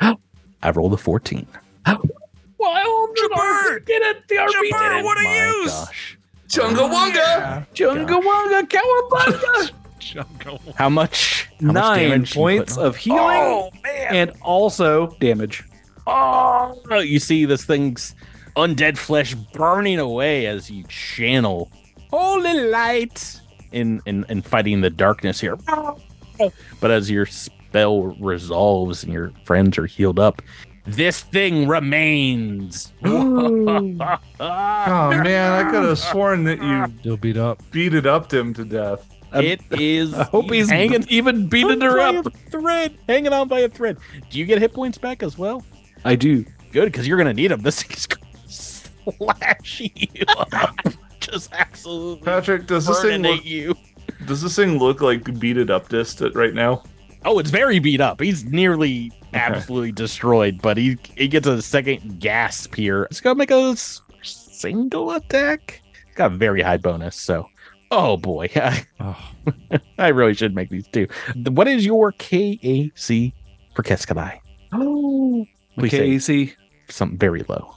Speaker 2: I've rolled a 14.
Speaker 3: Wild Jabir! Get it, the RP did it.
Speaker 2: what a use! Oh Gosh.
Speaker 3: Chunga Wonga! Chunga Wonga!
Speaker 2: [LAUGHS]
Speaker 3: Cowabunga!
Speaker 2: How much? how much
Speaker 3: Nine
Speaker 2: damage you put
Speaker 3: points
Speaker 2: on?
Speaker 3: of healing and also damage.
Speaker 2: Oh, you see this thing's undead flesh burning away as you channel holy light in in, in fighting the darkness here. But as your spell resolves and your friends are healed up, this thing remains. [LAUGHS]
Speaker 3: Hmm.
Speaker 4: Oh man, I could have sworn that you
Speaker 5: Still beat up.
Speaker 4: beat it up him to death.
Speaker 2: it is.
Speaker 3: I hope he's
Speaker 2: hanging
Speaker 3: even beating her
Speaker 2: by
Speaker 3: up.
Speaker 2: a thread, hanging on by a thread. Do you get hit points back as well?
Speaker 3: I do.
Speaker 2: good because you're gonna need them. This thing's gonna slash you
Speaker 4: [LAUGHS]
Speaker 2: up, just absolutely
Speaker 4: Patrick, does this thing look,
Speaker 2: burninate you.
Speaker 4: does this thing look like beat it up dist at-
Speaker 2: [LAUGHS]
Speaker 4: right now?
Speaker 2: Oh, it's very beat up. He's nearly
Speaker 4: Okay.
Speaker 2: absolutely destroyed, but he he gets a second gasp here. It's gonna make a s- single attack. It's got a very high bonus, so oh boy, [LAUGHS] I,
Speaker 5: Oh.
Speaker 2: I really should make these two. The- What is your KAC for Keskadai?
Speaker 3: Oh.
Speaker 2: Please
Speaker 3: Okay,
Speaker 2: say
Speaker 3: AC.
Speaker 2: something very low.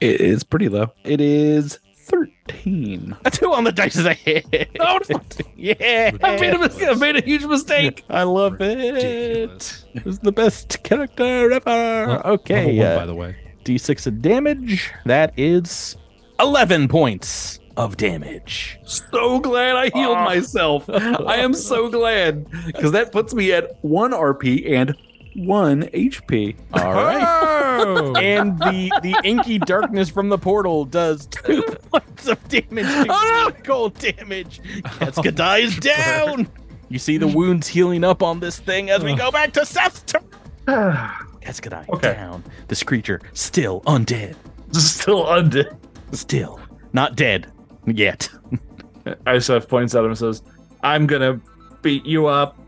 Speaker 3: It is pretty low. It is 13.
Speaker 2: A [LAUGHS] two on the dice is a hit. [LAUGHS]
Speaker 3: Oh, no.
Speaker 2: yeah,
Speaker 3: I made a, mis- I made a huge mistake.
Speaker 2: [LAUGHS] I love
Speaker 5: Ridiculous.
Speaker 2: it. It's the best character ever.
Speaker 5: Well, Level
Speaker 2: okay,
Speaker 5: one,
Speaker 2: uh,
Speaker 5: Oh, by the way.
Speaker 2: d6 of damage. That is 11 points of damage.
Speaker 3: So glad I healed
Speaker 5: Ah.
Speaker 3: myself. I am
Speaker 5: [LAUGHS]
Speaker 3: so glad because that puts me at one RP and one HP.
Speaker 2: All
Speaker 3: [LAUGHS]
Speaker 5: [LAUGHS]
Speaker 2: right.
Speaker 5: Oh!
Speaker 2: and the the inky darkness from the portal does two points of damage.
Speaker 3: Oh, no.
Speaker 2: Cold damage. Keskadai is down. You see the wounds healing up on this thing as we go back to Seth's turn. Keskadai
Speaker 4: Okay.
Speaker 2: down. This creature still undead.
Speaker 4: Still undead.
Speaker 2: Still not dead yet.
Speaker 4: Isaf points at him and says, I'm gonna beat you up.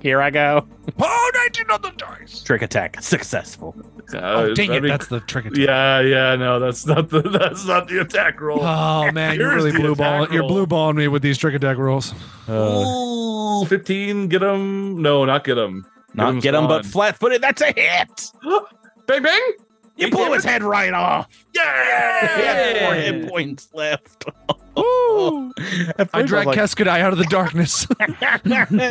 Speaker 2: Here I go.
Speaker 5: Oh, I did not the dice.
Speaker 2: Trick attack successful.
Speaker 5: Oh,
Speaker 4: Uh,
Speaker 5: dang
Speaker 4: I
Speaker 5: it!
Speaker 4: mean-
Speaker 5: That's the trick. attack.
Speaker 4: yeah, yeah, no, that's not the [LAUGHS] that's not the attack roll.
Speaker 5: Oh man, you're
Speaker 4: Here's
Speaker 5: really
Speaker 4: the
Speaker 5: blue ball.
Speaker 4: attack
Speaker 5: You're
Speaker 4: roll.
Speaker 5: blue balling me with these trick attack rolls.
Speaker 2: Uh,
Speaker 4: Ooh, 15, get him. No, not get him.
Speaker 2: Not get him, but flat footed. That's a hit.
Speaker 4: bang bang.
Speaker 2: You blew his head right off. He had four
Speaker 4: Yeah.
Speaker 2: hit points left.
Speaker 5: Ooh.
Speaker 2: [LAUGHS] At first
Speaker 5: I
Speaker 2: was
Speaker 5: drag
Speaker 2: like,
Speaker 5: Keskadai out of the darkness.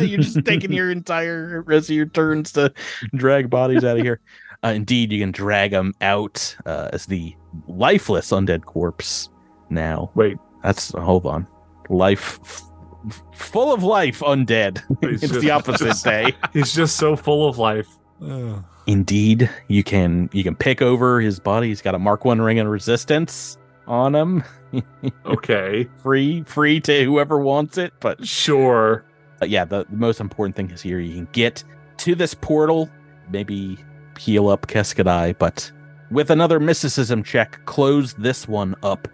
Speaker 2: [LAUGHS] You're just taking your entire rest of your turns to drag bodies out of here. [LAUGHS] Uh, indeed, you can drag them out uh, as the lifeless undead corpse. Now,
Speaker 4: Wait.
Speaker 2: that's hold on. Life, f- f- full of life, undead. [LAUGHS]
Speaker 4: He's
Speaker 2: It's
Speaker 4: just-
Speaker 2: the opposite
Speaker 4: just-
Speaker 2: day.
Speaker 4: He's just so full of life.
Speaker 5: Ugh.
Speaker 2: [LAUGHS] Indeed, you can you can pick over his body. He's got a Mark One ring and resistance on him,
Speaker 4: Okay,
Speaker 2: free free to whoever wants it. But
Speaker 4: sure.
Speaker 2: uh, yeah, the, the most important thing is here you can get to this portal, maybe heal up Keskadai, but with another mysticism check, close this one up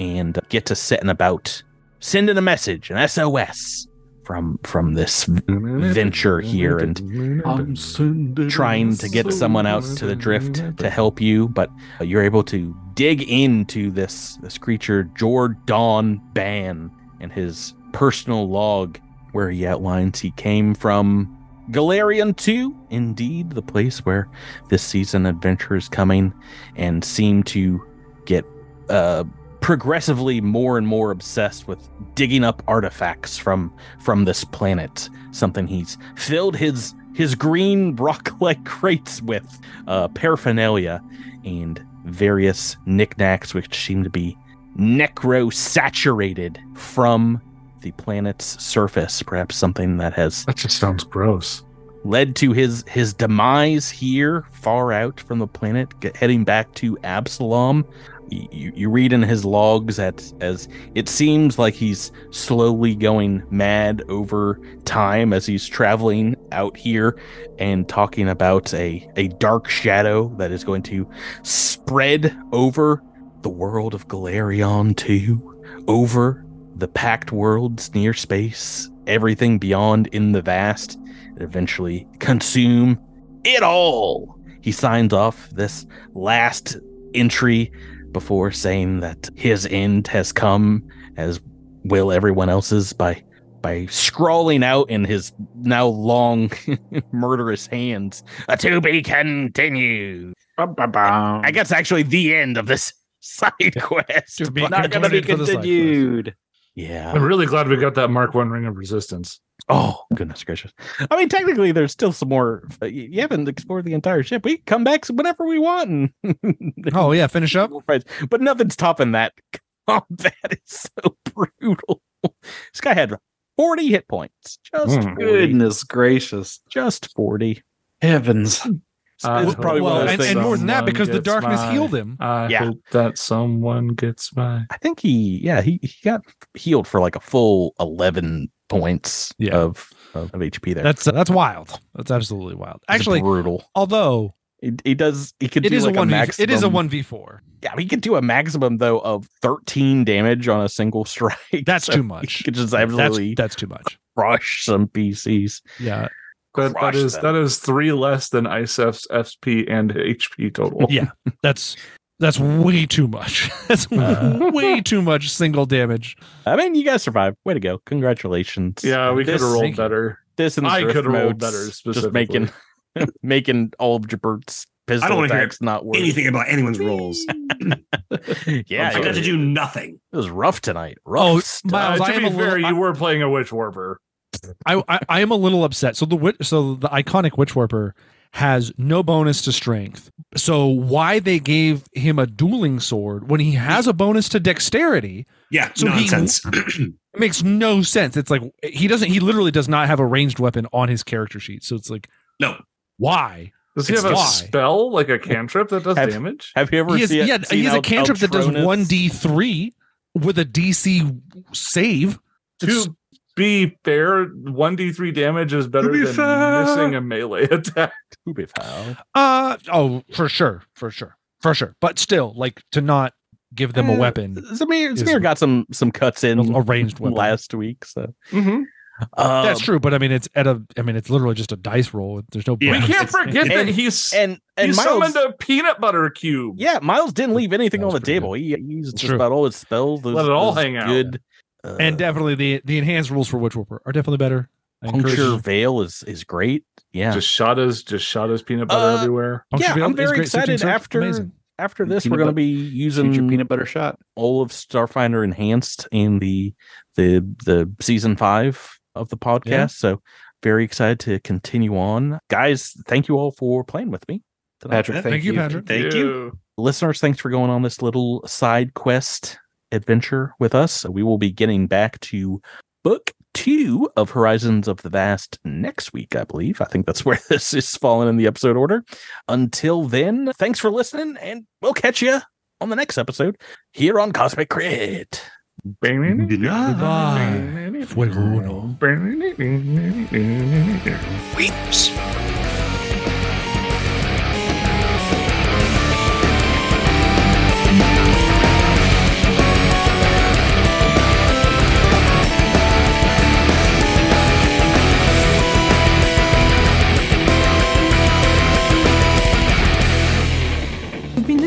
Speaker 2: and get to setting about sending a message, an SOS from from this venture here and
Speaker 3: I'm sending
Speaker 2: trying to get someone out to the drift to help you, but uh, you're able to dig into this this creature Jordan Ban and his personal log where he outlines he came from Galarian 2, indeed the place where this season adventure is coming and seem to get uh progressively more and more obsessed with digging up artifacts from from this planet something he's filled his his green [LAUGHS] rock-like crates with uh, paraphernalia and various knickknacks, which seem to be necro-saturated from the planet's surface. Perhaps something that has
Speaker 4: That just sounds gross.
Speaker 2: led to his his demise here, far out from the planet, g- heading back to Absalom. Y- You, you read in his logs that as it seems like he's slowly going mad over time as he's traveling out here and talking about a, a dark shadow that is going to spread over the world of Galarion 2, over the packed worlds near space, everything beyond in the vast, and eventually consume it all. He signs off this last entry before saying that his end has come, as will everyone else's, by by scrawling out in his now long [LAUGHS] murderous hands a to be continued.
Speaker 7: Ba-ba-bum.
Speaker 2: I guess actually the end of this [LAUGHS] side quest.
Speaker 5: To be
Speaker 2: but-
Speaker 3: Not gonna be
Speaker 5: Continued for the side quest.
Speaker 3: continued.
Speaker 2: yeah.
Speaker 4: I'm really glad we got that Mark One Ring of Resistance.
Speaker 2: Oh goodness gracious! I mean, technically, there's still some more. uh, You you haven't explored the entire ship. We can come back whenever we want, and [LAUGHS]
Speaker 5: Oh yeah, finish up.
Speaker 2: Right. but nothing's topping that. [LAUGHS] Oh, that is so brutal. This guy had 40 hit points. Just 40.
Speaker 4: Hmm.
Speaker 3: Goodness gracious.
Speaker 2: Just 40.
Speaker 3: Heavens.
Speaker 4: Uh,
Speaker 2: it's probably one
Speaker 5: well,
Speaker 2: of those
Speaker 5: and,
Speaker 2: things.
Speaker 5: and more than that,
Speaker 4: Someone
Speaker 5: because the
Speaker 4: gets
Speaker 5: darkness
Speaker 4: my-
Speaker 5: healed him.
Speaker 4: I
Speaker 2: Yeah.
Speaker 4: hope that someone gets my.
Speaker 2: I think he, yeah, he, he got healed for like a full 11 points
Speaker 5: Yeah.
Speaker 2: of, of, of HP there.
Speaker 5: That's that's wild. That's absolutely wild.
Speaker 2: It's
Speaker 5: Actually,
Speaker 2: brutal.
Speaker 5: although
Speaker 2: He, he does, he could
Speaker 5: it
Speaker 2: do
Speaker 5: is
Speaker 2: like
Speaker 5: a one, v,
Speaker 2: maximum.
Speaker 5: it is a one v four.
Speaker 2: Yeah, he could do a maximum though of 13 damage on a single [LAUGHS] strike.
Speaker 5: That's
Speaker 2: So
Speaker 5: too
Speaker 2: He
Speaker 5: much.
Speaker 2: could just
Speaker 5: That's
Speaker 2: absolutely
Speaker 5: that's too much.
Speaker 2: crush some PCs.
Speaker 5: Yeah,
Speaker 4: That, that
Speaker 2: Crush
Speaker 4: is
Speaker 2: them.
Speaker 4: that is three less than ICEF's FP and
Speaker 2: [LAUGHS]
Speaker 4: HP total.
Speaker 5: yeah. That's that's way too much. [LAUGHS] That's
Speaker 4: Uh.
Speaker 5: way too much single damage.
Speaker 2: I mean, you guys survived. Way to go! Congratulations.
Speaker 4: Yeah, we could
Speaker 2: This-
Speaker 4: have rolled
Speaker 5: thank you.
Speaker 4: better.
Speaker 2: This and the
Speaker 4: I
Speaker 2: drift
Speaker 4: could have rolled
Speaker 2: modes,
Speaker 4: better.
Speaker 2: Just
Speaker 4: Specifically.
Speaker 2: making [LAUGHS] making all of Jabert's pistol
Speaker 6: wanna hear
Speaker 2: attacks not work.
Speaker 6: Anything about anyone's rolls.
Speaker 2: [LAUGHS] yeah,
Speaker 6: I
Speaker 2: it
Speaker 6: got
Speaker 2: was,
Speaker 6: to do nothing.
Speaker 2: it was rough tonight.
Speaker 5: Oh,
Speaker 2: Rough. stuff.
Speaker 5: my-
Speaker 4: Uh,
Speaker 5: Miles,
Speaker 4: to
Speaker 5: I am
Speaker 4: be
Speaker 5: a little-
Speaker 4: fair, you were playing a witch warper.
Speaker 5: I, I I am a little upset. So the wit- so the iconic witch warper has no bonus to strength. So why they gave him a dueling sword when he has a bonus to dexterity
Speaker 6: Yeah,
Speaker 5: So he-
Speaker 6: nonsense.
Speaker 5: makes no sense. It's like he doesn't he literally does not have a ranged weapon on his character sheet. So it's like
Speaker 6: no,
Speaker 5: why?
Speaker 4: Does he
Speaker 5: It's
Speaker 4: have a
Speaker 5: why.
Speaker 4: spell like a cantrip that does
Speaker 2: Have-
Speaker 4: damage?
Speaker 2: Have you ever
Speaker 5: He has,
Speaker 2: seen?
Speaker 5: yeah, he
Speaker 2: seen
Speaker 5: has a
Speaker 2: Al-
Speaker 5: cantrip that does
Speaker 2: Altronas?
Speaker 5: 1d3 with a DC save. It's-
Speaker 4: To be fair, one d three damage is better
Speaker 3: be
Speaker 4: than
Speaker 3: fair.
Speaker 4: missing a melee [LAUGHS] attack.
Speaker 2: To be foul.
Speaker 5: Uh oh, for sure, for sure, for sure. But still, like to not give them a
Speaker 2: Eh,
Speaker 5: weapon,
Speaker 2: Zamir,
Speaker 5: Is-
Speaker 2: Zamir got some some cuts in
Speaker 5: a ranged weapon.
Speaker 2: last week, so
Speaker 4: Mhm.
Speaker 2: um,
Speaker 5: That's true, but I mean, it's at a. I mean, it's literally just a dice roll. There's no.
Speaker 6: Yeah.
Speaker 4: We
Speaker 5: bonus.
Speaker 4: can't forget that
Speaker 2: and-
Speaker 4: he's
Speaker 2: And and
Speaker 4: he
Speaker 2: Miles,
Speaker 4: summoned a peanut butter cube.
Speaker 2: yeah, Miles didn't leave anything
Speaker 5: That
Speaker 2: on
Speaker 5: was
Speaker 2: the
Speaker 5: pretty
Speaker 2: table. He, he used
Speaker 5: That's
Speaker 2: just
Speaker 5: true.
Speaker 2: about all his spells. Those,
Speaker 4: Let it all
Speaker 2: those
Speaker 4: hang out.
Speaker 2: Good, uh,
Speaker 5: and definitely the the enhanced rules for Witch Warper are definitely better. I encourage
Speaker 2: puncture
Speaker 5: you-
Speaker 2: veil is is great. Yeah,
Speaker 4: Just shot his just shot his peanut butter
Speaker 2: Uh,
Speaker 4: everywhere.
Speaker 5: Puncture
Speaker 2: Yeah,
Speaker 5: Veil
Speaker 2: I'm
Speaker 5: is
Speaker 2: very
Speaker 5: great. Search and
Speaker 2: excited
Speaker 5: Search,
Speaker 2: after-
Speaker 5: amazing.
Speaker 2: after
Speaker 3: And
Speaker 2: this we're
Speaker 3: peanut
Speaker 2: going to
Speaker 3: butter-
Speaker 2: be using
Speaker 3: Future peanut butter shot.
Speaker 2: all of starfinder enhanced in the the the season five of the podcast so very excited to continue on guys thank you all for playing with me tonight.
Speaker 3: Patrick, thank,
Speaker 5: Thank you, Patrick.
Speaker 6: Thank you.
Speaker 2: listeners thanks for going on this little side quest adventure with us we will be getting back to book two of horizons of the vast next week i believe i think that's [LAUGHS] where this is falling in the episode order until then thanks for listening and we'll catch you on the next episode here on cosmic crit
Speaker 5: Goodbye. Fuego uno.
Speaker 6: Weeps.
Speaker 8: You've been